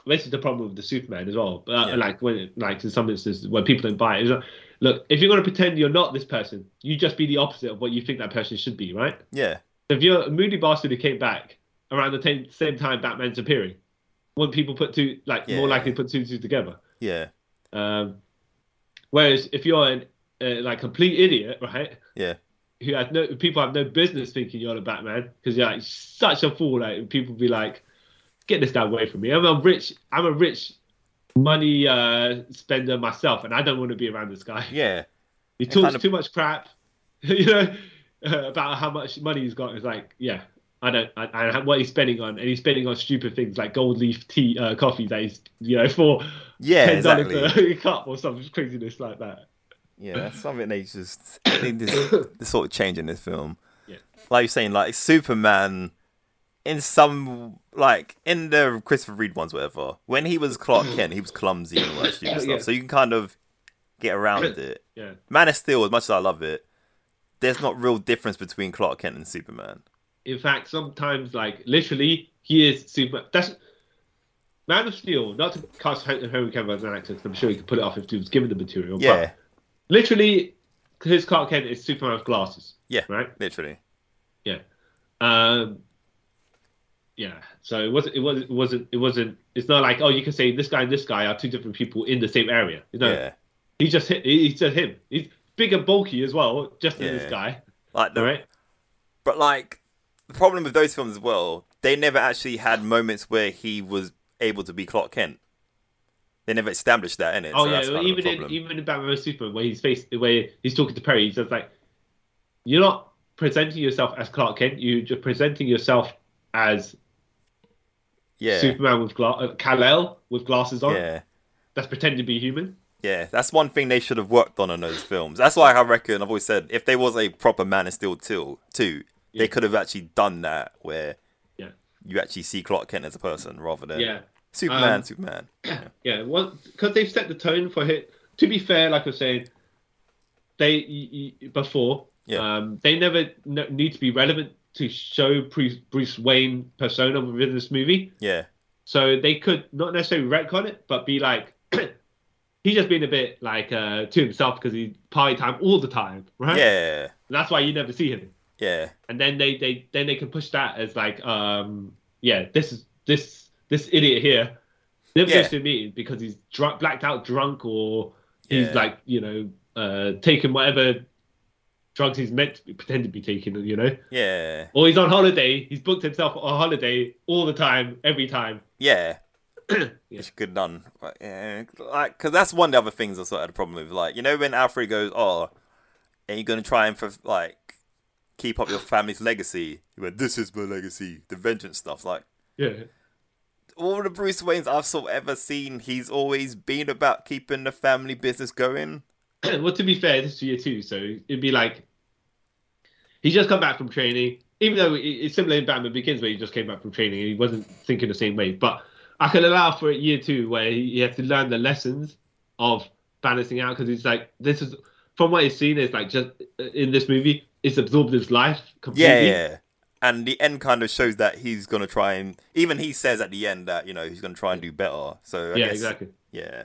Speaker 3: this is the problem with the Superman as well. But
Speaker 2: Yeah.
Speaker 3: like when like in some instances when people don't buy it, it's like, look, if you're gonna pretend you're not this person, you just be the opposite of what you think that person should be, right?
Speaker 2: Yeah,
Speaker 3: If you're a moody bastard who came back around the t- same time Batman's appearing, when people put two like
Speaker 2: Yeah.
Speaker 3: more likely to put two and two together.
Speaker 2: yeah,
Speaker 3: Um, whereas if you're an uh, like complete idiot, right,
Speaker 2: yeah,
Speaker 3: who has no people have no business thinking you're the Batman because you're like such a fool. Like people be like, get this guy away from me. I'm a rich, I'm a rich money uh, spender myself, and I don't want to be around this guy. [LAUGHS]
Speaker 2: yeah,
Speaker 3: He talks
Speaker 2: kind of-
Speaker 3: too much crap, [LAUGHS] you know, uh, about how much money he's got. It's like, yeah. I don't. I, I have what he's spending on, and he's spending on stupid things like gold leaf tea, uh, coffee that he's, you know, [LAUGHS] for
Speaker 2: yeah.
Speaker 3: ten dollars
Speaker 2: Exactly.
Speaker 3: [LAUGHS] a cup or some craziness like that.
Speaker 2: Yeah,
Speaker 3: [COUGHS]
Speaker 2: that's something they just they just they sort of change in this film.
Speaker 3: Yeah.
Speaker 2: Like you're saying, like Superman in some like in the Christopher Reed ones, whatever, when he was
Speaker 3: [COUGHS]
Speaker 2: Clark Kent, he was clumsy and all that stupid stuff.
Speaker 3: Yeah.
Speaker 2: So you can kind of get around it.
Speaker 3: Yeah,
Speaker 2: Man of Steel, as much as I love it, there's not real difference between Clark Kent and Superman.
Speaker 3: in fact, sometimes like literally, he is super. That's Man of Steel. Not to cast Hen- Henry Cavill as an actor, 'cause I'm sure he could pull it off if he was given the material.
Speaker 2: Yeah,
Speaker 3: But literally, his Clark Kent is Superman with glasses.
Speaker 2: Yeah.
Speaker 3: Right.
Speaker 2: literally.
Speaker 3: Yeah. Um. Yeah. So it was. It was. It wasn't. It wasn't. It's not like oh, you can say this guy and this guy are two different people in the same area. You know,
Speaker 2: Yeah.
Speaker 3: he just hit. He's just him. He's big and bulky as well, just
Speaker 2: Yeah.
Speaker 3: as this guy.
Speaker 2: Like the
Speaker 3: All right.
Speaker 2: But like the problem with those films as well, they never actually had moments where he was able to be Clark Kent. They never established that in it.
Speaker 3: Oh
Speaker 2: so
Speaker 3: yeah,
Speaker 2: that's kind of a
Speaker 3: even in
Speaker 2: problem.
Speaker 3: even in Batman vs Superman, where he's faced, where he's talking to Perry, he's just like, "You're not presenting yourself as Clark Kent. You're just presenting yourself as
Speaker 2: yeah,
Speaker 3: Superman with gla- uh, Kal-El with glasses on.
Speaker 2: yeah,
Speaker 3: That's pretending to be human."
Speaker 2: yeah. That's one thing they should have worked on in those films. That's why I reckon I've always said if there was a proper Man of Steel two, two,
Speaker 3: Yeah.
Speaker 2: they could have actually done that where
Speaker 3: Yeah.
Speaker 2: you actually see Clark Kent as a person rather than
Speaker 3: Yeah,
Speaker 2: Superman,
Speaker 3: Um,
Speaker 2: Superman.
Speaker 3: yeah. Well, because they've set the tone for it. To be fair, like I was saying, they y- y- before
Speaker 2: Yeah.
Speaker 3: um, they never n- need to be relevant to show Bruce, Bruce Wayne persona within this movie.
Speaker 2: Yeah,
Speaker 3: So they could not necessarily retcon it, but be like, [CLEARS THROAT] he's just been a bit like uh, to himself because he's party time all the time, right?
Speaker 2: Yeah,
Speaker 3: That's why you never see him.
Speaker 2: yeah,
Speaker 3: And then they, they then they can push that as like, um, yeah, this is this this idiot here never
Speaker 2: Yeah.
Speaker 3: goes to a meeting because he's drunk, blacked out, drunk, or he's
Speaker 2: Yeah.
Speaker 3: like you know uh, taking whatever drugs he's meant to be, pretend to be taking, you know,
Speaker 2: yeah,
Speaker 3: or he's on holiday. He's booked himself a holiday all the time, every time.
Speaker 2: yeah. It's good none. Like, yeah, like, cause that's one of the other things I sort of had a problem with. Like, you know, when Alfred goes, "Oh, and you're gonna try and for like keep up your family's legacy," he went, "This is my legacy, the vengeance stuff." Like,
Speaker 3: Yeah.
Speaker 2: all the Bruce Waynes I've sort of ever seen, he's always been about keeping the family business going.
Speaker 3: [CLEARS THROAT] well, to be fair, this is year two, so it'd be like he's just come back from training. Even though it- it's similar in Batman Begins, where he just came back from training and he wasn't thinking the same way, but I can allow for it year two where he he has to learn the lessons of balancing out because he's like this is from what he's seen is like just uh, in this movie, it's absorbed his life completely.
Speaker 2: Yeah, yeah. And the end kind of shows that he's gonna try and even he says at the end that you know he's gonna try and do better. So I
Speaker 3: Yeah,
Speaker 2: guess,
Speaker 3: exactly.
Speaker 2: Yeah.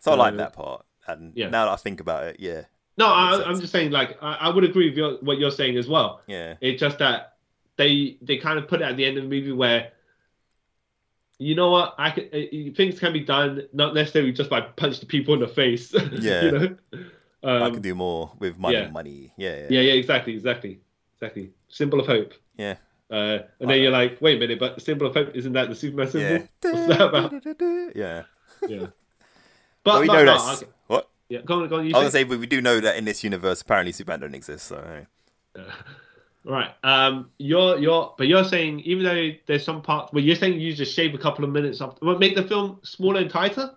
Speaker 2: So I like
Speaker 3: Uh,
Speaker 2: that part. And
Speaker 3: yeah.
Speaker 2: now that I think about it, yeah,
Speaker 3: No,
Speaker 2: That
Speaker 3: I,
Speaker 2: makes
Speaker 3: I'm
Speaker 2: sense.
Speaker 3: just saying like I, I would agree with your, what you're saying as well.
Speaker 2: yeah,
Speaker 3: It's just that they they kind of put it at the end of the movie where you know what I could, uh, uh, things can be done not necessarily just by punch the people in the face. [LAUGHS]
Speaker 2: Yeah.
Speaker 3: you know?
Speaker 2: I
Speaker 3: um,
Speaker 2: can do more with money,
Speaker 3: yeah.
Speaker 2: money. Yeah,
Speaker 3: yeah, yeah, exactly, exactly, exactly. Symbol of hope.
Speaker 2: yeah,
Speaker 3: Uh, and then you're like, wait a minute, but the symbol of hope isn't that the Superman symbol?
Speaker 2: [LAUGHS] yeah.
Speaker 3: What's that about?
Speaker 2: Yeah.
Speaker 3: yeah.
Speaker 2: But
Speaker 3: But,
Speaker 2: we
Speaker 3: but
Speaker 2: know
Speaker 3: no,
Speaker 2: that's
Speaker 3: okay.
Speaker 2: what
Speaker 3: Yeah, go on, go on. You
Speaker 2: I was gonna
Speaker 3: say.
Speaker 2: say. But we do know that in this universe, apparently Superman don't exist. So hey.
Speaker 3: Right. Um. You're you're but you're saying even though there's some parts, well, you're saying you just shave a couple of minutes off. Well, make the film smaller and tighter,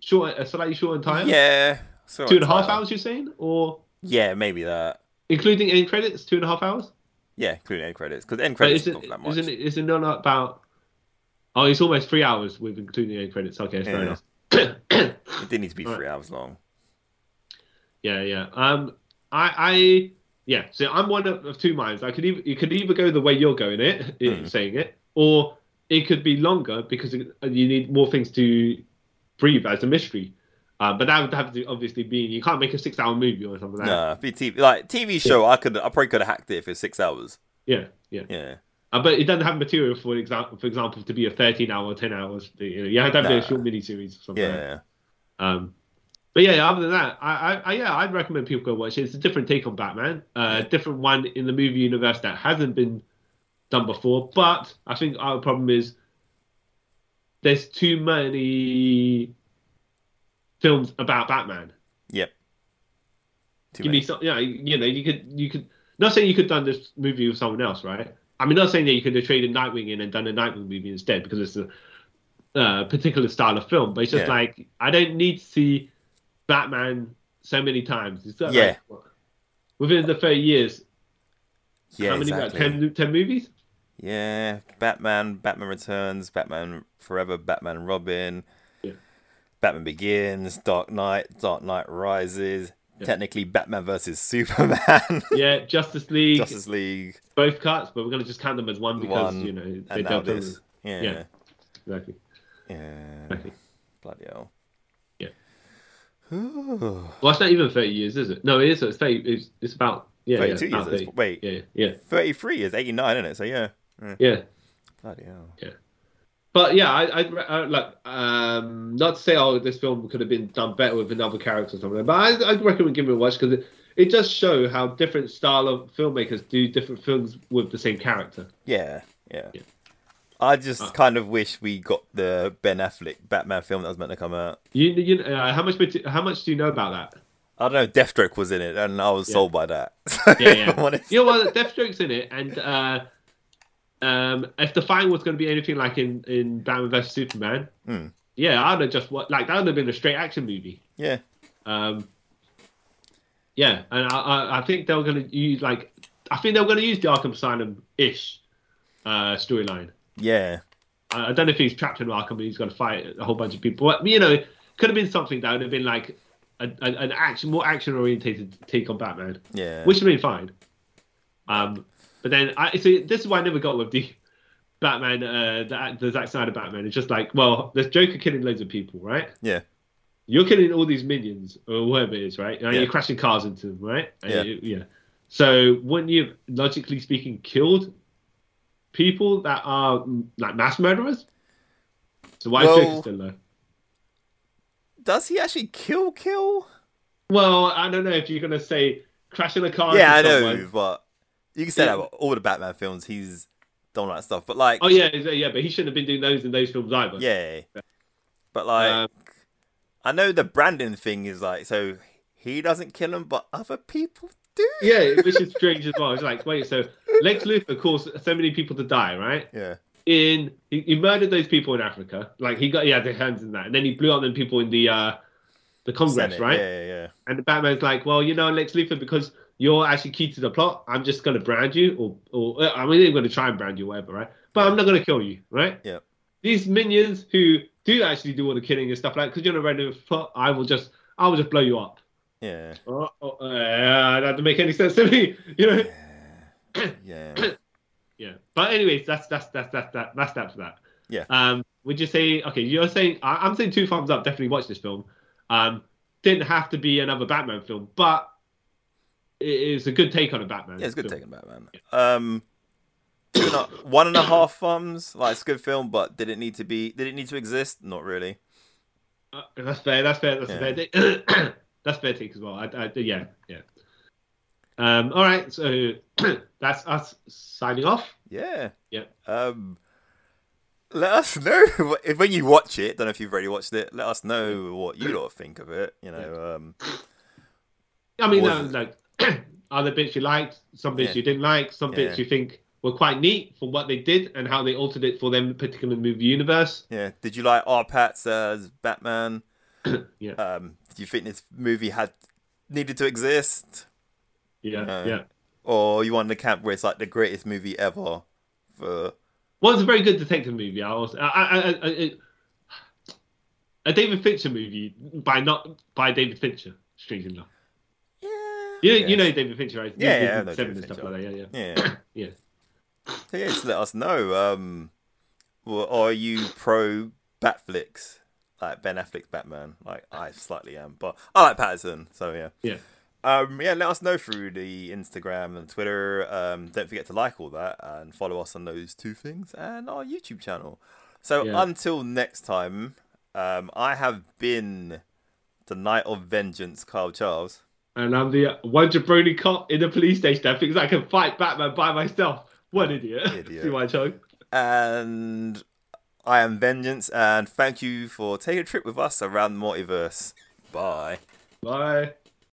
Speaker 3: short, uh, slightly shorter in time.
Speaker 2: yeah, so
Speaker 3: Two and a half
Speaker 2: entire-
Speaker 3: hours. You're saying, or
Speaker 2: Yeah, maybe that.
Speaker 3: including end credits, two and a half hours.
Speaker 2: Yeah, including end credits because end
Speaker 3: But
Speaker 2: credits
Speaker 3: isn't
Speaker 2: not that much.
Speaker 3: isn't it, isn't it not about? Oh, it's almost three hours with including end credits. Okay, that's fair
Speaker 2: Yeah.
Speaker 3: enough. [COUGHS]
Speaker 2: It did need to be
Speaker 3: Alright.
Speaker 2: three hours long.
Speaker 3: Yeah, yeah. Um, I, I, yeah. So I'm one of, of two minds. I could either it could either go the way you're going it, [LAUGHS] i-
Speaker 2: Hmm.
Speaker 3: saying it, or it could be longer because it, uh, you need more things to breathe as a mystery. Um, but that would have to obviously be you can't make a six-hour movie or something like that.
Speaker 2: Nah, be TV like TV show. I could, I probably could have hacked it if it's six hours.
Speaker 3: Yeah, yeah.
Speaker 2: Yeah,
Speaker 3: Uh, but it doesn't have material for example, for example, to be a thirteen-hour or ten hours. You, know, you have to have
Speaker 2: Nah.
Speaker 3: a short miniseries or something.
Speaker 2: yeah,
Speaker 3: Like that. Um, but yeah, other than that, I, I, I yeah, I'd recommend people go watch it. It's a different take on Batman, uh, different one in the movie universe that hasn't been done before. But I think our problem is there's too many films about Batman.
Speaker 2: yep. Too
Speaker 3: Give
Speaker 2: many.
Speaker 3: me some, yeah, you know, you could you could not saying you could done this movie with someone else, right? I mean, not saying that you could have traded Nightwing in and done a Nightwing movie instead because it's a uh, particular style of film, but it's just
Speaker 2: Yeah.
Speaker 3: like I don't need to see Batman so many times. It's not
Speaker 2: Yeah.
Speaker 3: like, what, within the thirty years,
Speaker 2: yeah,
Speaker 3: how many?
Speaker 2: exactly.
Speaker 3: Like, 10, 10 movies?
Speaker 2: Yeah, Batman, Batman Returns, Batman Forever, Batman and Robin,
Speaker 3: Yeah.
Speaker 2: Batman Begins, Dark Knight, Dark Knight Rises.
Speaker 3: Yeah.
Speaker 2: Technically, Batman versus Superman, [LAUGHS]
Speaker 3: Yeah, Justice League,
Speaker 2: Justice League,
Speaker 3: both cuts, but we're gonna just count them as one because
Speaker 2: One,
Speaker 3: you know they
Speaker 2: and now
Speaker 3: dubbed them
Speaker 2: this. Yeah, yeah,
Speaker 3: Yeah. exactly. Exactly.
Speaker 2: bloody hell.
Speaker 3: Yeah.
Speaker 2: [SIGHS] Ooh.
Speaker 3: Well, it's not even thirty years, is it? No, it is. It's thirty. It's, it's about yeah, yeah,
Speaker 2: 32
Speaker 3: about
Speaker 2: years.
Speaker 3: 30.
Speaker 2: it's- Wait,
Speaker 3: Yeah, yeah,
Speaker 2: 33 is 89, isn't it? So yeah,
Speaker 3: yeah.
Speaker 2: bloody hell.
Speaker 3: But yeah, I, I, I like um, not to say oh this film could have been done better with another character or something, but I, I'd recommend giving it a watch because it, it does show how different style of filmmakers do different films with the same character.
Speaker 2: Yeah, yeah.
Speaker 3: Yeah. Ah.
Speaker 2: I just kind of wish we got the Ben Affleck Batman film that was meant to come out.
Speaker 3: You, you uh, how much mate- how much do you know about that?
Speaker 2: I don't know. Deathstroke was in it, and I was sold by that. [LAUGHS]
Speaker 3: Yeah,
Speaker 2: If I'm
Speaker 3: yeah.
Speaker 2: honest.
Speaker 3: you know what? Deathstroke's in it, and uh, um, if the final was going to be anything like in in Batman vs Superman, yeah, I'd have just wa- like that would have been a straight action movie.
Speaker 2: yeah,
Speaker 3: Um, yeah, and I, I, I think they were going to use like I think they were going to use the Arkham Asylum ish uh, storyline.
Speaker 2: yeah,
Speaker 3: I, I don't know if he's trapped in Arkham and he's going to fight a whole bunch of people. But, you know, could have been something that would have been like a, a, an action more action orientated take on Batman,
Speaker 2: yeah.
Speaker 3: which would have been fine. Um, but then I so this is why I never got with the Batman uh, the, the Zack Snyder Batman. It's just like well, there's Joker killing loads of people, right?
Speaker 2: yeah,
Speaker 3: you're killing all these minions or whatever it is, right? And
Speaker 2: Yeah.
Speaker 3: You're crashing cars into them, right? And
Speaker 2: Yeah.
Speaker 3: you- yeah. So wouldn't you, have, logically speaking, killed people that are mm, like mass murderers? So why is Joker
Speaker 2: Well-
Speaker 3: still low?
Speaker 2: Does he actually kill kill?
Speaker 3: Well, I don't know if you're gonna say crashing a car.
Speaker 2: yeah, I
Speaker 3: into
Speaker 2: know,
Speaker 3: someone-
Speaker 2: but you can say that
Speaker 3: Yeah.
Speaker 2: about all the Batman films. He's done that stuff, but like,
Speaker 3: Oh yeah, yeah, yeah, but he shouldn't have been doing those in those films either.
Speaker 2: yeah. But like,
Speaker 3: Um,
Speaker 2: I know the Brandon thing is like, so he doesn't kill him, but other people do.
Speaker 3: yeah, which is strange as well. It's like, wait, so Lex Luthor caused so many people to die, right?
Speaker 2: Yeah,
Speaker 3: In he, he murdered those people in Africa, like he got he had their hands in that, and then he blew up them people in the uh the Congress,
Speaker 2: Senate,
Speaker 3: right?
Speaker 2: Yeah, yeah,
Speaker 3: And the Batman's like, well, you know, Lex Luthor, because you're actually key to the plot, I'm just gonna brand you, or or uh, I mean, I'm gonna try and brand you, whatever, right? But I'm not gonna kill you, right?
Speaker 2: Yeah.
Speaker 3: These minions who do actually do all the killing and stuff like, because you're not ready with the plot, I will just, I will just blow you up.
Speaker 2: yeah,
Speaker 3: Oh, oh, uh, that doesn't make any sense to me, [LAUGHS] you know.
Speaker 2: yeah.
Speaker 3: Yeah. But anyways, that's that's that's that's that that's that for that.
Speaker 2: Yeah.
Speaker 3: Um, would you say okay? You're saying I, I'm saying two thumbs up. Definitely watch this film. Um, didn't have to be another Batman film, but it is a good take on a Batman.
Speaker 2: Yeah, it's good
Speaker 3: film.
Speaker 2: taking back, man. Um, two and a- [COUGHS] one and a half thumbs. Like it's a good film, but did it need to be? Did it need to exist? Not really.
Speaker 3: Uh, that's fair. That's fair. That's
Speaker 2: Yeah.
Speaker 3: a fair take. [COUGHS] that's a fair take as well. I, I, yeah, yeah. Um, all right. So [CLEARS THROAT] that's us signing off.
Speaker 2: Yeah.
Speaker 3: Yeah.
Speaker 2: Um, let us [LAUGHS] know what- if when you watch it. Don't know if you've already watched it. Let us know what you lot think of it. You know. Um,
Speaker 3: I mean,
Speaker 2: Was
Speaker 3: no, [CLEARS THROAT] like are there bits you liked, some bits
Speaker 2: Yeah.
Speaker 3: you didn't like, some bits
Speaker 2: Yeah.
Speaker 3: you think were quite neat for what they did and how they altered it for them particular movie universe.
Speaker 2: yeah. Did you like R. Pat's as Batman?
Speaker 3: [COUGHS] Yeah.
Speaker 2: Um, do you think this movie had needed to exist,
Speaker 3: Yeah,
Speaker 2: Uh,
Speaker 3: yeah.
Speaker 2: or you want the camp where it's like the greatest movie ever? For
Speaker 3: Well, it's a very good detective movie. I was, I, I, I, I, a David Fincher movie by not by David Fincher. Strangely enough,
Speaker 2: yeah.
Speaker 3: you
Speaker 2: I
Speaker 3: you know
Speaker 2: guess.
Speaker 3: David Fincher, right?
Speaker 2: Yeah, yeah, I
Speaker 3: Seven
Speaker 2: know David
Speaker 3: and stuff
Speaker 2: Fincher.
Speaker 3: like that. Yeah, yeah.
Speaker 2: Yeah.
Speaker 3: Yeah.
Speaker 2: So yeah, just let us know. Um, well, are you pro Batflix, like Ben Affleck's Batman? Like I slightly am, but I like Patterson. So yeah.
Speaker 3: Yeah.
Speaker 2: Um, yeah, let us know through the Instagram and Twitter. Um, don't forget to like all that and follow us on those two things and our YouTube channel. So
Speaker 3: Yeah.
Speaker 2: until next time, um, I have been the Knight of Vengeance, Kyle Charles.
Speaker 3: And I'm the one jabroni cop in the police station that thinks I can fight Batman by myself. What idiot!
Speaker 2: Idiot.
Speaker 3: [LAUGHS] See my joke?
Speaker 2: and I am Vengeance, and thank you for taking a trip with us around the multiverse. Bye.
Speaker 3: Bye.